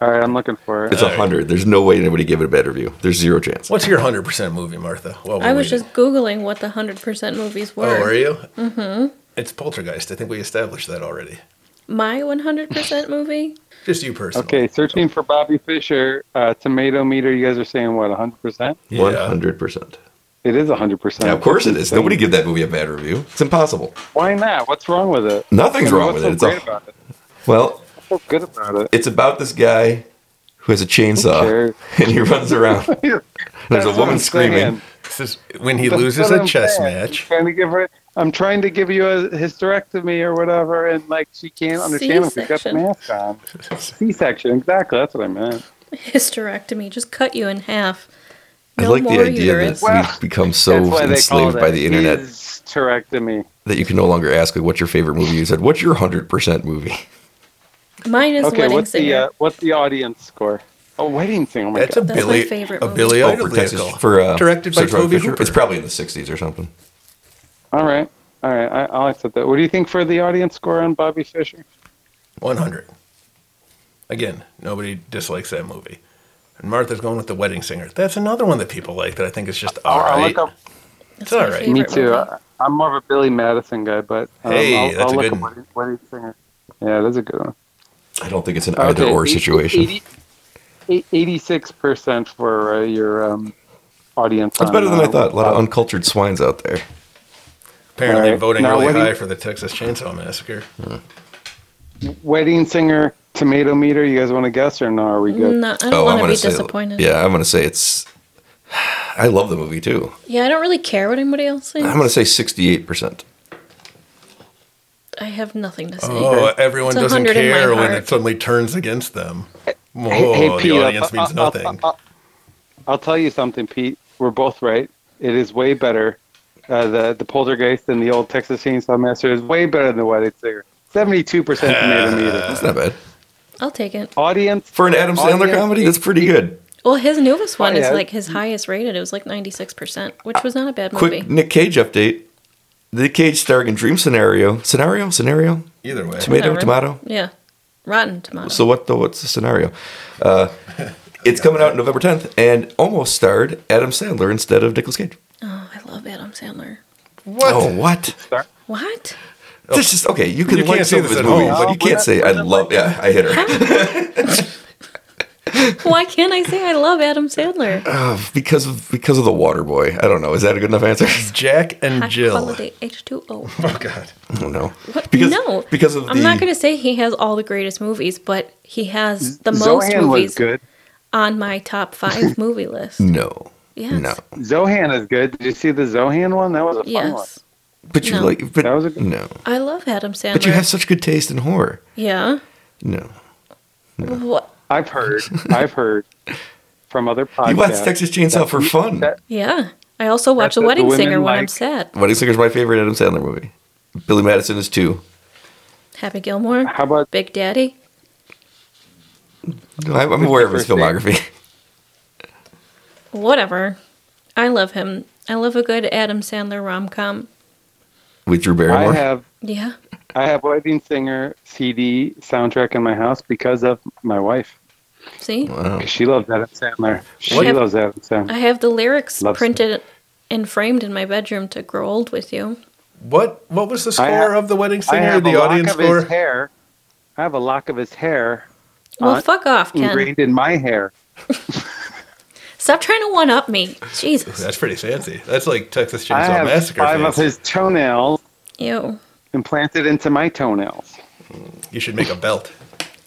Speaker 4: All right, I'm looking for it.
Speaker 2: It's a 100. There's no way anybody gave it a bad review. There's zero chance.
Speaker 5: What's your 100% movie, Martha? Well,
Speaker 3: I was just Googling what the 100% movies
Speaker 5: Oh, are
Speaker 3: were.
Speaker 5: you? Mm-hmm. It's Poltergeist. I think we established that already.
Speaker 3: My 100% movie?
Speaker 5: Just you personally.
Speaker 4: Okay, searching for Bobby Fisher, uh, tomato meter. You guys are saying what? 100. percent
Speaker 5: Yeah.
Speaker 2: 100%.
Speaker 4: It is 100. percent
Speaker 2: Now, of course it is. Nobody give that movie a bad review. It's impossible.
Speaker 4: Why not? What's wrong with it?
Speaker 2: Nothing's
Speaker 4: I mean,
Speaker 2: wrong with
Speaker 4: what's so
Speaker 2: it. It's
Speaker 4: great
Speaker 2: all-
Speaker 4: about it.
Speaker 2: Well,
Speaker 4: What's so good about it.
Speaker 2: it's about this guy who has a chainsaw
Speaker 4: cares?
Speaker 2: and he runs around.
Speaker 4: That's
Speaker 2: There's a
Speaker 4: what
Speaker 2: woman
Speaker 4: I'm saying.
Speaker 2: screaming.
Speaker 5: This is when he
Speaker 4: That's
Speaker 5: loses
Speaker 4: what
Speaker 5: a
Speaker 4: I'm
Speaker 5: chess
Speaker 4: saying.
Speaker 5: match.
Speaker 4: trying to give her. I'm trying to give you a hysterectomy or whatever, and like she can't understand if you got the
Speaker 3: C-section.
Speaker 4: mask on. C-section, exactly. That's what I meant.
Speaker 3: Hysterectomy. Just cut you in half.
Speaker 2: I
Speaker 3: No
Speaker 2: like the
Speaker 3: more
Speaker 2: idea
Speaker 3: uterus.
Speaker 2: that
Speaker 4: Well,
Speaker 2: we've become
Speaker 4: that's
Speaker 2: so
Speaker 4: why they
Speaker 2: enslaved
Speaker 4: call
Speaker 2: by the internet
Speaker 4: Hysterectomy.
Speaker 2: that you can no longer ask, like, what's your favorite movie? You said, what's your 100% movie?
Speaker 3: Mine is
Speaker 4: Okay,
Speaker 3: Wedding
Speaker 4: what's
Speaker 3: Singer.
Speaker 4: the uh, what's the audience score? Oh, wedding thing. Oh my
Speaker 5: That's a
Speaker 4: god.
Speaker 3: That's my
Speaker 5: Billy,
Speaker 3: favorite
Speaker 5: a
Speaker 3: movie.
Speaker 5: Billy
Speaker 2: Oh,
Speaker 5: Idol
Speaker 2: for Texas,
Speaker 5: vehicle.
Speaker 2: for uh,
Speaker 5: directed by
Speaker 2: Search for Bobby
Speaker 5: Toby
Speaker 2: Fisher?
Speaker 5: Hooper.
Speaker 2: It's probably in the 60s or something.
Speaker 4: all right, all right. I, I'll accept that. What do you think for the audience score on Bobby Fisher?
Speaker 5: 100. Again, nobody dislikes that movie. And Martha's going with The Wedding Singer. That's another one that people like that I think is just all
Speaker 4: I'll- I'll
Speaker 5: right.
Speaker 4: look up-
Speaker 3: That's
Speaker 5: all
Speaker 3: my
Speaker 5: right.
Speaker 3: favorite
Speaker 4: me too.
Speaker 3: movie.
Speaker 4: I, I'm more of a Billy Madison guy, but um,
Speaker 5: Hey,
Speaker 4: I'll,
Speaker 5: that's
Speaker 4: I'll
Speaker 5: a
Speaker 4: look
Speaker 5: good
Speaker 4: up
Speaker 5: one.
Speaker 4: wedding, wedding singer. Yeah, that's a good one.
Speaker 2: I don't think it's an either or situation.
Speaker 4: Eighty-six percent for uh, your um, audience.
Speaker 2: That's
Speaker 4: on,
Speaker 2: better than I
Speaker 4: uh,
Speaker 2: thought. A lot of
Speaker 4: Bob-
Speaker 2: uncultured swines out there.
Speaker 5: Apparently
Speaker 4: All right.
Speaker 5: voting
Speaker 4: Now,
Speaker 5: really
Speaker 4: what do you-
Speaker 5: high for the Texas Chainsaw Massacre.
Speaker 4: wedding singer tomato meter. You guys want to guess or no? Are we good?
Speaker 3: No, I don't want to
Speaker 2: gonna
Speaker 3: be
Speaker 2: Oh, say,
Speaker 3: disappointed.
Speaker 2: Yeah, I'm going to say it's. I love the movie too.
Speaker 3: Yeah, I don't really care what anybody else thinks.
Speaker 2: I'm going to say 68%.
Speaker 3: I have nothing to say.
Speaker 5: Oh, everyone
Speaker 3: It's a
Speaker 5: doesn't
Speaker 3: hundred in my
Speaker 5: care when
Speaker 3: heart.
Speaker 5: it suddenly turns against them. Whoa, the
Speaker 4: I'll-
Speaker 5: audience means
Speaker 4: I'll- I'll-
Speaker 5: nothing.
Speaker 4: I'll, I'll tell you something, Pete. We're both right. It is way better. Uh, the the poltergeist and the old Texas Chainsaw Massacre is way better than the wedding singer. Seventy-two percent tomato meter.
Speaker 2: That's not bad.
Speaker 3: I'll take it.
Speaker 4: Audience
Speaker 2: For an Adam Sandler
Speaker 4: Audience-
Speaker 2: comedy, that's pretty good.
Speaker 3: Well, his newest
Speaker 2: Oh,
Speaker 3: one
Speaker 4: yeah.
Speaker 3: is like his highest rated. It was like 96%, which was not a bad movie.
Speaker 2: Quick Nick Cage update. The Nick Cage starring in Dream Scenario. Scenario? Scenario?
Speaker 5: Either way,
Speaker 2: Tomato?
Speaker 3: Whatever.
Speaker 2: Tomato?
Speaker 3: Yeah. Rotten Tomato.
Speaker 2: So what the what's the scenario? Uh, it's coming out November 10th and almost starred Adam Sandler instead of Nicolas Cage.
Speaker 3: oh, I love Adam Sandler.
Speaker 5: what?
Speaker 2: Oh, what?
Speaker 3: What?
Speaker 2: It's just okay. You can
Speaker 5: You
Speaker 2: like
Speaker 5: can't
Speaker 2: some
Speaker 5: say
Speaker 2: of
Speaker 5: this
Speaker 2: his
Speaker 5: at home,
Speaker 2: movies,
Speaker 5: but
Speaker 2: but you
Speaker 5: we're
Speaker 2: can't
Speaker 4: not-
Speaker 2: say
Speaker 4: we're
Speaker 2: I
Speaker 4: not
Speaker 2: love. Yeah, I hit her
Speaker 3: Why can't I say I love Adam Sandler?
Speaker 2: because of because of the Water Boy. I don't know. Is that a good enough answer?
Speaker 5: Jack and
Speaker 3: High
Speaker 5: Jill.
Speaker 3: quality H2O.
Speaker 5: Oh God.
Speaker 2: I don't know.
Speaker 3: What?
Speaker 2: Because
Speaker 3: no,
Speaker 2: because of
Speaker 3: I'm
Speaker 2: the
Speaker 3: not going to say he has all the greatest movies, but he has the most
Speaker 4: Zohan was
Speaker 3: movies
Speaker 4: good.
Speaker 3: on my top five movie list.
Speaker 2: no.
Speaker 3: Yes.
Speaker 2: No,
Speaker 4: Zohan is good. Did you see the Zohan one? That was a fun one.
Speaker 3: Yes,
Speaker 2: but you
Speaker 3: No.
Speaker 2: like, but
Speaker 4: That was a good-
Speaker 2: no,
Speaker 3: I love Adam Sandler.
Speaker 2: but you have such good taste in horror.
Speaker 3: yeah.
Speaker 2: No,
Speaker 3: What?
Speaker 4: I've heard. I've heard from other podcasts.
Speaker 2: you watch Texas Chainsaw for fun.
Speaker 4: that-
Speaker 3: Yeah. I also watch
Speaker 4: That's
Speaker 3: The
Speaker 4: what
Speaker 3: Wedding
Speaker 4: the women
Speaker 3: Singer when I'm
Speaker 4: like.
Speaker 3: sad.
Speaker 2: Wedding Singer's my favorite Adam Sandler movie. Billy Madison is two.
Speaker 3: Happy Gilmore,
Speaker 4: How about
Speaker 3: Big Daddy.
Speaker 2: I- I'm aware of his
Speaker 4: What's your first
Speaker 2: filmography.
Speaker 3: Whatever. I love him. I love a good Adam Sandler rom com.
Speaker 2: With Drew
Speaker 4: I
Speaker 2: Barrymore.
Speaker 4: have
Speaker 3: Yeah.
Speaker 4: I have Wedding Singer CD soundtrack in my house because of my wife.
Speaker 3: See?
Speaker 2: wow.
Speaker 4: She loves Adam Sandler. She
Speaker 3: What?
Speaker 4: loves Adam Sandler.
Speaker 3: I have the lyrics
Speaker 4: Love
Speaker 3: printed and framed in my bedroom to grow old with you.
Speaker 5: What What was the
Speaker 4: I
Speaker 5: score
Speaker 4: have-
Speaker 5: of the wedding
Speaker 4: I
Speaker 5: singer?
Speaker 4: have
Speaker 5: The
Speaker 4: a lock
Speaker 5: audience
Speaker 4: of his
Speaker 5: score.
Speaker 4: hair. I have a lock of his hair
Speaker 3: Well,
Speaker 4: Uh,
Speaker 3: fuck off, Ken.
Speaker 4: ingrained in my hair.
Speaker 3: Stop trying to one up me. Jesus.
Speaker 5: That's pretty fancy. That's like Texas
Speaker 4: I
Speaker 5: Chainsaw
Speaker 4: have
Speaker 5: Massacre.
Speaker 4: five of
Speaker 5: fancy.
Speaker 4: his toenails
Speaker 3: Ew.
Speaker 4: implanted into my toenails.
Speaker 5: You should make a belt,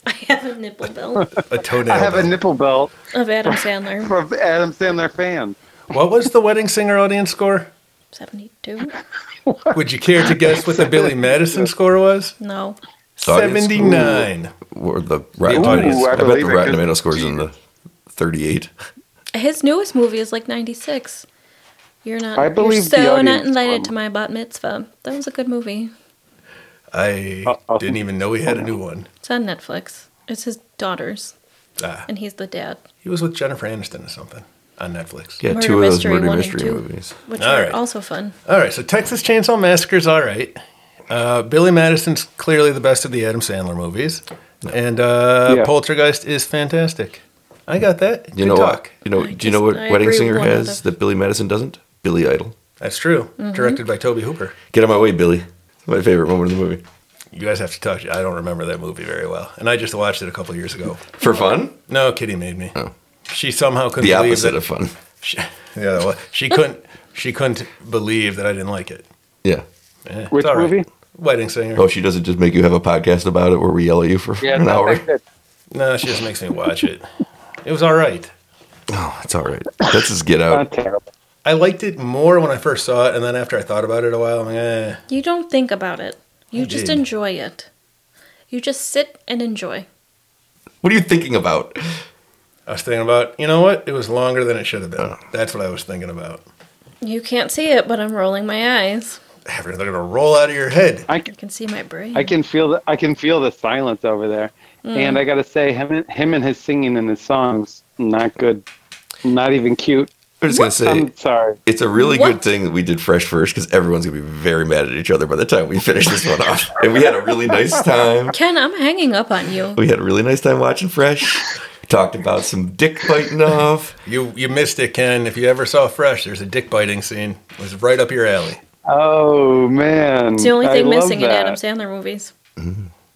Speaker 3: I have a nipple belt
Speaker 5: a toenail.
Speaker 4: I have a
Speaker 5: belt.
Speaker 4: nipple belt
Speaker 3: of Adam Sandler.
Speaker 4: from Adam Sandler fans.
Speaker 5: what was the wedding singer audience score?
Speaker 3: 72?
Speaker 5: Would you care to guess what the Billy Madison score was?
Speaker 3: No.
Speaker 2: Audience
Speaker 5: Seventy nine.
Speaker 2: Or the Rotten
Speaker 5: Ooh,
Speaker 2: Tomatoes.
Speaker 4: I
Speaker 2: I, bet
Speaker 4: believe
Speaker 2: the
Speaker 4: it
Speaker 2: Rotten
Speaker 4: could-
Speaker 2: Tomato scores in the 38.
Speaker 3: His newest movie is like 96. You're not.
Speaker 4: I believe the
Speaker 3: you're so not
Speaker 4: audience um,
Speaker 3: invited
Speaker 4: score.
Speaker 3: to my bat mitzvah. That was a good movie.
Speaker 5: I
Speaker 4: Uh-oh.
Speaker 5: didn't even know he had a new one.
Speaker 3: It's on Netflix. It's his daughter's,
Speaker 5: Ah,
Speaker 3: and he's the dad,
Speaker 5: he was with Jennifer Aniston or something on Netflix.
Speaker 2: Yeah,
Speaker 3: Murder
Speaker 2: two of those
Speaker 3: Mystery
Speaker 2: murder
Speaker 3: one and
Speaker 2: mystery
Speaker 3: two.
Speaker 2: movies.
Speaker 3: which
Speaker 5: All
Speaker 3: are
Speaker 5: right.
Speaker 3: also fun.
Speaker 5: All right, so Texas Chainsaw Massacre's all right. Uh, Billy Madison's clearly the best of the Adam Sandler movies, and uh,
Speaker 4: Yeah.
Speaker 5: Poltergeist is fantastic. I got that.
Speaker 2: You
Speaker 5: Good
Speaker 2: know
Speaker 5: talk.
Speaker 2: what? You know?
Speaker 3: I
Speaker 2: Do you know
Speaker 3: just-
Speaker 2: what
Speaker 3: I
Speaker 2: Wedding
Speaker 3: agree
Speaker 2: Singer
Speaker 3: one out
Speaker 2: has
Speaker 3: of-
Speaker 2: that Billy Madison doesn't? Billy Idol.
Speaker 5: That's true. Directed by Toby Hooper.
Speaker 2: Get on my way, Billy. It's my favorite moment in the movie.
Speaker 5: You guys have to talk. I don't remember that movie very well, and I just watched it a couple years ago.
Speaker 2: For fun?
Speaker 5: No, Kitty made me.
Speaker 2: Oh.
Speaker 5: She somehow couldn't
Speaker 2: The
Speaker 5: believe
Speaker 2: opposite
Speaker 5: that.
Speaker 2: of fun.
Speaker 5: she, yeah, well, she couldn't. She couldn't believe that I didn't like it.
Speaker 2: Yeah.
Speaker 5: Eh, it's
Speaker 4: Which
Speaker 5: all right.
Speaker 4: movie?
Speaker 5: Wedding Singer.
Speaker 2: Oh, she doesn't just make you have a podcast about it where we yell at you for
Speaker 4: Yeah,
Speaker 2: an
Speaker 4: not
Speaker 2: hour.
Speaker 4: that good.
Speaker 5: No, she just makes me watch it. It was all right.
Speaker 2: Oh, it's all right. That's his get out.
Speaker 4: Not terrible.
Speaker 5: I liked it more when I first saw it, and then after I thought about it a while, I'm like, eh.
Speaker 3: You don't think about it. You
Speaker 5: I
Speaker 3: just
Speaker 5: did.
Speaker 3: enjoy it. You just sit and enjoy.
Speaker 2: What are you thinking about?
Speaker 5: I was thinking about, you know what? It was longer than it should have
Speaker 2: Oh.
Speaker 5: been. That's what I was thinking about.
Speaker 3: You can't see it, but I'm rolling my eyes.
Speaker 5: Everything they're gonna roll out of your head.
Speaker 4: I
Speaker 3: You
Speaker 4: can,
Speaker 3: can see my brain.
Speaker 4: I can feel the I can feel the silence over there.
Speaker 3: Mm.
Speaker 4: And I gotta say, him and- him and his singing in his songs not good, not even cute.
Speaker 2: I'm just gonna say
Speaker 4: I'm sorry.
Speaker 2: it's a really
Speaker 3: What?
Speaker 2: good thing that we did fresh first because everyone's gonna be very mad at each other by the time we finish this one off. And we had a really nice time.
Speaker 3: Ken, I'm hanging up on you.
Speaker 2: We had a really nice time watching Fresh. We talked about some dick biting off.
Speaker 5: You you missed it, Ken. If you ever saw Fresh, there's a dick biting scene. It was right up your alley.
Speaker 4: Oh man,
Speaker 3: It's the only
Speaker 4: I
Speaker 3: thing
Speaker 4: love
Speaker 3: missing in
Speaker 4: that.
Speaker 3: Adam Sandler movies.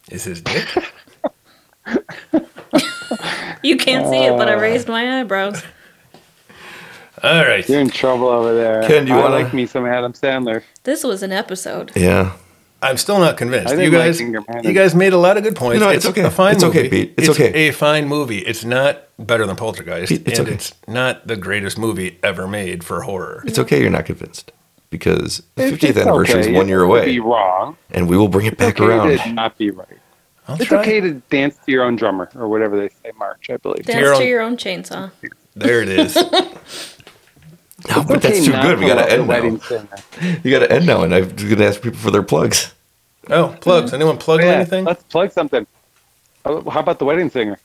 Speaker 5: Is his dick?
Speaker 3: You can't see it, but I raised my eyebrows.
Speaker 5: All right.
Speaker 4: You're in trouble over there.
Speaker 2: Ken, do you
Speaker 4: I
Speaker 2: wanna-
Speaker 4: like me some Adam Sandler?
Speaker 3: This was an episode.
Speaker 2: Yeah.
Speaker 5: I'm still not convinced.
Speaker 4: I
Speaker 5: You
Speaker 4: didn't like
Speaker 5: guys,
Speaker 4: Finger Man.
Speaker 5: you guys made a lot of good points.
Speaker 2: No, it's okay.
Speaker 5: A fine
Speaker 2: It's okay,
Speaker 5: movie.
Speaker 2: Pete. It's okay.
Speaker 5: a fine movie. It's not better than Poltergeist,
Speaker 2: Pete, it's
Speaker 5: and
Speaker 2: okay.
Speaker 5: it's not the greatest movie ever made for horror.
Speaker 2: It's okay you're not convinced. Because the
Speaker 4: It's- it's
Speaker 2: 50th anniversary
Speaker 4: okay.
Speaker 2: is one year
Speaker 4: It's okay to Be
Speaker 2: away.
Speaker 4: wrong.
Speaker 2: And we will bring it back
Speaker 4: okay To
Speaker 2: around.
Speaker 4: not be right.
Speaker 5: I'll
Speaker 4: It's
Speaker 5: try.
Speaker 4: okay to dance to your own drummer or whatever they say. March, I believe.
Speaker 3: Dance
Speaker 5: Your
Speaker 3: to
Speaker 5: own-
Speaker 3: your own chainsaw.
Speaker 5: There it is.
Speaker 2: No, but that's
Speaker 4: Okay,
Speaker 2: too
Speaker 4: not
Speaker 2: good. We
Speaker 4: to
Speaker 2: gotta
Speaker 4: love the
Speaker 2: end now.
Speaker 4: Wedding Singer.
Speaker 2: You gotta end now and I'm gonna ask people for their plugs.
Speaker 5: Oh, plugs. Anyone plugging
Speaker 4: Yeah,
Speaker 5: anything?
Speaker 4: Let's plug something. Oh, How about the wedding singer?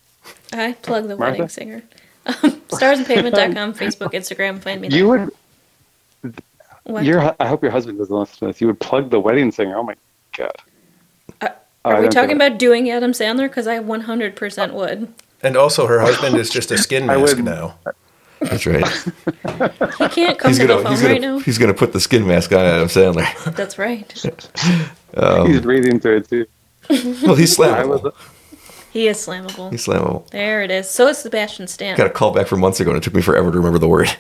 Speaker 3: I plug the
Speaker 4: Martha?
Speaker 3: wedding singer. Um, Starsandpavement.com, Facebook, Instagram, find me.
Speaker 4: You would.
Speaker 3: there.
Speaker 4: Your. hu- I hope your husband doesn't listen to this. You would plug the wedding singer. Oh my god.
Speaker 3: Uh,
Speaker 4: Oh,
Speaker 3: Are
Speaker 4: I
Speaker 3: we
Speaker 4: don't
Speaker 3: talking
Speaker 4: do it.
Speaker 3: about doing Adam Sandler? Because I 100% would.
Speaker 5: And also, her husband is just a skin
Speaker 4: I
Speaker 5: mask
Speaker 4: wouldn't.
Speaker 5: now.
Speaker 2: That's right.
Speaker 3: He can't come
Speaker 2: He's
Speaker 3: to the
Speaker 2: gonna
Speaker 3: phone
Speaker 2: he's
Speaker 3: right
Speaker 2: gonna
Speaker 3: now.
Speaker 2: he's gonna put the skin mask on Adam Sandler.
Speaker 3: That's right.
Speaker 2: Um,
Speaker 4: He's breathing through it too.
Speaker 2: Well, he's
Speaker 4: I was
Speaker 2: slammable.
Speaker 3: He is slammable.
Speaker 2: He's slammable.
Speaker 3: There it is. So is Sebastian Stan.
Speaker 2: Got a call back from months ago, and it took me forever to remember the word.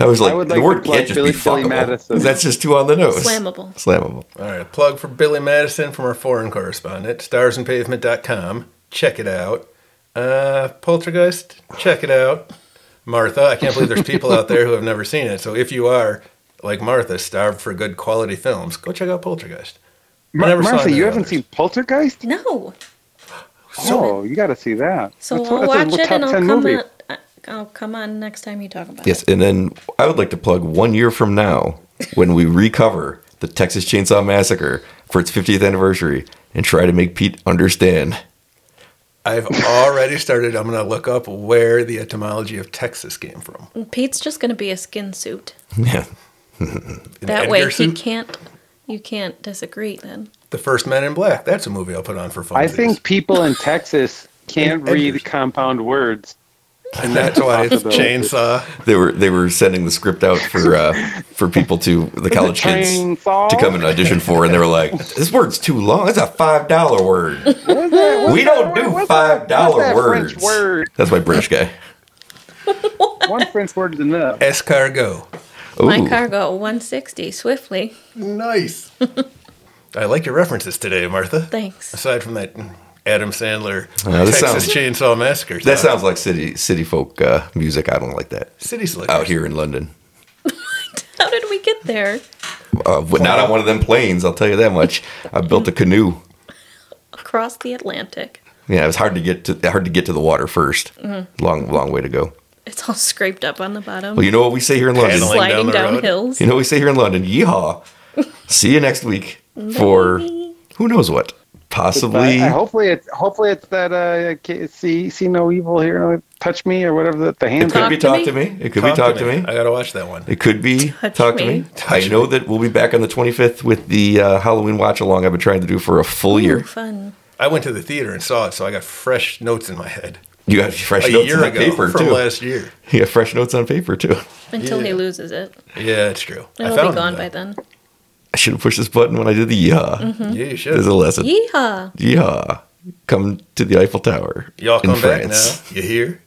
Speaker 2: I was like,
Speaker 4: I would
Speaker 2: the
Speaker 4: like
Speaker 2: word
Speaker 4: to plug
Speaker 2: can't just
Speaker 4: Billy-
Speaker 2: be
Speaker 4: Billy
Speaker 2: fuckable.
Speaker 4: Madison.
Speaker 2: That's just too on the nose.
Speaker 3: Slammable.
Speaker 2: Slammable.
Speaker 5: All right, plug for Billy Madison from our foreign correspondent, starsandpavement.com. Check it out. Uh, Poltergeist, check it out. Martha, I can't believe there's people out there who have never seen it. So if you are, like Martha, starved for good quality films, go check out Poltergeist. I
Speaker 4: Mar-
Speaker 5: never saw
Speaker 4: Martha,
Speaker 5: any
Speaker 4: you
Speaker 5: others.
Speaker 4: haven't seen Poltergeist?
Speaker 3: No.
Speaker 4: Oh, you got to see that.
Speaker 3: So
Speaker 4: That's-
Speaker 3: I'll
Speaker 4: that's a
Speaker 3: watch it
Speaker 4: top
Speaker 3: and I'll
Speaker 4: 10
Speaker 3: come
Speaker 4: movie.
Speaker 3: on. I- I'll come on next time you talk about
Speaker 2: Yes,
Speaker 3: it.
Speaker 2: and then I would like to plug one year from now when we recover the Texas Chainsaw Massacre for its 50th anniversary and try to make Pete understand.
Speaker 5: I've already started. I'm going to look up where the etymology of Texas came from.
Speaker 3: Pete's just going to be a skin suit.
Speaker 2: Yeah,
Speaker 5: In
Speaker 3: That way he
Speaker 5: Edgerson,
Speaker 3: can't. You can't disagree then.
Speaker 5: The First Men in Black. That's a movie I'll put on for fun.
Speaker 4: I think people in Texas can't
Speaker 5: And- and-
Speaker 4: read compound words.
Speaker 5: and that's why it's
Speaker 4: Possibility.
Speaker 5: Chainsaw.
Speaker 2: they were they were sending the script out for uh, for people to the college kids
Speaker 4: chainsaw?
Speaker 2: to come and audition for, and they were like, "This word's too long. It's a five dollar word. we don't do five dollar
Speaker 4: that
Speaker 2: words."
Speaker 4: French word?
Speaker 2: That's my British guy.
Speaker 4: One French word is enough.
Speaker 5: Escargot.
Speaker 3: My
Speaker 2: Ooh.
Speaker 3: cargo 160 swiftly.
Speaker 5: Nice. I like your references today, Martha.
Speaker 3: Thanks.
Speaker 5: Aside from that Adam Sandler
Speaker 2: Yeah, this
Speaker 5: Texas
Speaker 2: sounds-
Speaker 5: Chainsaw Massacre.
Speaker 2: That
Speaker 5: song.
Speaker 2: sounds like city city folk uh, music. I don't like that
Speaker 5: City Slickers.
Speaker 2: out here in London.
Speaker 3: How did we get there?
Speaker 2: Uh, but not on one of them planes. I'll tell you that much. I built a canoe.
Speaker 3: Across the Atlantic.
Speaker 2: Yeah, it was hard to get to hard to get to the water 1st Long long way to go.
Speaker 3: It's all scraped up on the bottom.
Speaker 2: Well, you know what we say here in London.
Speaker 5: Paddling.
Speaker 3: sliding
Speaker 5: down the
Speaker 3: down,
Speaker 5: road.
Speaker 3: hills.
Speaker 2: You know what we say here in London. Yeehaw! See you next week for who knows what. Possibly.
Speaker 4: I- I- uh, hopefully, it's hopefully it's that uh, ca- see see no evil here, touch me or whatever the, the
Speaker 2: It
Speaker 4: hand.
Speaker 2: could be
Speaker 3: Talk
Speaker 2: talk
Speaker 3: to
Speaker 2: to me. It could be talk to me.
Speaker 5: I gotta watch that one.
Speaker 2: It could be
Speaker 3: Touch
Speaker 2: talk
Speaker 3: me.
Speaker 2: to me. I know that we'll be back on the 25th with the uh, Halloween watch along. I've been trying to do for a full
Speaker 3: Ooh,
Speaker 2: year.
Speaker 3: fun.
Speaker 5: I went to the theater and saw it, so I got fresh notes in my head
Speaker 2: You got fresh
Speaker 5: a
Speaker 2: notes
Speaker 5: year
Speaker 2: on
Speaker 5: ago
Speaker 2: paper
Speaker 5: from
Speaker 2: too.
Speaker 5: last year.
Speaker 2: You got fresh notes on paper too.
Speaker 3: Until he
Speaker 5: Yeah.
Speaker 3: loses it.
Speaker 5: Yeah, it's true. I
Speaker 3: It'll
Speaker 5: found
Speaker 3: be gone
Speaker 5: them,
Speaker 3: by then.
Speaker 2: I should have pushed this button when I did the yeehaw.
Speaker 3: Mm-hmm.
Speaker 5: though. Yeah, you should.
Speaker 2: There's a lesson.
Speaker 3: Yeehaw.
Speaker 2: Yeehaw! Come to the Eiffel Tower
Speaker 5: Y'all
Speaker 2: in
Speaker 5: come back
Speaker 2: France.
Speaker 5: now. You hear?